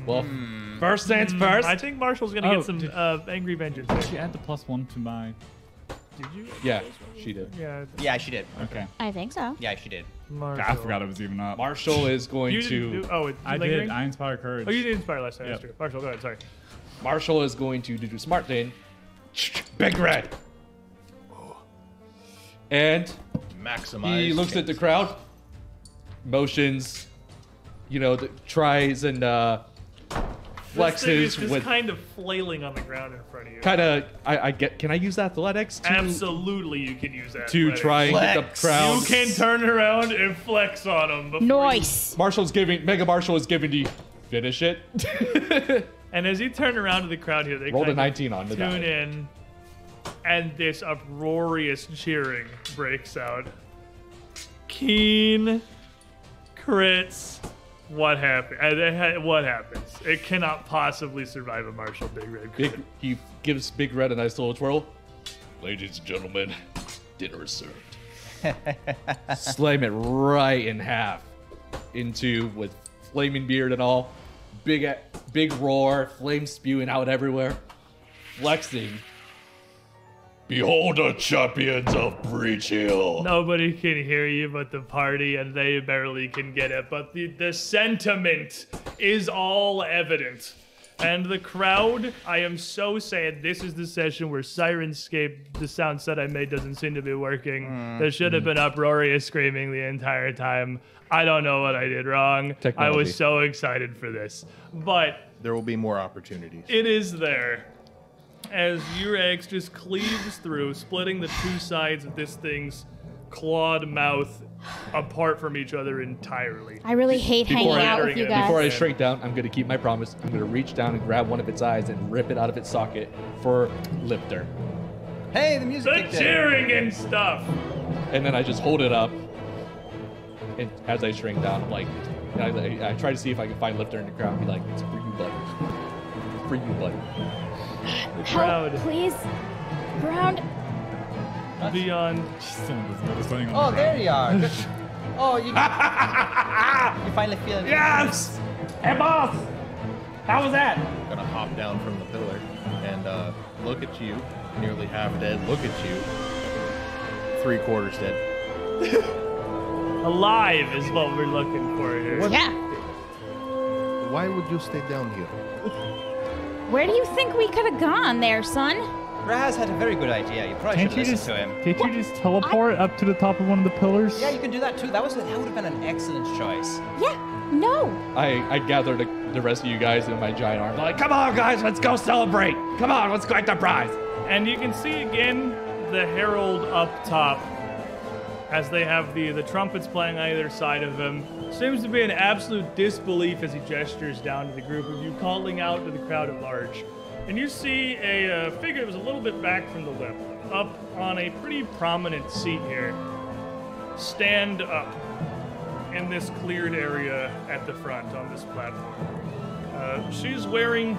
Well,
Hmm.
first things first.
Mm. I think Marshall's gonna
Oh,
get some
did-
uh, angry vengeance.
Did you add the plus one to my?
Did you?
yeah, she did.
Yeah,
Yeah, she did.
Okay,
I think so.
Yeah, she did.
Marshall.
I forgot it was even up.
Marshall is going
You
to.
didn't do, oh, it,
I
lingering?
did. I inspire courage.
oh, you did inspire last time. That's
Yep.
true. Marshall, go ahead. Sorry.
Marshall is going to do the smart thing. Big red. And
Maximize.
he looks at the crowd, motions, you know, th- tries and uh,
This thing is
flexes
just
with
kind of flailing on the ground in front of you.
kind of. I, I get. Can I use athletics to
Absolutely, you can use that.
to try and get the
Flex.
crowd?
You can turn around and flex on them. Before you-
Nice.
Marshall's giving. Mega Marshall is giving the finish it.
And as you turn around to the crowd here, they
Rolled a
kind of
19 on the
tune
die.
in, and this uproarious cheering breaks out. Keen crits What happened? Uh, What happens? It cannot possibly survive a Marshall Big Red. Crew.
Big, he gives Big Red a nice little twirl. Ladies and gentlemen, dinner is served. Slam it right in half into with flaming beard and all. Big big roar, flame spewing out everywhere. Flexing. Behold the champions of Breach Hill.
Nobody can hear you but the party, and they barely can get it. But the, the sentiment is all evident. And the crowd, I am so sad. This is the session where Sirenscape, the sound set I made, doesn't seem to be working. There should have been uproarious screaming the entire time. I don't know what I did wrong. I
Technology.
was so excited for this. But
There will be more opportunities.
it is there. As Urex just cleaves through, splitting the two sides of this thing's clawed mouth apart from each other entirely.
I really hate hanging
I-
out with
before
you
I-
guys.
Before I shrink down, I'm gonna keep my promise. I'm gonna reach down and grab one of its eyes and rip it out of its socket for Lipter.
Hey, the music
The
kicked in.
cheering and stuff!
and then I just hold it up. And as I shrink down, I'm like, I, I, I try to see if I can find Lifter in the crowd and be like, it's for you, buddy. It's for you, buddy.
Help,
crowd.
please. Ground.
Beyond.
Someone doesn't know what's going on.
Oh, there you are. Good. Oh, you. you finally feeling.
Yes! Hey, boss! How was that?
gonna hop down from the pillar and uh, look at you, nearly half dead. Look at you, three quarters dead.
Alive is what we're looking for here.
Yeah.
Why would you stay down here?
Where do you think we could have gone there, son?
Raz had a very good idea. You probably
Can't
should
you
listen
just
to him.
can't you just teleport up to the top of one of the pillars?
Yeah, you can do that too. That was that would have been an excellent choice.
Yeah. No.
I, I gather the, the rest of you guys in my giant arm. Like, come on, guys, let's go celebrate. Come on, let's collect the prize.
And you can see again the herald up top as they have the, the trumpets playing on either side of him. Seems to be an absolute disbelief as he gestures down to the group of you, calling out to the crowd at large. And you see a uh, figure that was a little bit back from the whip, up on a pretty prominent seat here, stand up in this cleared area at the front on this platform. Uh, she's wearing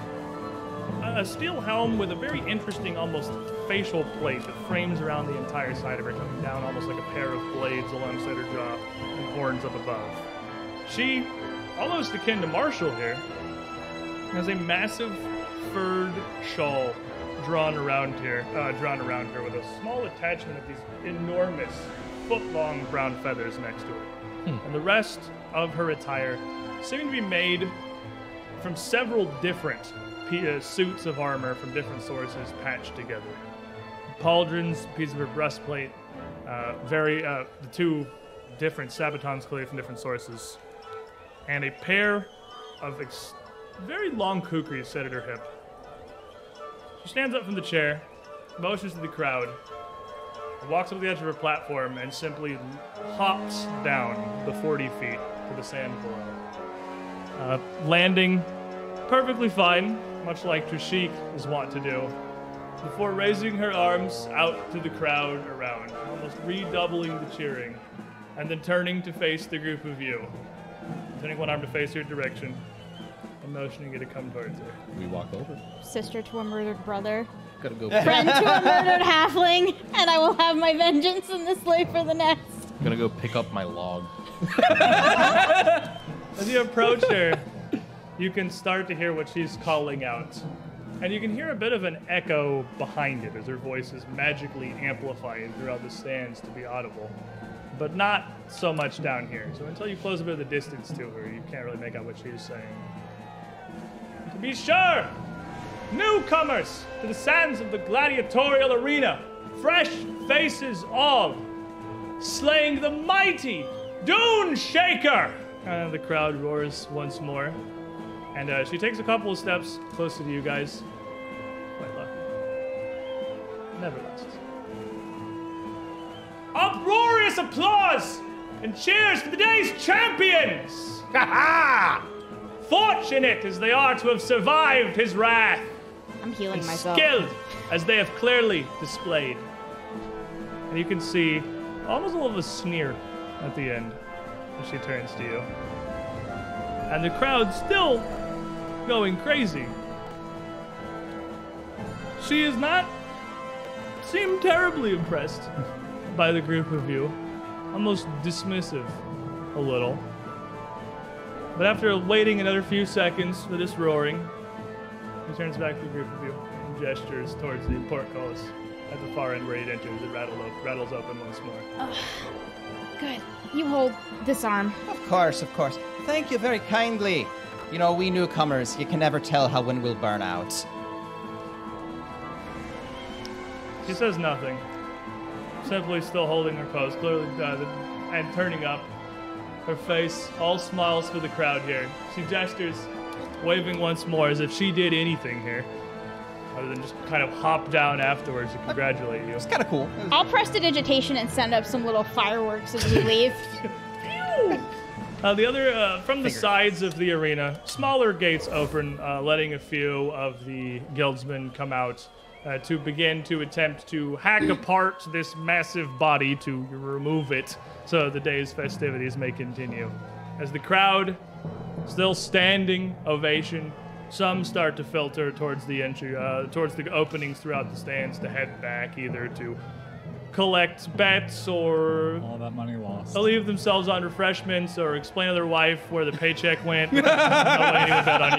a steel helm with a very interesting, almost facial plate that frames around the entire side of her, coming down almost like a pair of blades alongside her jaw and horns up above. She, almost akin to Marshall here, has a massive furred shawl drawn around her, uh, drawn around her with a small attachment of these enormous foot-long brown feathers next to it, and the rest of her attire seem to be made from several different p- uh, suits of armor from different sources patched together. Pauldrons, piece of her breastplate, uh, very uh, the two different sabatons clearly from different sources, and a pair of ex- very long kukris set at her hip. She stands up from the chair, motions to the crowd, walks up to the edge of her platform, and simply hops down the 40 feet to the sand below uh, landing perfectly fine, much like Trishik is wont to do, before raising her arms out to the crowd around, almost redoubling the cheering, and then turning to face the group of you, turning one arm to face your direction, and motioning you to come towards her.
We walk over.
Sister to a murdered brother.
Gotta go.
Friend to a murdered halfling. And I will have my vengeance in this life or the next.
gonna go pick up my log.
As you approach her, you can start to hear what she's calling out. And you can hear a bit of an echo behind it as her voice is magically amplified throughout the stands to be audible. But not so much down here. So until you close a bit of the distance to her, you can't really make out what she's saying. To be sure, newcomers to the sands of the gladiatorial arena, fresh faces all, slaying the mighty Dune Shaker! Uh, the crowd roars once more. And uh, she takes a couple of steps closer to you guys. Quite lucky. Never lasts. Uproarious applause and cheers for the day's champions! Fortunate as they are to have survived his wrath,
I'm healing
and
myself.
skilled as they have clearly displayed. And you can see almost a little of a sneer at the end as she turns to you. and the crowd's still going crazy. She is not seem terribly impressed by the group of you, almost dismissive a little. But after waiting another few seconds for this roaring, he turns back to the group of you and gestures towards the portcullis at the far end where it enters. It rattle op- rattles open once more.
Good. You hold this arm.
Of course, of course. Thank you very kindly. You know, we newcomers, you can never tell how one will burn out.
She says nothing, simply still holding her pose, clearly uh, the- and turning up. Her face all smiles for the crowd here. She gestures, waving once more as if she did anything here, other than just kind of hop down afterwards to congratulate you.
It's kind of cool. It was-
I'll press the digitation and send up some little fireworks as we leave.
Uh, the other, uh, from the sides of the arena, smaller gates open, uh, letting a few of the guildsmen come out uh, to begin to attempt to hack apart this massive body to remove it so the day's festivities may continue. As the crowd, still standing ovation, some start to filter towards the entry, uh, towards the openings throughout the stands to head back either to collect bets or
All that money lost.
Oh.
leave themselves on refreshments or explain to their wife where the paycheck went. no lady would bet on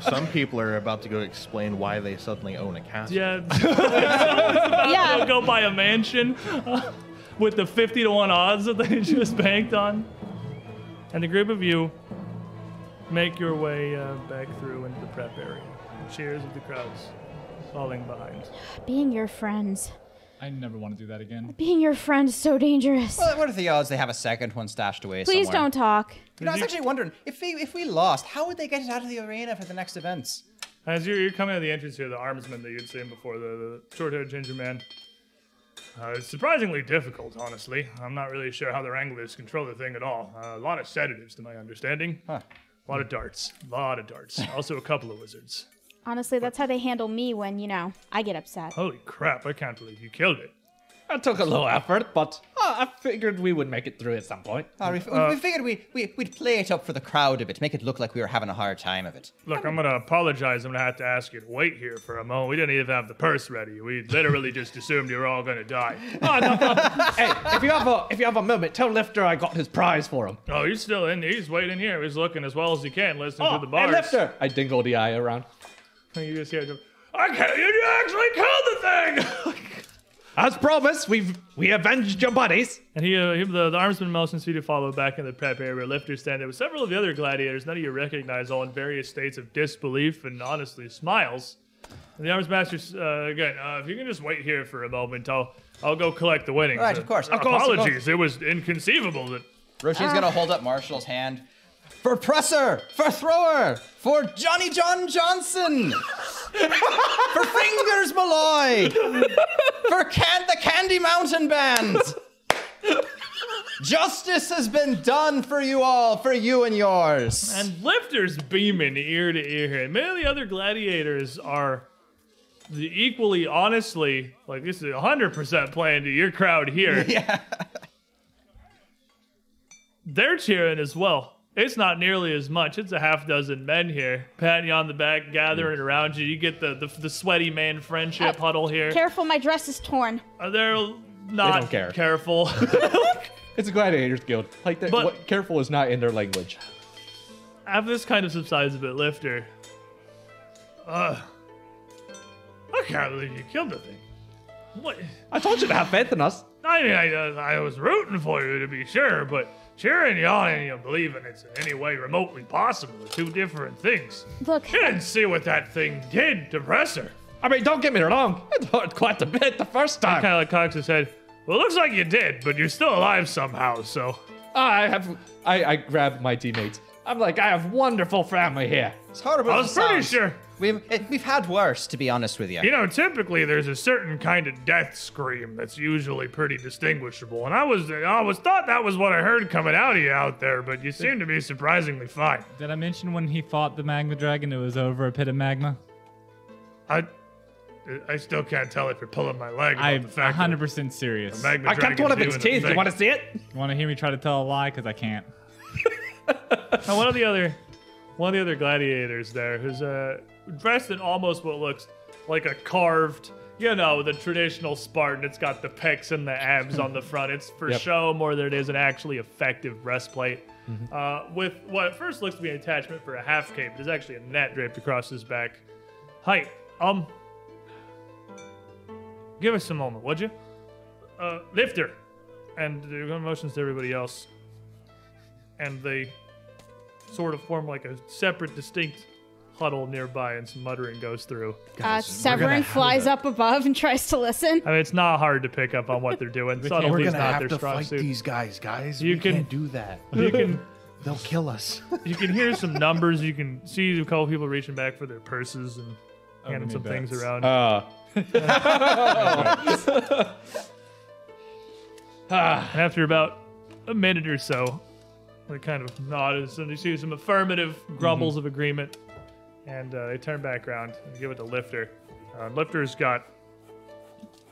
Some people are about to go explain why they suddenly own a castle.
Yeah,
yeah.
they'll go buy a mansion uh, with the 50 to 1 odds that they just banked on. And the group of you make your way uh, back through into the prep area. Cheers of the crowds falling behind.
Being your friends.
I never want to do that again.
Being your friend is so dangerous.
Well, what are the odds they have a second one stashed away
Please
somewhere?
don't talk.
You know, I was actually wondering if we if we lost, how would they get it out of the arena for the next events?
As you're, you're coming out of the entrance here, the armsman that you'd seen before, the, the short-haired ginger man, uh, it's surprisingly difficult, honestly. I'm not really sure how the Wranglers control the thing at all. Uh, a lot of sedatives, to my understanding.
Huh.
A lot of darts. A lot of darts. also a couple of wizards.
Honestly, that's how they handle me when, you know, I get upset.
Holy crap, I can't believe you killed it.
That took a little effort, but uh, I figured we would make it through at some point.
Oh, we, we- we figured we, we, we'd play it up for the crowd a bit, make it look like we were having a hard time of it.
Look, I'm gonna apologize. I'm gonna have to ask you to wait here for a moment. We didn't even have the purse ready. We literally just assumed you were all gonna die.
Oh, no, no. hey, if you have a if you have a moment, tell Lifter I got his prize for him.
Oh, you're still in. He's waiting here. He's looking as well as he can, listening
Oh,
to the
hey,
bars.
Lifter! I dingle the eye around.
You just hear, him, I can't, you actually killed the thing!
As promised, we've we avenged your buddies.
and he, uh, he the, the armsman motions for you to follow back in the prep area where lifters stand there with several of the other gladiators, none of you recognize, all in various states of disbelief and honestly smiles. And the armsmaster, uh, again, uh, if you can just wait here for a moment, I'll, I'll go collect the winnings.
Right, of
Uh,
course, of course, of
Apologies, it was inconceivable that.
Roshi's gonna hold up Marshall's hand for presser, for thrower, for Johnny John Johnson, for fingers Malloy, for can- the Candy Mountain Band. Justice has been done for you all, for you and yours.
And lifters beaming ear to ear here. And many of the other gladiators are the equally honestly, like this is 100% playing to your crowd here. Yeah. They're cheering as well. It's not nearly as much. It's a half dozen men here, patting you on the back,
Mm.
gathering around you. You get the, the, the sweaty man friendship
Uh,
huddle here.
Careful, my dress is torn.
Uh, They're not
don't care.
careful.
It's a gladiators guild. Like that.
But-
what-
Careful is not in their language.
After this kind of subsides a bit, Lifter. Ugh. I can't believe you killed the thing. What?
I told you to have faith in us.
I mean, I, uh, I was rooting for you to be sure, but cheering you on and you believing it's in any way remotely possible are two different things.
Look, uh,
You didn't see what that thing did to Presser.
I mean, don't get me wrong. It hurt quite a bit the first time.
Kind of like Cox said, well, it looks like you did, but you're still alive somehow, so.
I have. I, I grab my teammates. I'm like, I have wonderful family here.
It's horrible.
I
as
was
it
pretty
sounds.
sure.
We've, eh, we've had worse, to be honest with you.
You know, typically there's a certain kind of death scream that's usually pretty distinguishable, and I was I was thought that was what I heard coming out of you out there, but you seem to be surprisingly fine.
Did I mention when he fought the magma dragon? It was over a pit of magma.
I I still can't tell if you're pulling my leg. about
I'm
the fact that
100 percent serious.
the magma
I kept
dragon's
one of its
doing the
teeth. You
thing.
want to see it?
Want to hear me try to tell a lie? Because I can't.
Now, one of the other one of the other gladiators there who's uh, dressed in almost what looks like a carved, you know, the traditional Spartan. It's got the pecs and the abs on the front. It's for
Yep.
show more than it is an actually effective breastplate. Uh, with what at first looks to be an attachment for a half cape, there's actually a net draped across his back. Hi, um, give us a moment, would you? Uh, lifter, and they're going motions to everybody else, and they sort of form like a separate, distinct huddle nearby, and some muttering goes through.
Uh, Severin flies up above and tries to listen.
I mean, it's not hard to pick up on what they're doing.
We're
Subtlety's
gonna
not
have
their
to
strong
fight
suit.
these guys, guys.
You
we
can-
can, not do that.
You can
They'll kill us.
you can hear some numbers. You can see a couple people reaching back for their purses and handing
need
some things
bats.
around.
Uh,
And after about a minute or so, they kind of nod and so they see some affirmative grumbles of agreement, and uh, they turn back around and give it to Lifter. Uh, Lifter's got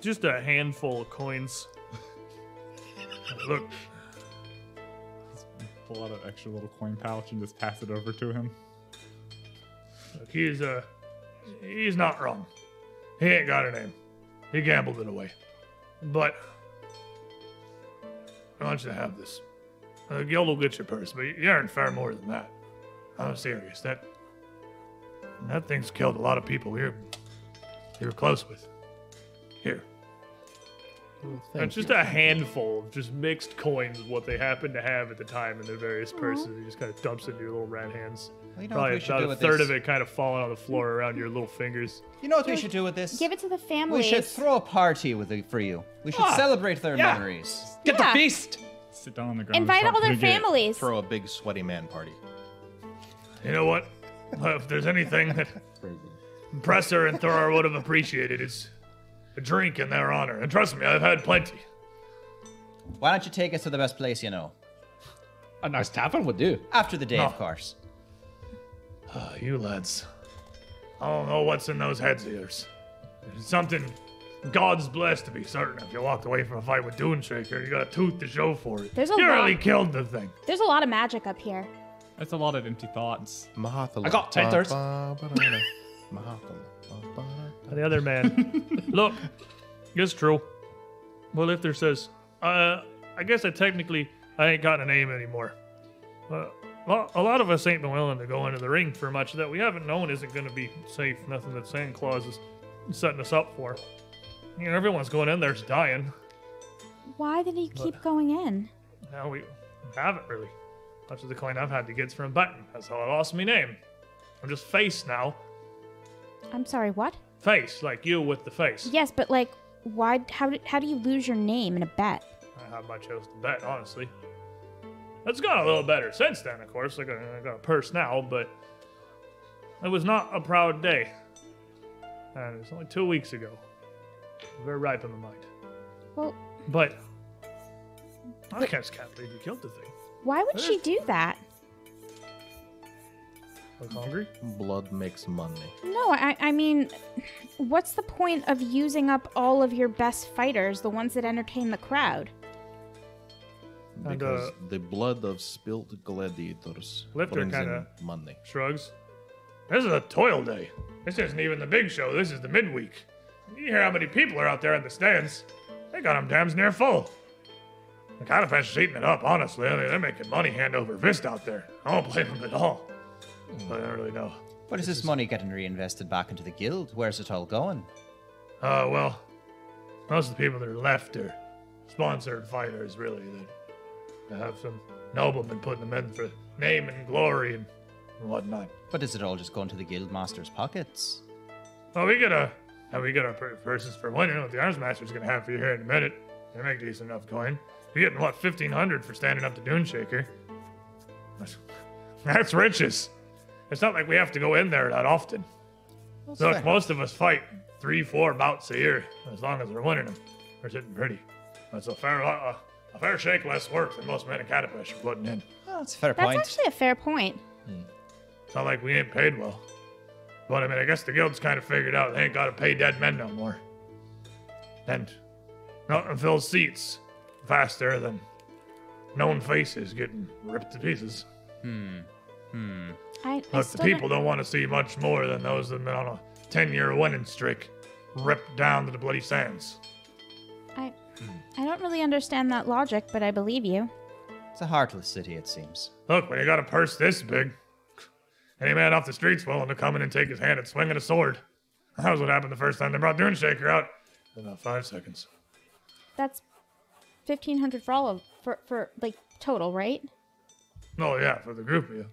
just a handful of coins. Look,
Pull out an extra little coin pouch and just pass it over to him.
look, he's uh, he's not wrong. He ain't got a name. He gambled it away. But I want you to have this. Uh, Guild will get your purse, but you earned far more than that. I'm serious. That that thing's killed a lot of people we were, we were close with. Here. it's just a handful of just mixed coins of what they happen to have at the time in their various purses. He just kind of dumps into your little rat hands.
Well, you know what
Probably
we should
about
do
a
with
third
this?
of it kind of falling on the floor around your little fingers.
You know what we should do with this?
Give it to the family.
we should throw a party with the, for you. We should celebrate their
yeah.
memories.
get
Yeah.
the feast.
Sit down on the ground. and
Invite
start
all their
to get-
families.
Throw a big sweaty man party.
You know what? Well, if there's anything that Presser and Thor would have appreciated, it's a drink in their honor. And trust me, I've had plenty.
Why don't you take us to the best place you know?
A nice tavern would do.
After the day, of
No.
course.
Uh, you lads, I don't know what's in those heads of yours. It's something God's blessed to be certain. If you walked away from a fight with Dune Shaker, you got a tooth to show for it.
There's a
you
lot-
really killed the thing.
There's a lot of magic up here.
That's a lot of empty thoughts.
Mahathala.
I got ten thirds.
Mahathala. Mahathala.
And the other man, look, it's true. Well, Lifter says, uh, I guess I technically I ain't got a name anymore. Uh, lo- a lot of us ain't been willing to go into the ring for much that we haven't known isn't going to be safe. Nothing that Santa Claus is setting us up for. You know, everyone's going in there's dying.
Why did he keep going in?
Now we haven't really. Much of the coin I've had to get's from Button. That's how I lost me name. I'm just face now.
I'm sorry, what?
Face, like you with the face.
Yes, but like, why? How did, how do you lose your name in a bet?
I have my chose to bet, honestly. It's gone a little better since then, of course. I got, I got a purse now, but it was not a proud day. And it was only two weeks ago. Very ripe in the mind.
Well,
But I just can't believe you killed the thing.
why would she do that?
Look hungry?
Blood makes money.
No, I, I mean, what's the point of using up all of your best fighters, the ones that entertain the crowd?
And,
Because
uh,
the blood of spilled gladiators
Lifter
brings
kinda-
in money.
Shrugs. This is a toil day. This isn't even the big show. This is the midweek. You hear how many people are out there in the stands. They got 'em damn near full. The kind of fast eating it up, honestly. I mean, they're making money hand over fist out there. I don't blame them at all. But I don't really know.
What is this money getting reinvested back into the guild? Where's it all going?
Uh, well, most of the people that are left are sponsored fighters, really, that have some noblemen putting them in for name and glory and whatnot.
But is it all just going to the guild master's pockets?
Well, we got a, uh, we got our pur- purses for winning. What the arms master's gonna have for you here in a minute. They make decent enough coin. You're getting what fifteen hundred for standing up to Dune Shaker. That's, that's riches. It's not like we have to go in there that often. Look, most of us fight three, four bouts a year, as long as we're winning them. We're sitting pretty. That's a fair, uh, a fair shake less work than most men in Catapesh are putting in.
Oh, that's a fair
That's
point.
actually a fair point.
It's not like we ain't paid well. But I mean, I guess the guild's kind of figured out they ain't got to pay dead men no more. And nothing fills seats faster than known faces getting ripped to pieces.
I, I
Look, the
still
people
don't,
don't want to see much more than those that have been on a 10 year winning streak ripped down to the bloody sands.
I, I don't really understand that logic, but I believe you.
It's a heartless city, it seems.
Look, when you got a purse this big, any man off the street's willing to come in and take his hand and swing at a sword. That was what happened the first time they brought Duneshaker out. In about five seconds.
That's fifteen hundred for all of for for like total, right?
Oh, yeah, for the group of you.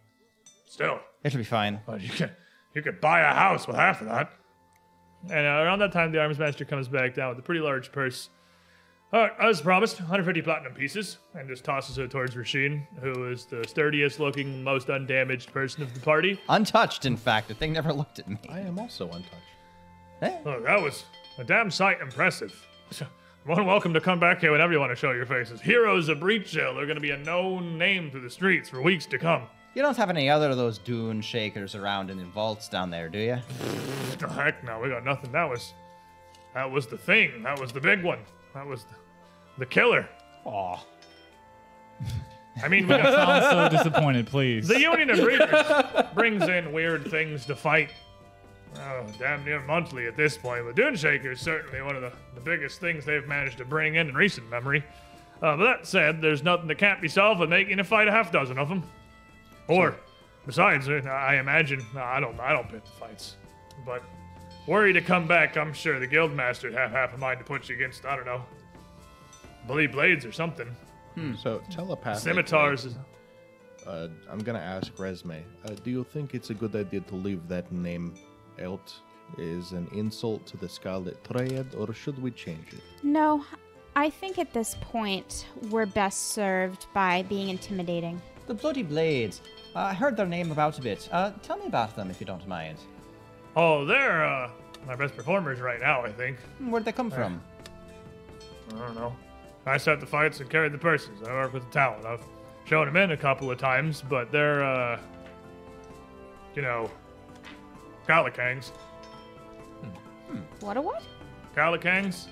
Still,
It'll be fine.
Well, you could you could buy a house with half of that. And uh, around that time, the arms master comes back down with a pretty large purse. All right, as promised, 150 platinum pieces, and just tosses it towards Rasheen, who is the sturdiest looking, most undamaged person of the party.
Untouched, in fact. The thing never looked at me. Eh?
I am also untouched.
Look, Oh, that was a damn sight impressive. More than welcome to come back here whenever you want to show your faces. Heroes of Breach Jail are going to be a known name through the streets for weeks to come.
You don't have any other of those dune shakers around in the vaults down there, do you?
Oh, heck no, we got nothing. That was, that was the thing. That was the big one. That was the, the killer.
Aw.
I mean, we got
I'm so disappointed, please.
the Union of Reapers brings in weird things to fight. Oh, damn near monthly at this point. But Duneshaker is certainly one of the, the biggest things they've managed to bring in in recent memory. Uh, but that said, there's nothing that can't be solved by making a fight a half dozen of them. Or, besides, uh, I imagine I don't I don't pick the fights, but were you to come back, I'm sure the guildmaster'd have half a mind to put you against I don't know, bloody blades or something.
So telepathically,
Scimitars is
Uh, I'm gonna ask Resme. Uh, do you think it's a good idea to leave that name out as an insult to the Scarlet Triad, or should we change it?
No, I think at this point we're best served by being intimidating.
The bloody blades. Uh, I heard their name about a bit. Uh, tell me about them if you don't mind.
Oh, they're uh, my best performers right now, I think.
Where'd they come from?
I don't know. I set the fights and carried the purses. I work with the talent. I've shown them in a couple of times, but they're, uh, you know, Kalakangs.
What a what?
Kalakangs?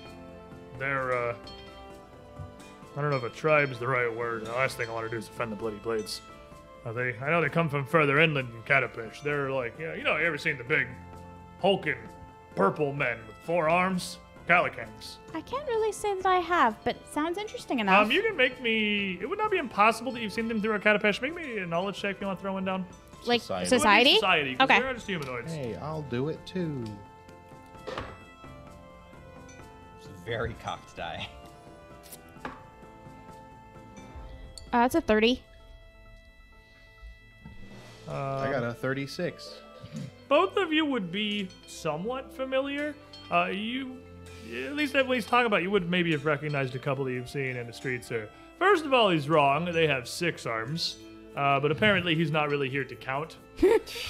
They're, uh, I don't know if a tribe's the right word. The last thing I want to do is offend the bloody blades. Uh, they, I know they come from further inland in Catapish. They're like, you know, you know, you ever seen the big, hulking, purple men with four arms? Kalakangs.
I can't really say that I have, but it sounds interesting enough.
Um, you can make me. It would not be impossible that you've seen them through a catapesh. Make me a knowledge check if you want to throw one down.
like
Society.
It would be
society?
Society. 'cause
Okay.
They're just humanoids.
Hey, I'll do it too.
It's a very cocked die.
Uh, it's a thirty.
I got a 36.
Both of you would be somewhat familiar. Uh, you, at least at least talk about. You would maybe have recognized a couple that you've seen in the streets here. First of all, he's wrong. They have six arms, uh, but apparently he's not really here to count.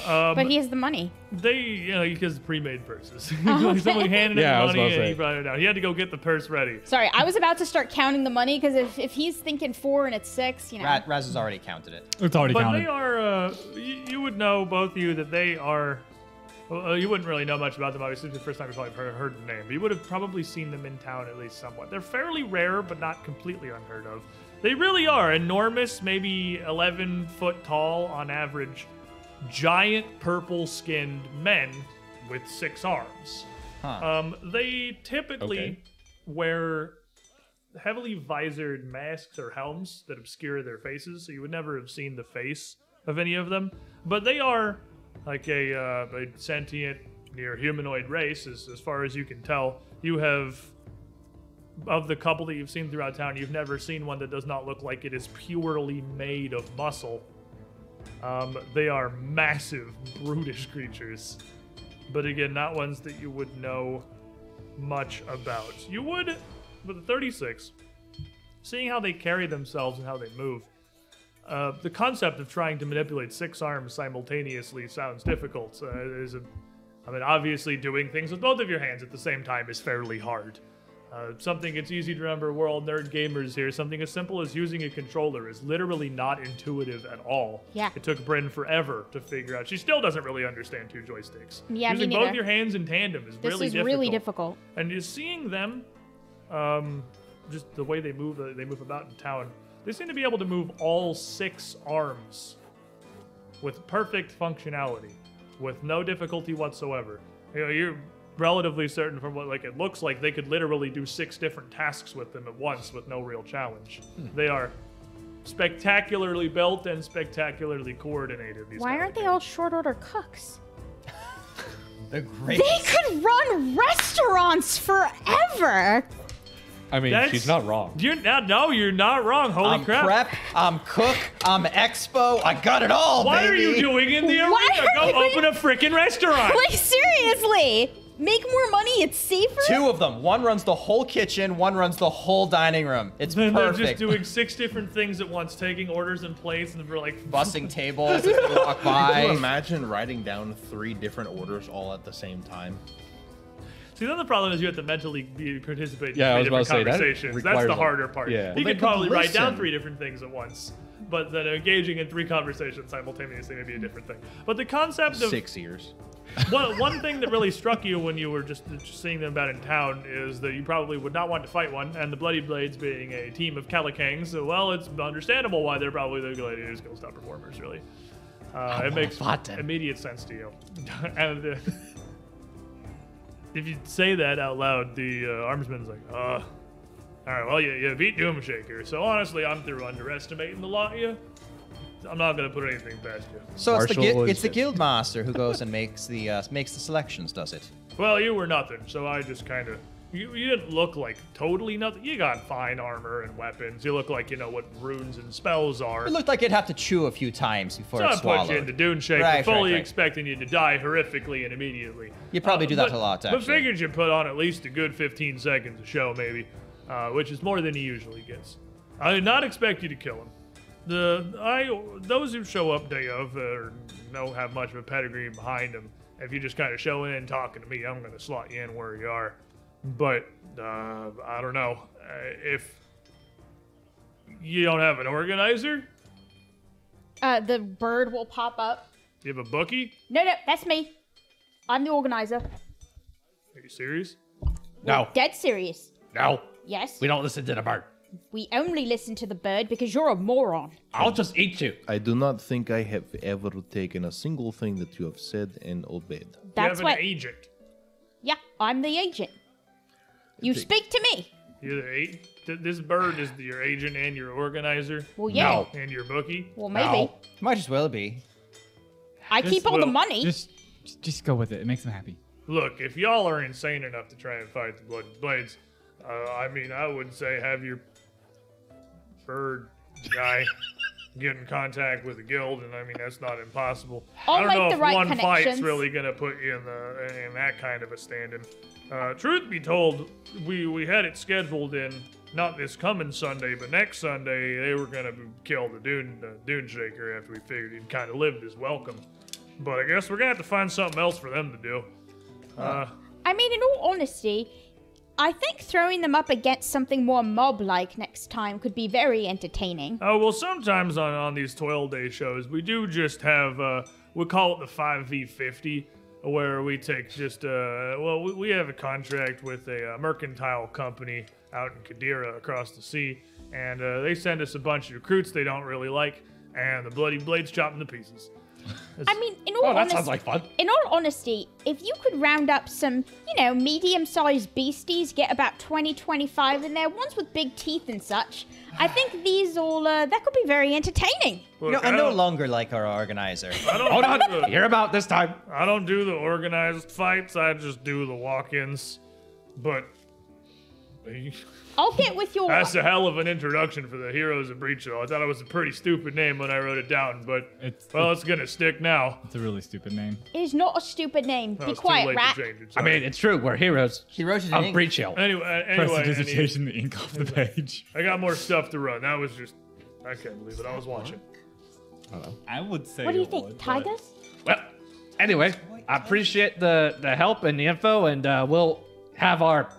Um,
but he has the money.
They, you know, he gets pre-made purses.
Oh,
Someone handed him
Yeah, I was
money
about to
and he
say.
brought it out. He had to go get the purse ready.
Sorry, I was about to start counting the money because if, if he's thinking four and it's six, you know.
Ra- Raz has already counted it.
it's already
But
counted.
they are, uh, you, you would know, both of you, that they are. Well, uh, you wouldn't really know much about them, obviously. It's the first time you've probably heard, heard the name. But you would have probably seen them in town at least somewhat. They're fairly rare, but not completely unheard of. They really are enormous, maybe 11 foot tall on average, giant purple skinned men with six arms. Um, they typically
Okay.
wear heavily visored masks or helms that obscure their faces, so you would never have seen the face of any of them. But they are like a, uh, a sentient, near humanoid race, as, as far as you can tell. You have, of the couple that you've seen throughout town, you've never seen one that does not look like it is purely made of muscle. Um, they are massive, brutish creatures. But again, not ones that you would know much about. You would, with the 36, seeing how they carry themselves and how they move, uh, the concept of trying to manipulate six arms simultaneously sounds difficult. Uh, there's a, I mean, obviously, doing things with both of your hands at the same time is fairly hard. Uh, something it's easy to remember, we're all nerd gamers here. Something as simple as using a controller is literally not intuitive at all.
Yeah.
It took Bryn forever to figure out. She still doesn't really understand two joysticks.
Yeah, me
Using both
neither.
your hands in tandem is
this
really
is
difficult
really difficult.
and you're seeing them um, just the way they move uh, they move about in town they seem to be able to move all six arms with perfect functionality, with no difficulty whatsoever. You know, you're relatively certain from what like it looks like they could literally do six different tasks with them at once with no real challenge. They are spectacularly built and spectacularly coordinated. These
Why
kinda
aren't they
games.
all short order cooks?
They're great.
They could run restaurants forever.
I mean,
That's-
she's not wrong.
You're not. No, you're not wrong. Holy
I'm
crap!
prep. I'm cook. I'm expo. I got it all,
Why
baby.
are you doing in the arena?
Why are
Go
you-
open a freaking restaurant.
Like seriously, make more money. It's safer.
Two of them. One runs the whole kitchen. One runs the whole dining room. It's
And they're
perfect.
just doing six different things at once, taking orders and plates, and we're like,
Bussing tables as they walk
Can you
by.
imagine writing down three different orders all at the same time?
See, then the problem is you have to mentally be, participate in
Yeah, I
three
was
different
about to say, that
conversations. That's
requires
the
a-
harder part.
yeah. Well,
You
they
could probably
could
write down
listen.
three different things at once, but then engaging in three conversations simultaneously may be a different thing. But the concept of
Six ears.
one, one thing that really struck you when you were just, just seeing them about in town is that you probably would not want to fight one, and the Bloody Blades being a team of Calicangs, so, well, it's understandable why they're probably the gladiators' guild top performers, really. Uh, it makes
fight them.
immediate sense to you. and uh, if you say that out loud, the uh, armsman's like, uh, all right, well, you, you beat Doomshaker, so honestly, I'm through underestimating the lot of you. I'm not going to put anything past you.
So it's the,
Marshall
gui-
is
it's the
just-
guild master who goes and makes the uh, makes the selections, does it?
Well, you were nothing, so I just kind of. You, you didn't look like totally nothing. You got fine armor and weapons. You look like you know what runes and spells are.
It looked like it'd have to chew a few times before
so I
it's swallowed.
put you into Dune Shaker,
Right, right,
fully
right.
expecting you to die horrifically and immediately. Uh,
You probably do that
but-
a lot,
But
actually.
figured you put on at least a good 15 seconds of show, maybe, uh, which is more than he usually gets. I did not expect you to kill him. The I those who show up day of uh, or don't have much of a pedigree behind them. If you just kind of show in and talking to me, I'm gonna slot you in where you are. But uh, I don't know uh, if you don't have an organizer.
Uh, the bird will pop up.
You have a bookie.
No, no, that's me. I'm the organizer.
Are you serious?
No,
Dead serious.
no.
Yes.
We don't listen to the bird.
We only listen to the bird because you're a moron.
I'll just eat you.
I do not think I have ever taken a single thing that you have said and obeyed.
That's
you have
what.
an agent.
Yeah, I'm the agent. You speak to me.
You're the eight. Th- this bird is your agent and your organizer
Well, yeah.
and your bookie.
Well, maybe.
No.
Might as well be.
I keep all the
will-
money.
Just, just- just go with it. It makes them happy.
Look, if y'all are insane enough to try and fight the Blood Blades, uh, I mean, I would say have your bird guy get in contact with the guild, and I mean that's not impossible.
I'll
I don't
make
know
the
if
right
one fight's
connections.
really gonna put you in the in that kind of a standing. Uh, truth be told, we we had it scheduled in not this coming Sunday, but next Sunday they were gonna b- kill the Dune the Dune Shaker after we figured he'd kind of lived his welcome. But I guess we're gonna have to find something else for them to do. Uh,
I mean, in all honesty, I think throwing them up against something more mob like next time could be very entertaining.
Oh well, sometimes on on these toil day shows, we do just have uh, we call it the five v fifty, where we take just uh, well, we, we have a contract with a uh, mercantile company out in Kadira across the sea, and uh, they send us a bunch of recruits they don't really like, and the bloody blades chop them to pieces.
I mean, in all
Oh, that
honesty.
sounds like fun.
in all honesty, if you could round up some, you know, medium sized beasties, get about 20, 25 in there, ones with big teeth and such, I think these all, uh, that could be very entertaining.
Look,
You know, I'm no
don't-
longer like our organizer.
I don't,
Hold
do
on.
the-
Hear about this time.
I don't do the organized fights. I just do the walk-ins, but.
I'll get with your.
That's a hell of an introduction for the Heroes of Breach. Though I thought it was a pretty stupid name when I wrote it down, but
It's-
well, it's gonna stick now.
It's a really stupid name.
It is not a stupid name.
No,
Be
it's too
quiet,
late
rat.
to change it.
I
sorry.
mean, it's true. We're heroes.
He wrote it in
of
ink.
Breach Hill.
anyway, uh,
Press
anyway,
the
any-
digitation the ink off the page.
I got more stuff to run. That was just, I can't believe it. I was watching.
I would say.
What do you
it
think,
would, but-
tigers?
Well, anyway, I appreciate the, the help and the info, and uh, we'll have our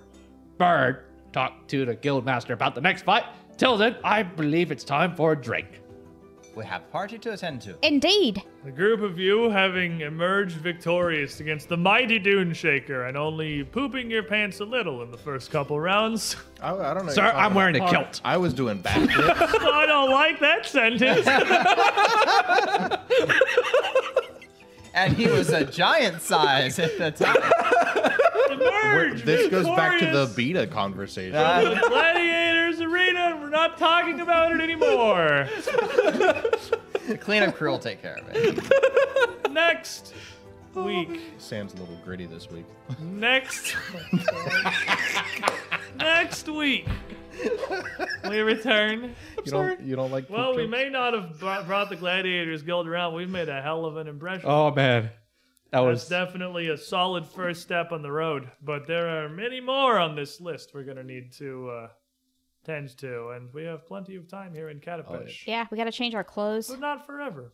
bird talk to the guild master about the next fight. Till then, I believe it's time for a drink.
We have party to attend to.
Indeed.
The group of you, having emerged victorious against the mighty Dune Shaker and only pooping your pants a little in the first couple rounds.
I, I don't know.
Sir,
you're talking
I'm wearing a
about-
kilt.
I was doing backflips.
I don't like that sentence.
And he was a giant size at the time.
Emerge
this goes back to the
victorious
beta conversation.
Uh,
from the Gladiators Arena, and we're not talking about it anymore.
the cleanup crew will take care of it.
Next week.
Sam's a little gritty this week.
Next. Next week. We return.
You don't, you don't like
Well,
poop
we
jokes?
may not have brought brought the Gladiators Guild around. We've made a hell of an impression.
Oh man, that
That's
was
definitely a solid first step on the road, but there are many more on this list we're going to need to uh, tend to, and we have plenty of time here in Catapush.
Yeah, we got to change our clothes.
But not forever.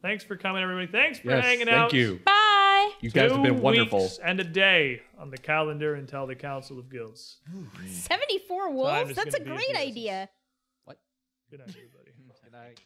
Thanks for coming, everybody. Thanks for
yes.
hanging
Thank
out.
you.
Bye.
You guys have
Two
been wonderful.
Weeks and a day on the calendar until the Council of Guilds.
74 wolves?
is
That's a
gonna be a
great
business.
idea.
Good night, everybody.
Good night.